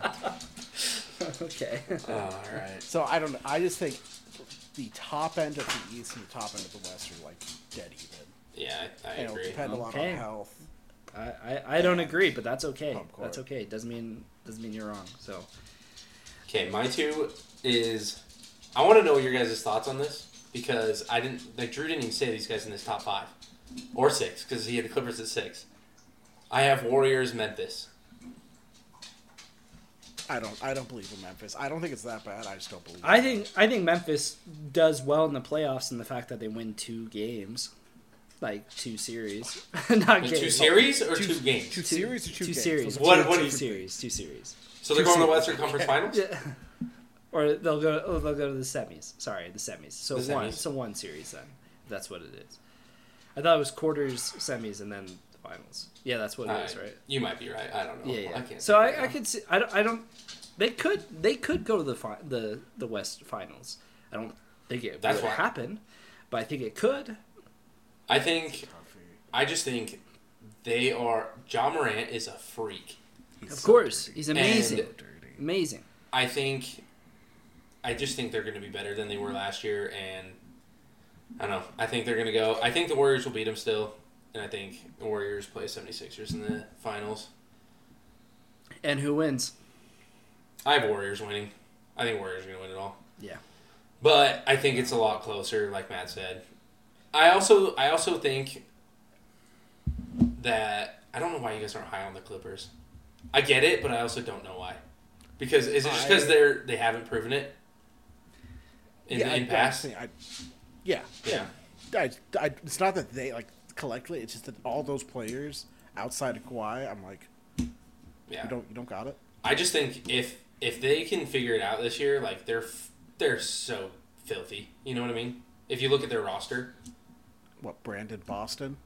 S3: okay,
S2: Oh, all right.
S4: So I don't know. I just think the top end of the East and the top end of the West are like dead even.
S2: Yeah, I, I
S4: And it'll
S2: agree.
S4: depend a lot
S3: Okay.
S4: on health.
S3: I, I, I don't agree, but that's okay.
S4: Home court.
S3: That's okay. It doesn't mean doesn't mean you're wrong. So
S2: Okay, my two is I want to know your guys' thoughts on this because I didn't like Drew didn't even say these guys in his top five or six because he had the Clippers at six. I have Warriors, Memphis.
S4: I don't. I don't believe in Memphis. I don't think it's that bad. I just don't believe.
S3: I
S4: in
S3: think I think Memphis does well in the playoffs in the fact that they win two games, like two series, not
S2: Wait,
S3: games.
S2: two series or
S4: two-
S2: two,
S4: it.
S2: games?
S4: two series or two, games? Those
S3: series.
S4: are
S2: What-
S3: two,
S2: what
S3: two
S2: is-
S3: series? Two series.
S2: so they're
S4: two
S2: going to
S4: series.
S2: Western Conference Finals.
S3: or they'll go. Oh, they'll go to the semis. Sorry, the semis. So
S2: The
S3: one.
S2: semis.
S3: So one series then. That's what it is. I thought it was quarters, semis, and then the finals. Yeah, that's what it
S2: All
S3: is,
S2: right.
S3: right?
S2: You might be right. I don't know.
S3: Yeah, yeah.
S2: I can't.
S3: so
S2: think
S3: I,
S2: right
S3: I
S2: now.
S3: could see. I don't, I don't. They could. They could go to the fi- the the West finals. I don't think it
S2: That's
S3: will
S2: why-
S3: happen, but I think it could.
S2: I think
S4: Coffee.
S2: I just think they are. John Morant is a freak.
S4: He's
S3: Of
S4: so
S3: course,
S4: dirty.
S3: he's amazing,
S4: So dirty.
S3: amazing.
S2: I think. I just think they're going to be better than they were last year, and I don't know. I think they're going to go. I think the Warriors will beat them still, and I think the Warriors play 76ers in the finals.
S3: And who wins?
S2: I have Warriors winning. I think Warriors are going to win it all.
S3: Yeah.
S2: But I think it's a lot closer, like Matt said. I also I also think that I don't know why you guys aren't high on the Clippers. I get it, but I also don't know why. Because is it just because
S4: I-
S2: they're they haven't proven it in
S4: yeah,
S2: the in
S4: I-
S2: past?
S4: I, I, yeah,
S2: Yeah.
S4: I, I, it's not that they like collectively. It's just that all those players outside of Kawhi, I'm like,
S2: Yeah.
S4: you don't, you don't got it.
S2: I just think if if they can figure it out this year, like they're f- they're so filthy. You know what I mean? If you look at their roster,
S4: What Brandon Boston,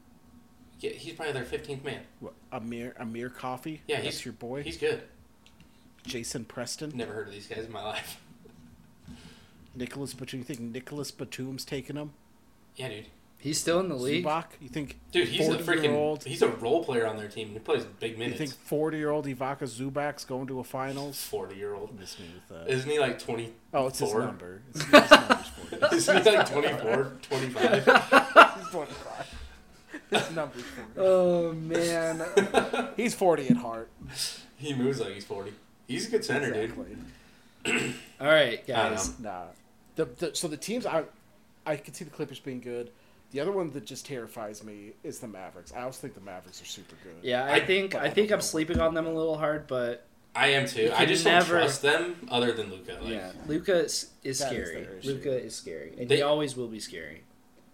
S2: yeah, he's probably their fifteenth man.
S4: what, Amir, Amir Coffee.
S2: Yeah,
S4: that's
S2: he's-
S4: your boy.
S2: He's good.
S4: Jason Preston,
S2: Never heard of these guys in my life.
S4: Nicholas Batum. You think Nicholas Batum's taking him?
S2: Yeah, dude.
S3: He's still in the league.
S4: Zubac. You think
S2: Dude, he's a
S4: 40 year
S2: freaking
S4: old-
S2: he's a role player on their team. He plays big
S4: You
S2: minutes.
S4: think forty-year-old Ivaka Zubac's going to a finals?
S2: Forty year old.
S4: Miss me with that.
S2: Isn't he like twenty?
S4: oh, it's his
S2: four?
S4: number. It's, his number's 40.
S2: Isn't he like 24, 25?
S4: He's 45. His number's 40.
S3: Oh man.
S4: He's forty at heart.
S2: He moves like he's forty. He's a good center, dude.
S4: Exactly.
S3: All right,
S2: I
S3: guys.
S2: know.
S4: Nah. The, the so the teams I I can see the Clippers being good. The other one that just terrifies me is the Mavericks. I also think the Mavericks are super good.
S3: Yeah, I
S2: I-
S3: think I think I'm sleeping on them a little hard, but
S2: I am too.
S3: You
S2: I
S3: can
S2: just
S3: never-
S2: don't trust them other than Luca. Like,
S3: yeah,
S2: yeah.
S3: Luca is, is
S4: That is
S3: scary.
S4: their issue.
S3: Luca is scary, and
S2: They-
S3: he always will be scary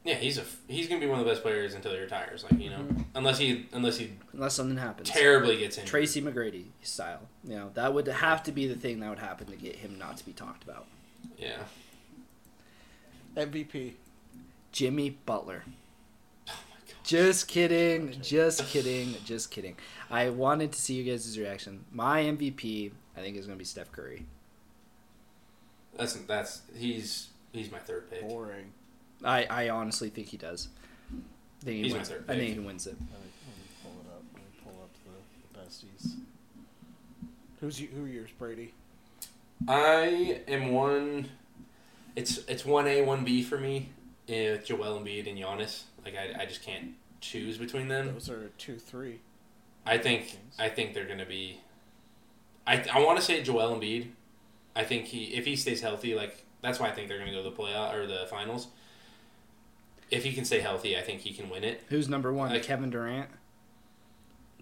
S2: he's a f- he's gonna be one of the best players until he retires. Like you know, unless he unless he
S3: Mm-hmm. unless something happens.
S2: terribly gets injured.
S3: Tracy McGrady style. You know that would have to be the thing that would happen to get him not to be talked about.
S2: Yeah.
S4: MVP.
S3: Jimmy Butler.
S2: Oh my god.
S3: Just kidding. Just kidding. Just kidding. I wanted to see you guys' reaction. My MVP, I think, is going to be Steph Curry.
S2: That's that's he's he's my third pick.
S4: Boring.
S3: I, I honestly think he does. I think he
S2: He's my
S3: wins it.
S2: third
S3: I
S2: pick.
S3: think he wins it.
S4: Let me, let me pull it up. Let me pull up the, the besties. Who's you, who are yours, Brady?
S2: I am one. It's it's one A one B for me. eh, With Joel Embiid and Giannis, like I, I just can't choose between them.
S4: Those are two, three.
S2: I think I think they're gonna be. I I want to say Joel Embiid. I think he if he stays healthy, like that's why I think they're gonna go to the playoff or the finals. If he can stay healthy, I think he can win it.
S3: Who's number one?
S2: Like-
S3: Kevin Durant.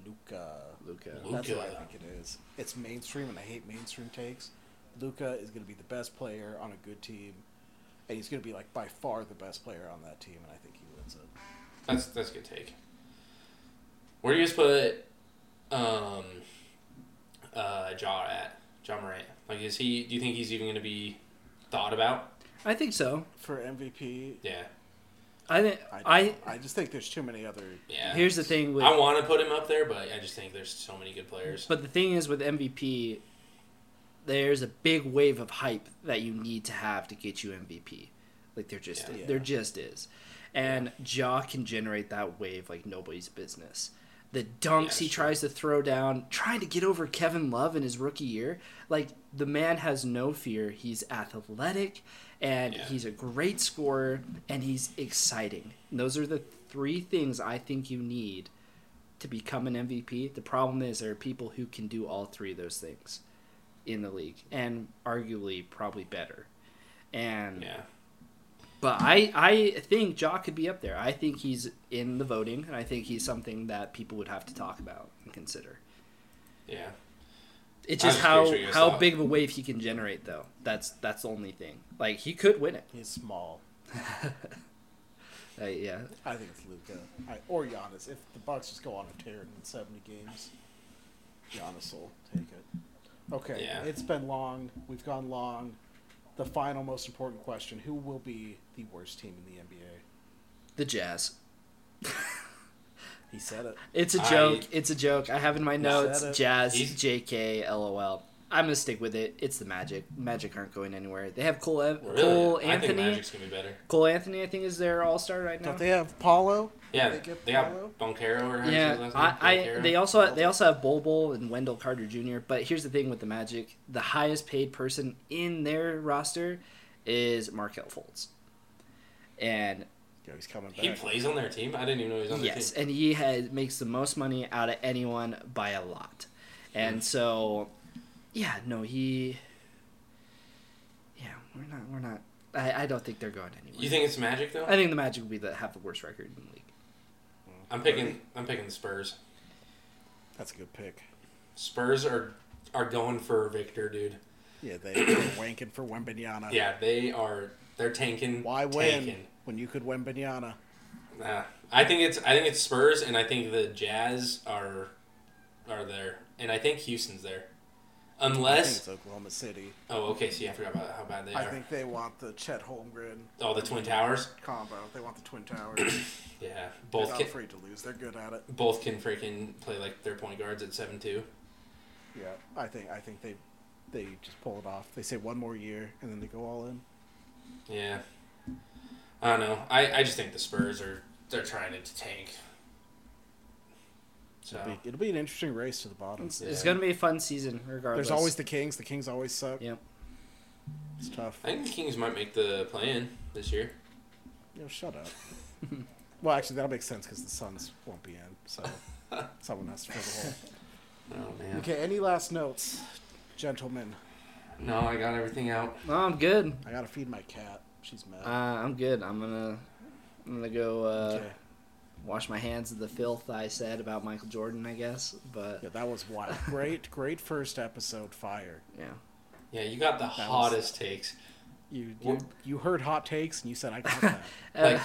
S4: Luca.
S3: Luca.
S2: Lu-
S4: That's what I
S2: Luka.
S4: think it is. It's mainstream, and I hate mainstream takes. Luca is going to be the best player on a good team, and he's going to be like by far the best player on that team, and I think he wins it.
S2: That's that's a good take. Where do you guys put um uh Jaw at? John Morant. Like is he do you think he's even gonna be thought about?
S3: I think so.
S4: For MVP,
S2: Yeah.
S3: I think
S4: I
S3: I.
S4: don't- I just think there's too many other
S2: Yeah.
S3: Here's the thing with
S2: I wanna put him up there, but I just think there's so many good players.
S3: But the thing is with MVP, there's a big wave of hype that you need to have to get you MVP. Like there just
S4: Yeah.
S3: there just is. And Ja can generate that wave like nobody's business. The
S2: Yeah,
S3: dunks he
S2: sure.
S3: tries to throw down, trying to get over Kevin Love in his rookie year. Like the man has no fear. He's athletic and
S2: Yeah.
S3: he's a great scorer and he's exciting. And those are the three things I think you need to become an MVP. The problem is there are people who can do all three of those things in the league and arguably probably better. And
S2: Yeah.
S3: but I I think Ja could be up there. I think he's in the voting and I think he's something that people would have to talk about and consider.
S2: Yeah.
S3: It's
S2: I
S3: just
S2: was
S3: how
S2: curious what you guys
S3: how
S2: thought.
S3: big of a wave he can generate though. That's that's the only thing. Like he could win it.
S4: He's small.
S3: Uh, yeah.
S4: I think it's Luca I, or Giannis. If the Bucks just go on a tear and win seventy games, Giannis will take it. Okay,
S2: Yeah.
S4: it's been long. We've gone long. The final, most important question: Who will be the worst team in the NBA?
S3: The Jazz.
S4: He said it.
S3: It's a
S2: I-
S3: joke. it's a joke. I have in my notes
S4: Said it.
S3: Jazz,
S2: He's-
S3: JK, LOL. I'm gonna stick with it. It's the Magic. Magic aren't going anywhere. They have Cole, Ev-
S2: Really?
S3: Cole
S2: I think
S3: Anthony.
S2: Magic's gonna be better.
S3: Cole Anthony, I think, is their All Star right now.
S4: Don't they have Paulo?
S2: Yeah.
S4: They
S2: They,
S4: get
S2: got
S4: Paolo?
S2: Boncaro or how you say his
S3: yeah,
S2: last name?
S3: I, I
S2: Boncaro?
S3: they also they also have Bol Bol and Wendell Carter Jr. But here's the thing with the Magic: the highest paid person in their roster is Markel Fultz, and
S4: Yeah, he's coming back.
S2: he plays on their team? I didn't even know he was on their
S3: yes,
S2: team.
S3: and he had makes the most money out of anyone by a lot,
S2: Mm.
S3: and so, yeah, no, he, yeah, we're not, we're not. I, I don't think they're going anywhere.
S2: You think it's magic though?
S3: I think the Magic will be the have the worst record in the league.
S2: I'm picking I'm picking the Spurs.
S4: That's a good pick.
S2: Spurs are are going for Victor, dude.
S4: Yeah, they, they're wanking for Wembenyana.
S2: Yeah, they are. They're tanking.
S4: Why win
S2: tanking.
S4: when you could Wembenyana?
S2: Nah. I think it's I think it's Spurs, and I think the Jazz are are there, and I think Houston's there,
S4: I think
S2: unless
S4: it's Oklahoma City.
S2: oh okay, see I forgot about how bad they
S4: I
S2: are.
S4: think they want the Chet Holmgren
S2: oh, the Twin Towers.
S4: combo. They want the Twin Towers.
S2: Yeah,
S4: They're
S2: both
S4: not
S2: can
S4: afraid to lose. They're good at it.
S2: both can freaking play like their point guards at seven two.
S4: Yeah, I think I think they they just pull it off. They say one more year and then they go all in.
S2: Yeah. I don't know. I, I just think the Spurs are they're trying to tank. So
S4: It'll, be, it'll be an interesting race to the bottom.
S3: It's, it's
S2: Yeah.
S3: gonna be a fun season regardless.
S4: There's always the Kings. The Kings always suck.
S3: Yep.
S4: It's tough.
S2: I think the Kings might make the play in this year.
S4: Yo, shut up. well, actually, that'll make sense because the Suns won't be in, so someone has to fill the hole.
S2: Oh man.
S4: Okay, any last notes, gentlemen?
S2: No, I got everything out.
S3: No, I'm good.
S4: I gotta feed my cat. She's mad.
S3: Uh, I'm good. I'm gonna I'm gonna go uh,
S4: okay.
S3: wash my hands of the filth I said about Michael Jordan, I guess. But
S4: Yeah, that was wild. Great, great first episode. Fire.
S3: yeah,
S2: Yeah, you got the
S4: was-
S2: hottest takes.
S4: You you,
S2: Well-
S4: you heard hot takes and you said I got that.
S2: Like
S3: Uh,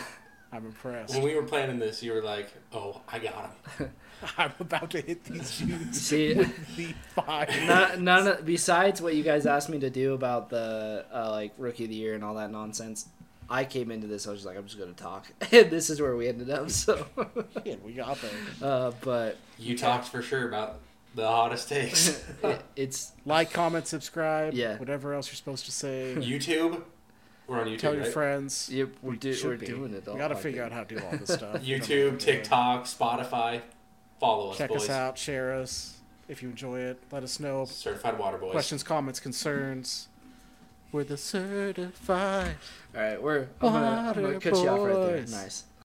S4: I'm impressed.
S2: when we were planning this, you were like, "Oh, I got him."
S4: I'm about to hit these dudes
S3: see,
S4: with the fire.
S3: not, none of, besides what you guys asked me to do about the uh, like rookie of the year and all that nonsense. I came into this, I was just like, I'm just gonna talk, and this is where we ended up. So,
S4: Yeah, we got there.
S3: uh, but
S2: You talked for sure about the hottest takes.
S3: it, it's
S4: Like, comment, subscribe.
S3: Yeah.
S4: Whatever else you're supposed to say.
S2: YouTube. We're on YouTube.
S4: Tell your
S2: right?
S4: friends.
S3: yep, we're,
S4: We
S3: do,
S4: should
S3: we're
S4: be.
S3: doing it. All
S4: We got to
S3: I
S4: figure out
S3: think.
S4: how to do all this stuff.
S2: YouTube, TikTok, Spotify. Follow us,
S4: Check
S2: boys.
S4: us out. Share us if you enjoy it. Let us know.
S2: Certified Water Boys.
S4: Questions, comments, concerns. We're the certified.
S3: All right, we're I'm gonna, I'm gonna
S4: Water
S3: cut you off right there.
S4: boys.
S3: Nice.